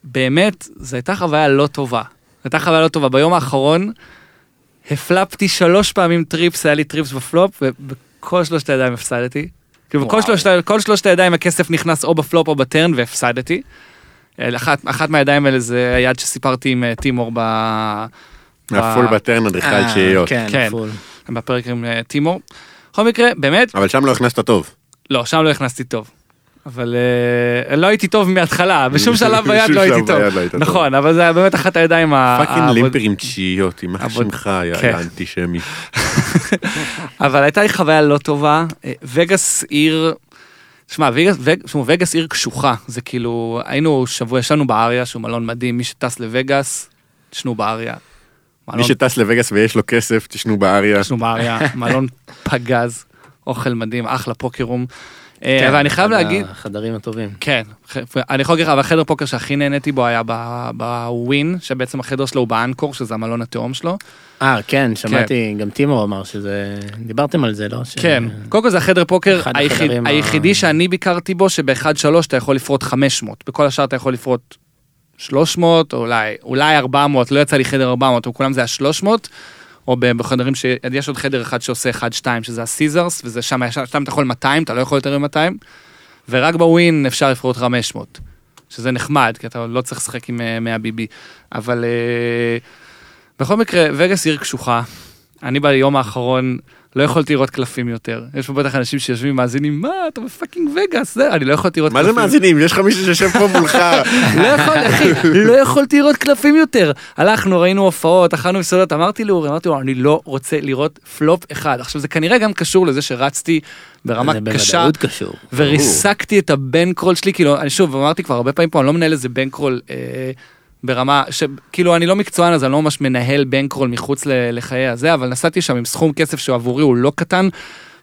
Speaker 1: באמת, זו הייתה חוויה לא טובה. זו הייתה חוויה לא טובה. ביום האחרון הפלפתי שלוש פעמים טריפס, היה לי טריפס בפלופ, ובכל שלושת הידיים הפסדתי. כאילו, בכל
Speaker 4: וואו.
Speaker 1: שלושת, כל שלושת הידיים הכסף נכנס או בפלופ או בטרן, והפסדתי. אה, אחת, אחת מהידיים האלה זה היד שסיפרתי עם אה, טימור ב...
Speaker 2: כן, הפול בטרן אדריכל
Speaker 4: אה,
Speaker 2: שאיות.
Speaker 1: כן.
Speaker 4: כן, פול.
Speaker 1: בפרק עם אה, טימור. בכל מקרה, באמת,
Speaker 2: אבל שם לא הכנסת טוב.
Speaker 1: לא, שם לא הכנסתי טוב. אבל אה, לא הייתי טוב מההתחלה, בשום שלב ביד
Speaker 2: בשום
Speaker 1: לא
Speaker 2: שלב
Speaker 1: הייתי טוב.
Speaker 2: ביד לא היית טוב.
Speaker 1: נכון, אבל זה היה באמת אחת הידיים ה-
Speaker 2: פאקינג
Speaker 1: העבוד-
Speaker 2: לימפר עם תשיעיות, עם מה
Speaker 1: עבוד-
Speaker 2: שמך היה
Speaker 1: כן.
Speaker 2: היה אנטישמי.
Speaker 1: אבל הייתה לי חוויה לא טובה. אה, וגאס עיר, שמע, וגאס, וג, שמו, וגאס עיר קשוחה. זה כאילו, היינו שבוע, ישנו באריה, שהוא מלון מדהים, מי שטס לווגאס, תשנו באריה.
Speaker 2: מי
Speaker 1: מלון
Speaker 2: שטס לווגאס ויש לו כסף, תשנו באריה.
Speaker 1: יש לנו באריה, מלון פגז, אוכל מדהים, אחלה פוקרום. אה,
Speaker 4: כן,
Speaker 1: ואני חייב
Speaker 4: אחד
Speaker 1: להגיד,
Speaker 4: החדרים הטובים.
Speaker 1: כן, ח- אני יכול להגיד לך, אבל החדר פוקר שהכי נהניתי בו היה ב- בווין, שבעצם החדר שלו הוא באנקור, שזה המלון התהום שלו.
Speaker 4: אה, כן, שמעתי, גם טימו אמר שזה... דיברתם על זה, לא? ש-
Speaker 1: כן, קודם כל זה החדר פוקר
Speaker 4: אחד
Speaker 1: היחיד-
Speaker 4: החדרים ה-
Speaker 1: היחידי שאני ביקרתי בו, שב-1-3 אתה יכול לפרוט 500, בכל השאר אתה יכול לפרוט 300, או אולי, אולי 400, לא יצא לי חדר 400, אבל כולם זה היה 300, או ב- בחדרים ש... יש עוד חדר אחד שעושה 1-2, שזה הסיזרס, וזה שם, שם אתה יכול 200, אתה לא יכול יותר מ-200, ורק בווין אפשר לפרוט 500, שזה נחמד, כי אתה לא צריך לשחק עם אה, 100 ביבי, אבל... אה, בכל מקרה, וגאס עיר קשוחה. אני ביום האחרון לא יכולתי לראות קלפים יותר. יש פה בטח אנשים שיושבים מאזינים, מה, אתה בפאקינג וגאס, זה, אני לא יכולתי לראות
Speaker 2: מה
Speaker 1: קלפים.
Speaker 2: זה מאזינים? יש לך מישהו שיושב פה מולך.
Speaker 1: לא יכול, אחי, לא יכולתי לראות קלפים יותר. הלכנו, ראינו הופעות, אכלנו מסעדות, אמרתי לאורי, אמרתי לו, אני לא רוצה לראות פלופ אחד. עכשיו, זה כנראה גם קשור לזה שרצתי ברמה
Speaker 4: זה
Speaker 1: קשה, כן.
Speaker 4: בוודאות קשור.
Speaker 1: וריסקתי את הבנקרול שלי, כאילו, אני שוב, אמרתי כבר הרבה פעמים פה, אני לא מנהל איזה בנקרול אה, ברמה, שכאילו, אני לא מקצוען, אז אני לא ממש מנהל בנקרול מחוץ ל- לחיי הזה, אבל נסעתי שם עם סכום כסף שעבורי הוא לא קטן,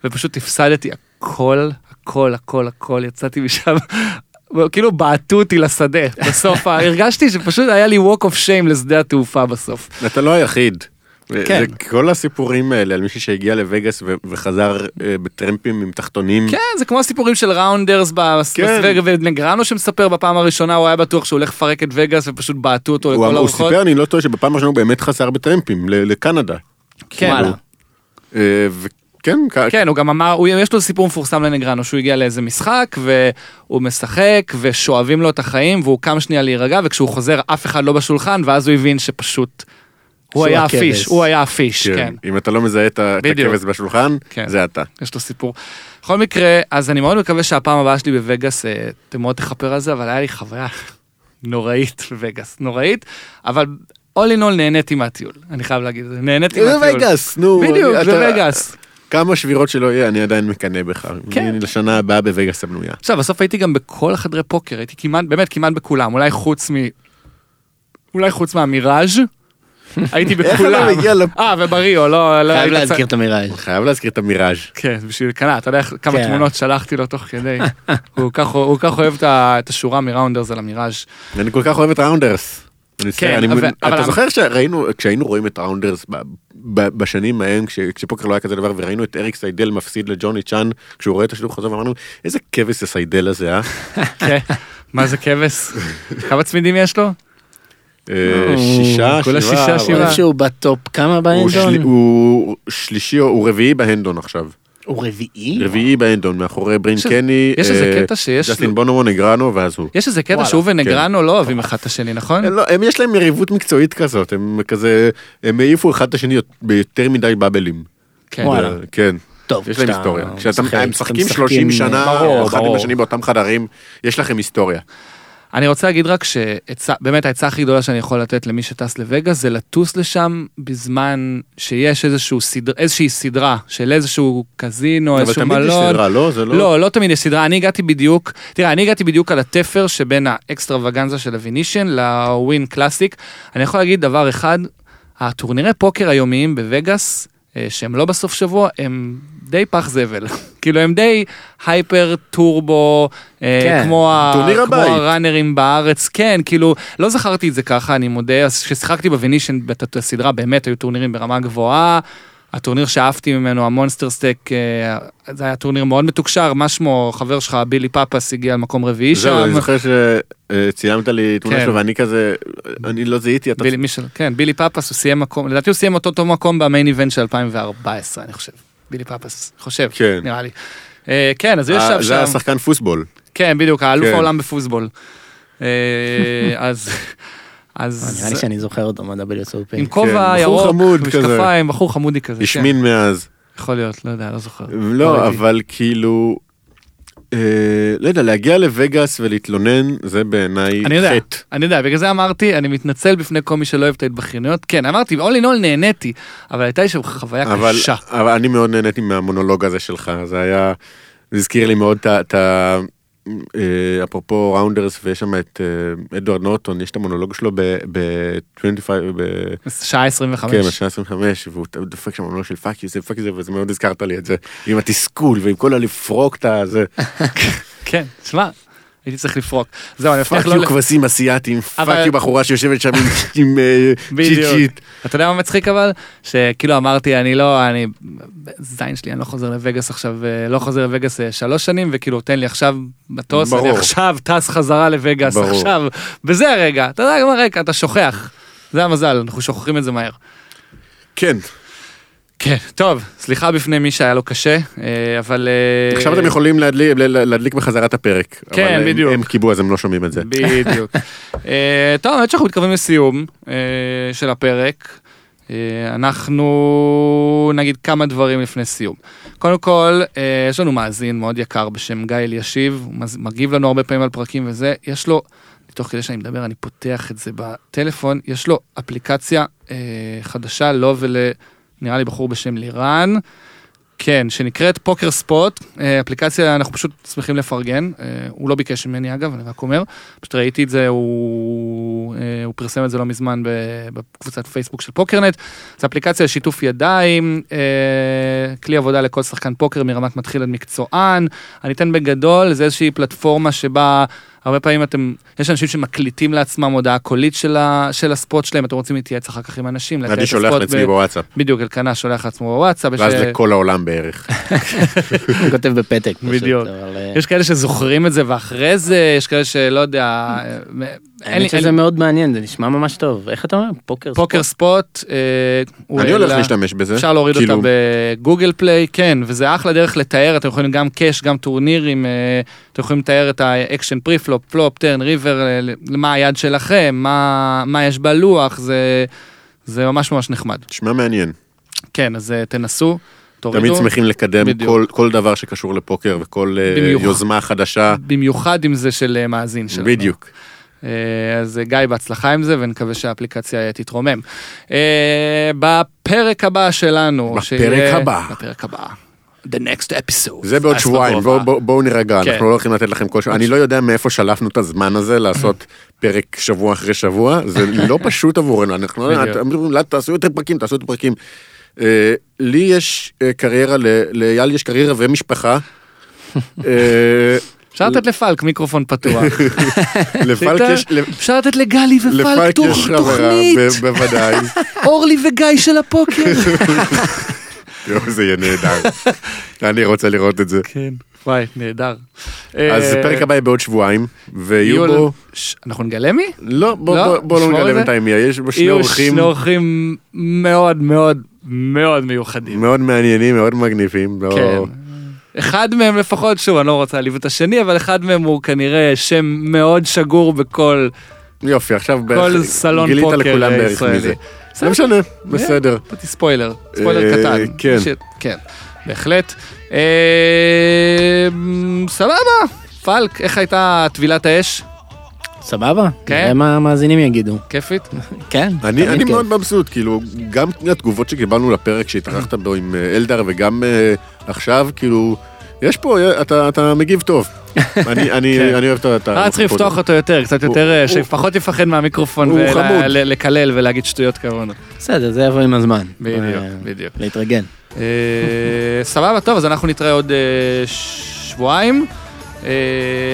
Speaker 1: ופשוט הפסדתי הכל, הכל, הכל, הכל, יצאתי משם. כאילו בעטו אותי לשדה בסוף, ה- הרגשתי שפשוט היה לי walk of shame לשדה התעופה בסוף.
Speaker 2: אתה לא היחיד.
Speaker 1: כן.
Speaker 2: זה כל הסיפורים האלה על מישהו שהגיע לווגאס ו- וחזר אה, בטרמפים עם תחתונים.
Speaker 1: כן, זה כמו הסיפורים של ראונדרס
Speaker 2: כן.
Speaker 1: בסווג ונגרנו שמספר בפעם הראשונה, הוא היה בטוח שהוא הולך לפרק את וגאס ופשוט בעטו אותו
Speaker 2: הוא
Speaker 1: לכל
Speaker 2: אמר- הוא
Speaker 1: הרוחות.
Speaker 2: סיפר, אני לא טועה, שבפעם הראשונה הוא באמת חזר בטרמפים ל- לקנדה. כאילו.
Speaker 1: כן,
Speaker 4: וואלה.
Speaker 2: אה, וכן, כ-
Speaker 1: כן, הוא גם אמר, הוא, יש לו סיפור מפורסם לנגרנו, שהוא הגיע לאיזה משחק, והוא משחק, ושואבים לו את החיים, והוא קם שנייה להירגע, וכשהוא חוזר, אף אחד לא בשולחן, ואז הוא הבין שפשוט... הוא
Speaker 4: שהוא
Speaker 1: היה
Speaker 4: הכבש.
Speaker 1: הפיש, הוא היה הפיש, כן.
Speaker 2: כן. אם אתה לא מזהה את ה- את
Speaker 1: בדיוק.
Speaker 2: הכבש בשולחן,
Speaker 1: כן.
Speaker 2: זה אתה.
Speaker 1: יש לו סיפור. בכל מקרה, אז אני מאוד מקווה שהפעם הבאה שלי בווגאס, אה, אתם מאוד תכפר על זה, אבל היה לי חוויה נוראית בווגאס, נוראית, אבל all in all נהניתי מהטיול, אני חייב להגיד את זה, נהניתי מהטיול.
Speaker 2: נו.
Speaker 1: בדיוק,
Speaker 2: אתה-
Speaker 1: זה וגאס.
Speaker 2: כמה שבירות שלא יהיה, אני עדיין מקנא בך.
Speaker 1: כן.
Speaker 2: אני לשנה הבאה בווגאס הבנויה.
Speaker 1: עכשיו, בסוף הייתי גם בכל החדרי פוקר, הייתי כמעט, באמת כמעט בכולם, אולי חוץ מ... אולי חוץ מהמיראז' הייתי
Speaker 2: איך
Speaker 1: בכולם.
Speaker 2: אתה מגיע לפ...
Speaker 1: אה, ובריאו, לא... לא
Speaker 4: חייב
Speaker 1: היית צ-
Speaker 4: להזכיר את המיראז'.
Speaker 2: חייב להזכיר את המיראז'.
Speaker 1: כן, בשביל קנה, אתה יודע איך- כמה
Speaker 4: כן.
Speaker 1: תמונות שלחתי לו תוך כדי. הוא כך- הוא כך אוהב את ה- את השורה מראונדרס על המיראז'.
Speaker 2: אני כל כך אוהב את ראונדרס. אני מצטער,
Speaker 1: כן,
Speaker 2: אני
Speaker 1: אבל-
Speaker 2: מבין-
Speaker 1: אבל-
Speaker 2: אתה זוכר שראינו, כשהיינו רואים את ראונדרס ב- ב- בשנים ההם, כש- כשפוקר לא היה כזה דבר, וראינו את אריק סיידל מפסיד לג'וני צ'אן, כשהוא רואה את השידור חוזר, ואמרנו, איזה כבש הסיידל הזה, אה?
Speaker 1: כן. מה זה כבש? כמה צמידים יש לו?
Speaker 2: אה, שישה,
Speaker 1: כולה
Speaker 2: שבעה,
Speaker 1: שישה,
Speaker 2: אבל-
Speaker 1: שבעה.
Speaker 4: אוהב שהוא בטופ כמה
Speaker 2: הוא
Speaker 4: באנדון?
Speaker 2: של- הוא שלישי, או- הוא רביעי בהנדון עכשיו.
Speaker 4: הוא רביעי?
Speaker 2: רביעי בהנדון, מאחורי ברין
Speaker 1: יש איזה-
Speaker 2: קני,
Speaker 1: יש איזה
Speaker 2: אה,
Speaker 1: קטע שיש לו-
Speaker 2: ג'סטין בונומו נגרנו, ואז הוא.
Speaker 1: יש איזה קטע
Speaker 4: וואלה,
Speaker 1: שהוא ונגרנו לא אוהבים אחד את השני, נכון?
Speaker 2: הם לא, הם יש להם מריבות מקצועית כזאת, הם כזה, הם העיפו אחד את השני ביותר מדי באבלים.
Speaker 1: כן.
Speaker 4: וואלה.
Speaker 2: כן.
Speaker 4: טוב,
Speaker 2: יש להם
Speaker 4: כשאתה
Speaker 2: היסטוריה. כשאתם
Speaker 4: משחק,
Speaker 2: הם
Speaker 4: כשאתם
Speaker 2: משחקים 30 שנה,
Speaker 1: ברור,
Speaker 2: אחד עם
Speaker 1: ברור.
Speaker 2: השני באותם חדרים, יש לכם היסטוריה.
Speaker 1: אני רוצה להגיד רק שבאמת העצה הכי גדולה שאני יכול לתת למי שטס לווגאס זה לטוס לשם בזמן שיש איזשהו סדר, איזושהי סדרה של איזשהו קזינו,
Speaker 2: אבל
Speaker 1: איזשהו
Speaker 2: תמיד
Speaker 1: מלון.
Speaker 2: יש סדרה, לא? זה לא...
Speaker 1: לא, לא תמיד יש סדרה, אני הגעתי בדיוק, תראה, אני הגעתי בדיוק על התפר שבין האקסטרווגנזה של הווינישן לווין קלאסיק. אני יכול להגיד דבר אחד, הטורנירי פוקר היומיים בווגאס, אה, שהם לא בסוף שבוע, הם די פח זבל. כאילו הם די הייפר טורבו, אה,
Speaker 4: כן,
Speaker 1: כמו, ה-
Speaker 2: טורניר
Speaker 1: כמו
Speaker 2: הבית.
Speaker 1: הראנרים בארץ, כן, כאילו, לא זכרתי את זה ככה, אני מודה, אז כששיחקתי בווינישן, בת- הסדרה באמת היו טורנירים ברמה גבוהה. הטורניר שאהבתי ממנו, המונסטר סטייק, אה, זה היה טורניר מאוד מתוקשר, מה שמו, חבר שלך, בילי פאפס, הגיע למקום רביעי שם.
Speaker 2: זהו, אני זוכר שציימת לי תמונה
Speaker 1: כן.
Speaker 2: שלו, ואני כזה, אני לא זיהיתי, אתה...
Speaker 1: בילי, מישל, כן, בילי פאפס, הוא סיים מקום, לדעתי הוא סיים אותו אותו מקום במיין איבנט של 2014, אני חושב. בילי פאפס, חושב,
Speaker 2: כן.
Speaker 1: נראה לי. אה, כן, אז הוא ישב
Speaker 2: אה, זה היה
Speaker 1: שם.
Speaker 2: שחקן פוסבול.
Speaker 1: כן, בדיוק, האלוף
Speaker 2: כן.
Speaker 1: העולם בפוסבול. אה, אז...
Speaker 4: אה,
Speaker 1: אז...
Speaker 4: נראה לי שאני זוכר אותו מה-WSOP.
Speaker 1: עם
Speaker 2: כן,
Speaker 1: כובע
Speaker 2: בחור
Speaker 1: ירוק,
Speaker 2: חמוד
Speaker 1: משקפיים, בחור חמודי כזה. כן.
Speaker 2: השמין מאז.
Speaker 1: יכול להיות, לא יודע, לא זוכר.
Speaker 2: לא,
Speaker 1: ראיתי.
Speaker 2: אבל כאילו... אה, לא יודע, להגיע לווגאס ולהתלונן, זה בעיניי
Speaker 1: אני יודע,
Speaker 2: חטא.
Speaker 1: אני יודע, בגלל זה אמרתי, אני מתנצל בפני כל מי שלא אוהב את ההתבכיינויות. כן, אמרתי, all in all נהניתי, אבל הייתה לי שם חוויה
Speaker 2: אבל,
Speaker 1: קשה.
Speaker 2: אבל אני מאוד נהניתי מהמונולוג הזה שלך, זה היה, זה הזכיר לי מאוד את ה- את ה... אה, אפרופו ראונדרס ויש שם את אה, אדוארד נורטון, יש את המונולוג שלו ב-25, ב-
Speaker 1: שעה 25.
Speaker 2: כן, בשנה 25, והוא דופק שם מונולוג של פאק יו זה, פאק יו זה, וזה מאוד הזכרת לי את זה, עם התסכול ועם כל הלפרוקטה הזה,
Speaker 1: כן, תשמע, הייתי צריך לפרוק. זהו, אני מבטיח
Speaker 2: פאק
Speaker 1: לא...
Speaker 2: יו כבשים אסיאתיים,
Speaker 1: אבל-
Speaker 2: פאק יו בחורה שיושבת שם עם- עם אה,
Speaker 1: בדיוק.
Speaker 2: צ'יצ'ית.
Speaker 1: אתה יודע מה מצחיק אבל? שכאילו אמרתי, אני לא, אני, זין שלי, אני לא חוזר לווגאס עכשיו, אה, לא חוזר לווגאס אה, שלוש שנים, וכאילו, תן לי עכשיו מטוס, אני
Speaker 2: ברור.
Speaker 1: עכשיו טס חזרה לווגאס,
Speaker 2: ברור.
Speaker 1: עכשיו, וזה הרגע, אתה יודע מה רגע, אתה שוכח. זה המזל, אנחנו שוכחים את זה מהר.
Speaker 2: כן,
Speaker 1: כן, טוב, סליחה בפני מי שהיה לו קשה, אה, אבל... אה,
Speaker 2: עכשיו אתם יכולים להדליק- להדליק בחזרה את הפרק.
Speaker 1: כן,
Speaker 2: אבל הם-
Speaker 1: בדיוק.
Speaker 2: הם קיבו אז הם לא שומעים את זה.
Speaker 1: בדיוק. אה, טוב, האמת שאנחנו מתקרבים לסיום אה, של הפרק. אה, אנחנו נגיד כמה דברים לפני סיום. קודם כל, אה, יש לנו מאזין מאוד יקר בשם גיא אלישיב, הוא מז- מגיב לנו הרבה פעמים על פרקים וזה, יש לו, תוך כדי שאני מדבר, אני פותח את זה בטלפון, יש לו אפליקציה אה, חדשה, לו ול... נראה לי בחור בשם לירן. כן, שנקראת פוקר ספוט, אה, אפליקציה, אנחנו פשוט שמחים לפרגן, אה, הוא לא ביקש ממני אגב, אני רק אומר, פשוט ראיתי את זה, הוא, אה, הוא פרסם את זה לא מזמן ב- בקבוצת פייסבוק של פוקרנט, זו אפליקציה לשיתוף ידיים, אה, כלי עבודה לכל שחקן פוקר מרמת מתחיל עד מקצוען, אני אתן בגדול, זה איזושהי פלטפורמה שבה הרבה פעמים אתם, יש אנשים שמקליטים לעצמם הודעה קולית של, ה, של הספוט שלהם, אתם רוצים להתייעץ אחר כך עם אנשים, לתאר את
Speaker 2: אני שולח
Speaker 1: הספוט
Speaker 2: לעצמי
Speaker 1: ב-
Speaker 2: בוואטסאפ.
Speaker 1: בדיוק, אלקנה שולח לעצמו בוואטסאפ. יש,
Speaker 2: ואז
Speaker 1: אה,
Speaker 2: לכל העולם בערך.
Speaker 4: הוא כותב בפתק פשוט.
Speaker 1: בדיוק.
Speaker 4: אבל, אה,
Speaker 1: יש כאלה שזוכרים את זה ואחרי זה, יש כאלה שלא יודע, אה, אין לי,
Speaker 4: האמת שזה
Speaker 1: אין לי-
Speaker 4: מאוד מעניין, זה נשמע ממש טוב. איך אתה אומר? פוקר
Speaker 1: פוקר
Speaker 4: ספורט?
Speaker 1: ספוט, אה, הוא
Speaker 2: אני הולך
Speaker 1: העלה-
Speaker 2: להשתמש בזה.
Speaker 1: אפשר לא- להוריד אותה
Speaker 2: כאילו,
Speaker 1: בגוגל פליי, כן, וזה אחלה דרך לתאר, אתם יכולים גם קאש, גם טורנירים, אה, אתם יכולים לתאר את האקשן פרי פלופ, פלופ, טרן, ריבר, אה, ל- מה היד שלכם, מה מה יש בלוח, זה- זה ממש ממש נחמד.
Speaker 2: נשמע מעניין.
Speaker 1: כן, אז אה, תנסו,
Speaker 2: תמיד
Speaker 1: תורידו.
Speaker 2: שמחים לקדם
Speaker 1: בדיוק.
Speaker 2: כל- כל דבר שקשור לפוקר וכל אה,
Speaker 1: במיוחד.
Speaker 2: יוזמה חדשה.
Speaker 1: במיוחד אם זה של אה, מאזין שלנו.
Speaker 2: בדיוק.
Speaker 1: אה, אז אה, גיא, בהצלחה עם זה, ונקווה שהאפליקציה אה, תתרומם. אה, בפרק הבא שלנו,
Speaker 2: בפרק הבא.
Speaker 1: בפרק הבא. The next episode.
Speaker 2: זה בעוד
Speaker 1: אז
Speaker 2: שבועיים,
Speaker 1: בגובה.
Speaker 2: בואו בוא, בוא נירגע,
Speaker 1: כן.
Speaker 2: אנחנו לא הולכים לתת לכם כל שבוע. אני לא יודע מאיפה שלפנו את הזמן הזה לעשות פרק שבוע אחרי שבוע, זה לא פשוט עבורנו, אנחנו לא
Speaker 1: בדיוק.
Speaker 2: אתם אומרים, "לא, תעשו יותר פרקים, תעשו יותר פרקים. אה, לי יש אה, קריירה, ל- לאייל יש קריירה ומשפחה. אה,
Speaker 1: אפשר לתת לפלק מיקרופון פתוח.
Speaker 2: לפלק יש...
Speaker 1: אפשר לתת לגלי ופלק
Speaker 2: לפלק יש
Speaker 1: תוך-
Speaker 2: חברה,
Speaker 1: תוכנית,
Speaker 2: ב- בוודאי.
Speaker 1: אורלי וגיא של הפוקר.
Speaker 2: יואו, זה יהיה נהדר. אני רוצה לראות את זה.
Speaker 1: כן. וואי, נהדר. אה,
Speaker 2: אז פרק הבא יהיה בעוד שבועיים, ויהיו בו...
Speaker 1: אנחנו נגלה מי?
Speaker 2: לא, בוא
Speaker 1: לא?
Speaker 2: בוא- בוא לא
Speaker 1: נשמור את
Speaker 2: נגלה
Speaker 1: זה?
Speaker 2: בינתיים מי, יש בו שני
Speaker 1: יהיו
Speaker 2: אורחים
Speaker 1: שני אורחים מאוד מאוד מאוד מיוחדים.
Speaker 2: מאוד מעניינים, מאוד מגניבים. לא-
Speaker 1: כן. אחד מהם לפחות, שוב, אני לא רוצה להעליב את השני, אבל אחד מהם הוא כנראה שם מאוד שגור בכל
Speaker 2: יופי, עכשיו
Speaker 1: כל סלון
Speaker 2: גילית
Speaker 1: פוקר
Speaker 2: לכולם בערך
Speaker 1: ישראלי.
Speaker 2: מי זה.
Speaker 1: בסדר.
Speaker 2: לא משנה, בסדר.
Speaker 1: נתתי ספוילר, ספוילר
Speaker 2: אה,
Speaker 1: קטן.
Speaker 2: כן.
Speaker 1: ש- כן, בהחלט. אה, סבבה, פלק, איך הייתה טבילת האש?
Speaker 4: סבבה?
Speaker 1: כן.
Speaker 4: נראה מה המאזינים יגידו.
Speaker 1: כיפית?
Speaker 2: אה,
Speaker 4: כן.
Speaker 2: אני,
Speaker 4: תמיד
Speaker 2: אני
Speaker 4: כיף.
Speaker 2: מאוד מבסוט, כאילו, גם התגובות שקיבלנו לפרק שהתארחת בו עם אה, אלדר וגם אה, עכשיו, כאילו, יש פה, אה, אתה, אתה מגיב טוב. אני, אני, אני אוהב את ה... את
Speaker 1: אה, צריך
Speaker 2: הרוח
Speaker 1: לפתוח
Speaker 2: פה.
Speaker 1: אותו יותר, קצת
Speaker 2: הוא-
Speaker 1: יותר, אה,
Speaker 2: הוא-
Speaker 1: שפחות יפחד מהמיקרופון
Speaker 2: הוא
Speaker 1: ול-
Speaker 2: חמוד. אה.
Speaker 1: ל- לקלל ולהגיד שטויות כמונו.
Speaker 4: בסדר, זה יבוא עם הזמן.
Speaker 1: בדיוק,
Speaker 4: אה,
Speaker 1: בדיוק.
Speaker 4: להתרגל.
Speaker 1: אה, סבבה, טוב, אז אנחנו נתראה עוד אה, שבועיים. אה,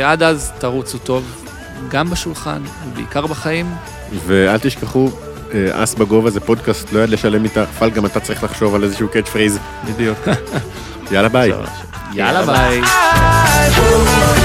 Speaker 1: עד אז תרוצו טוב, גם בשולחן, בעיקר בחיים.
Speaker 2: ואל תשכחו, אה, אס בגובה זה פודקאסט, לא יד לשלם איתה, אבל גם אתה צריך לחשוב על איזשהו קאץ' פרייז.
Speaker 1: בדיוק.
Speaker 2: יאללה ביי.
Speaker 1: יאללה ביי.
Speaker 5: I will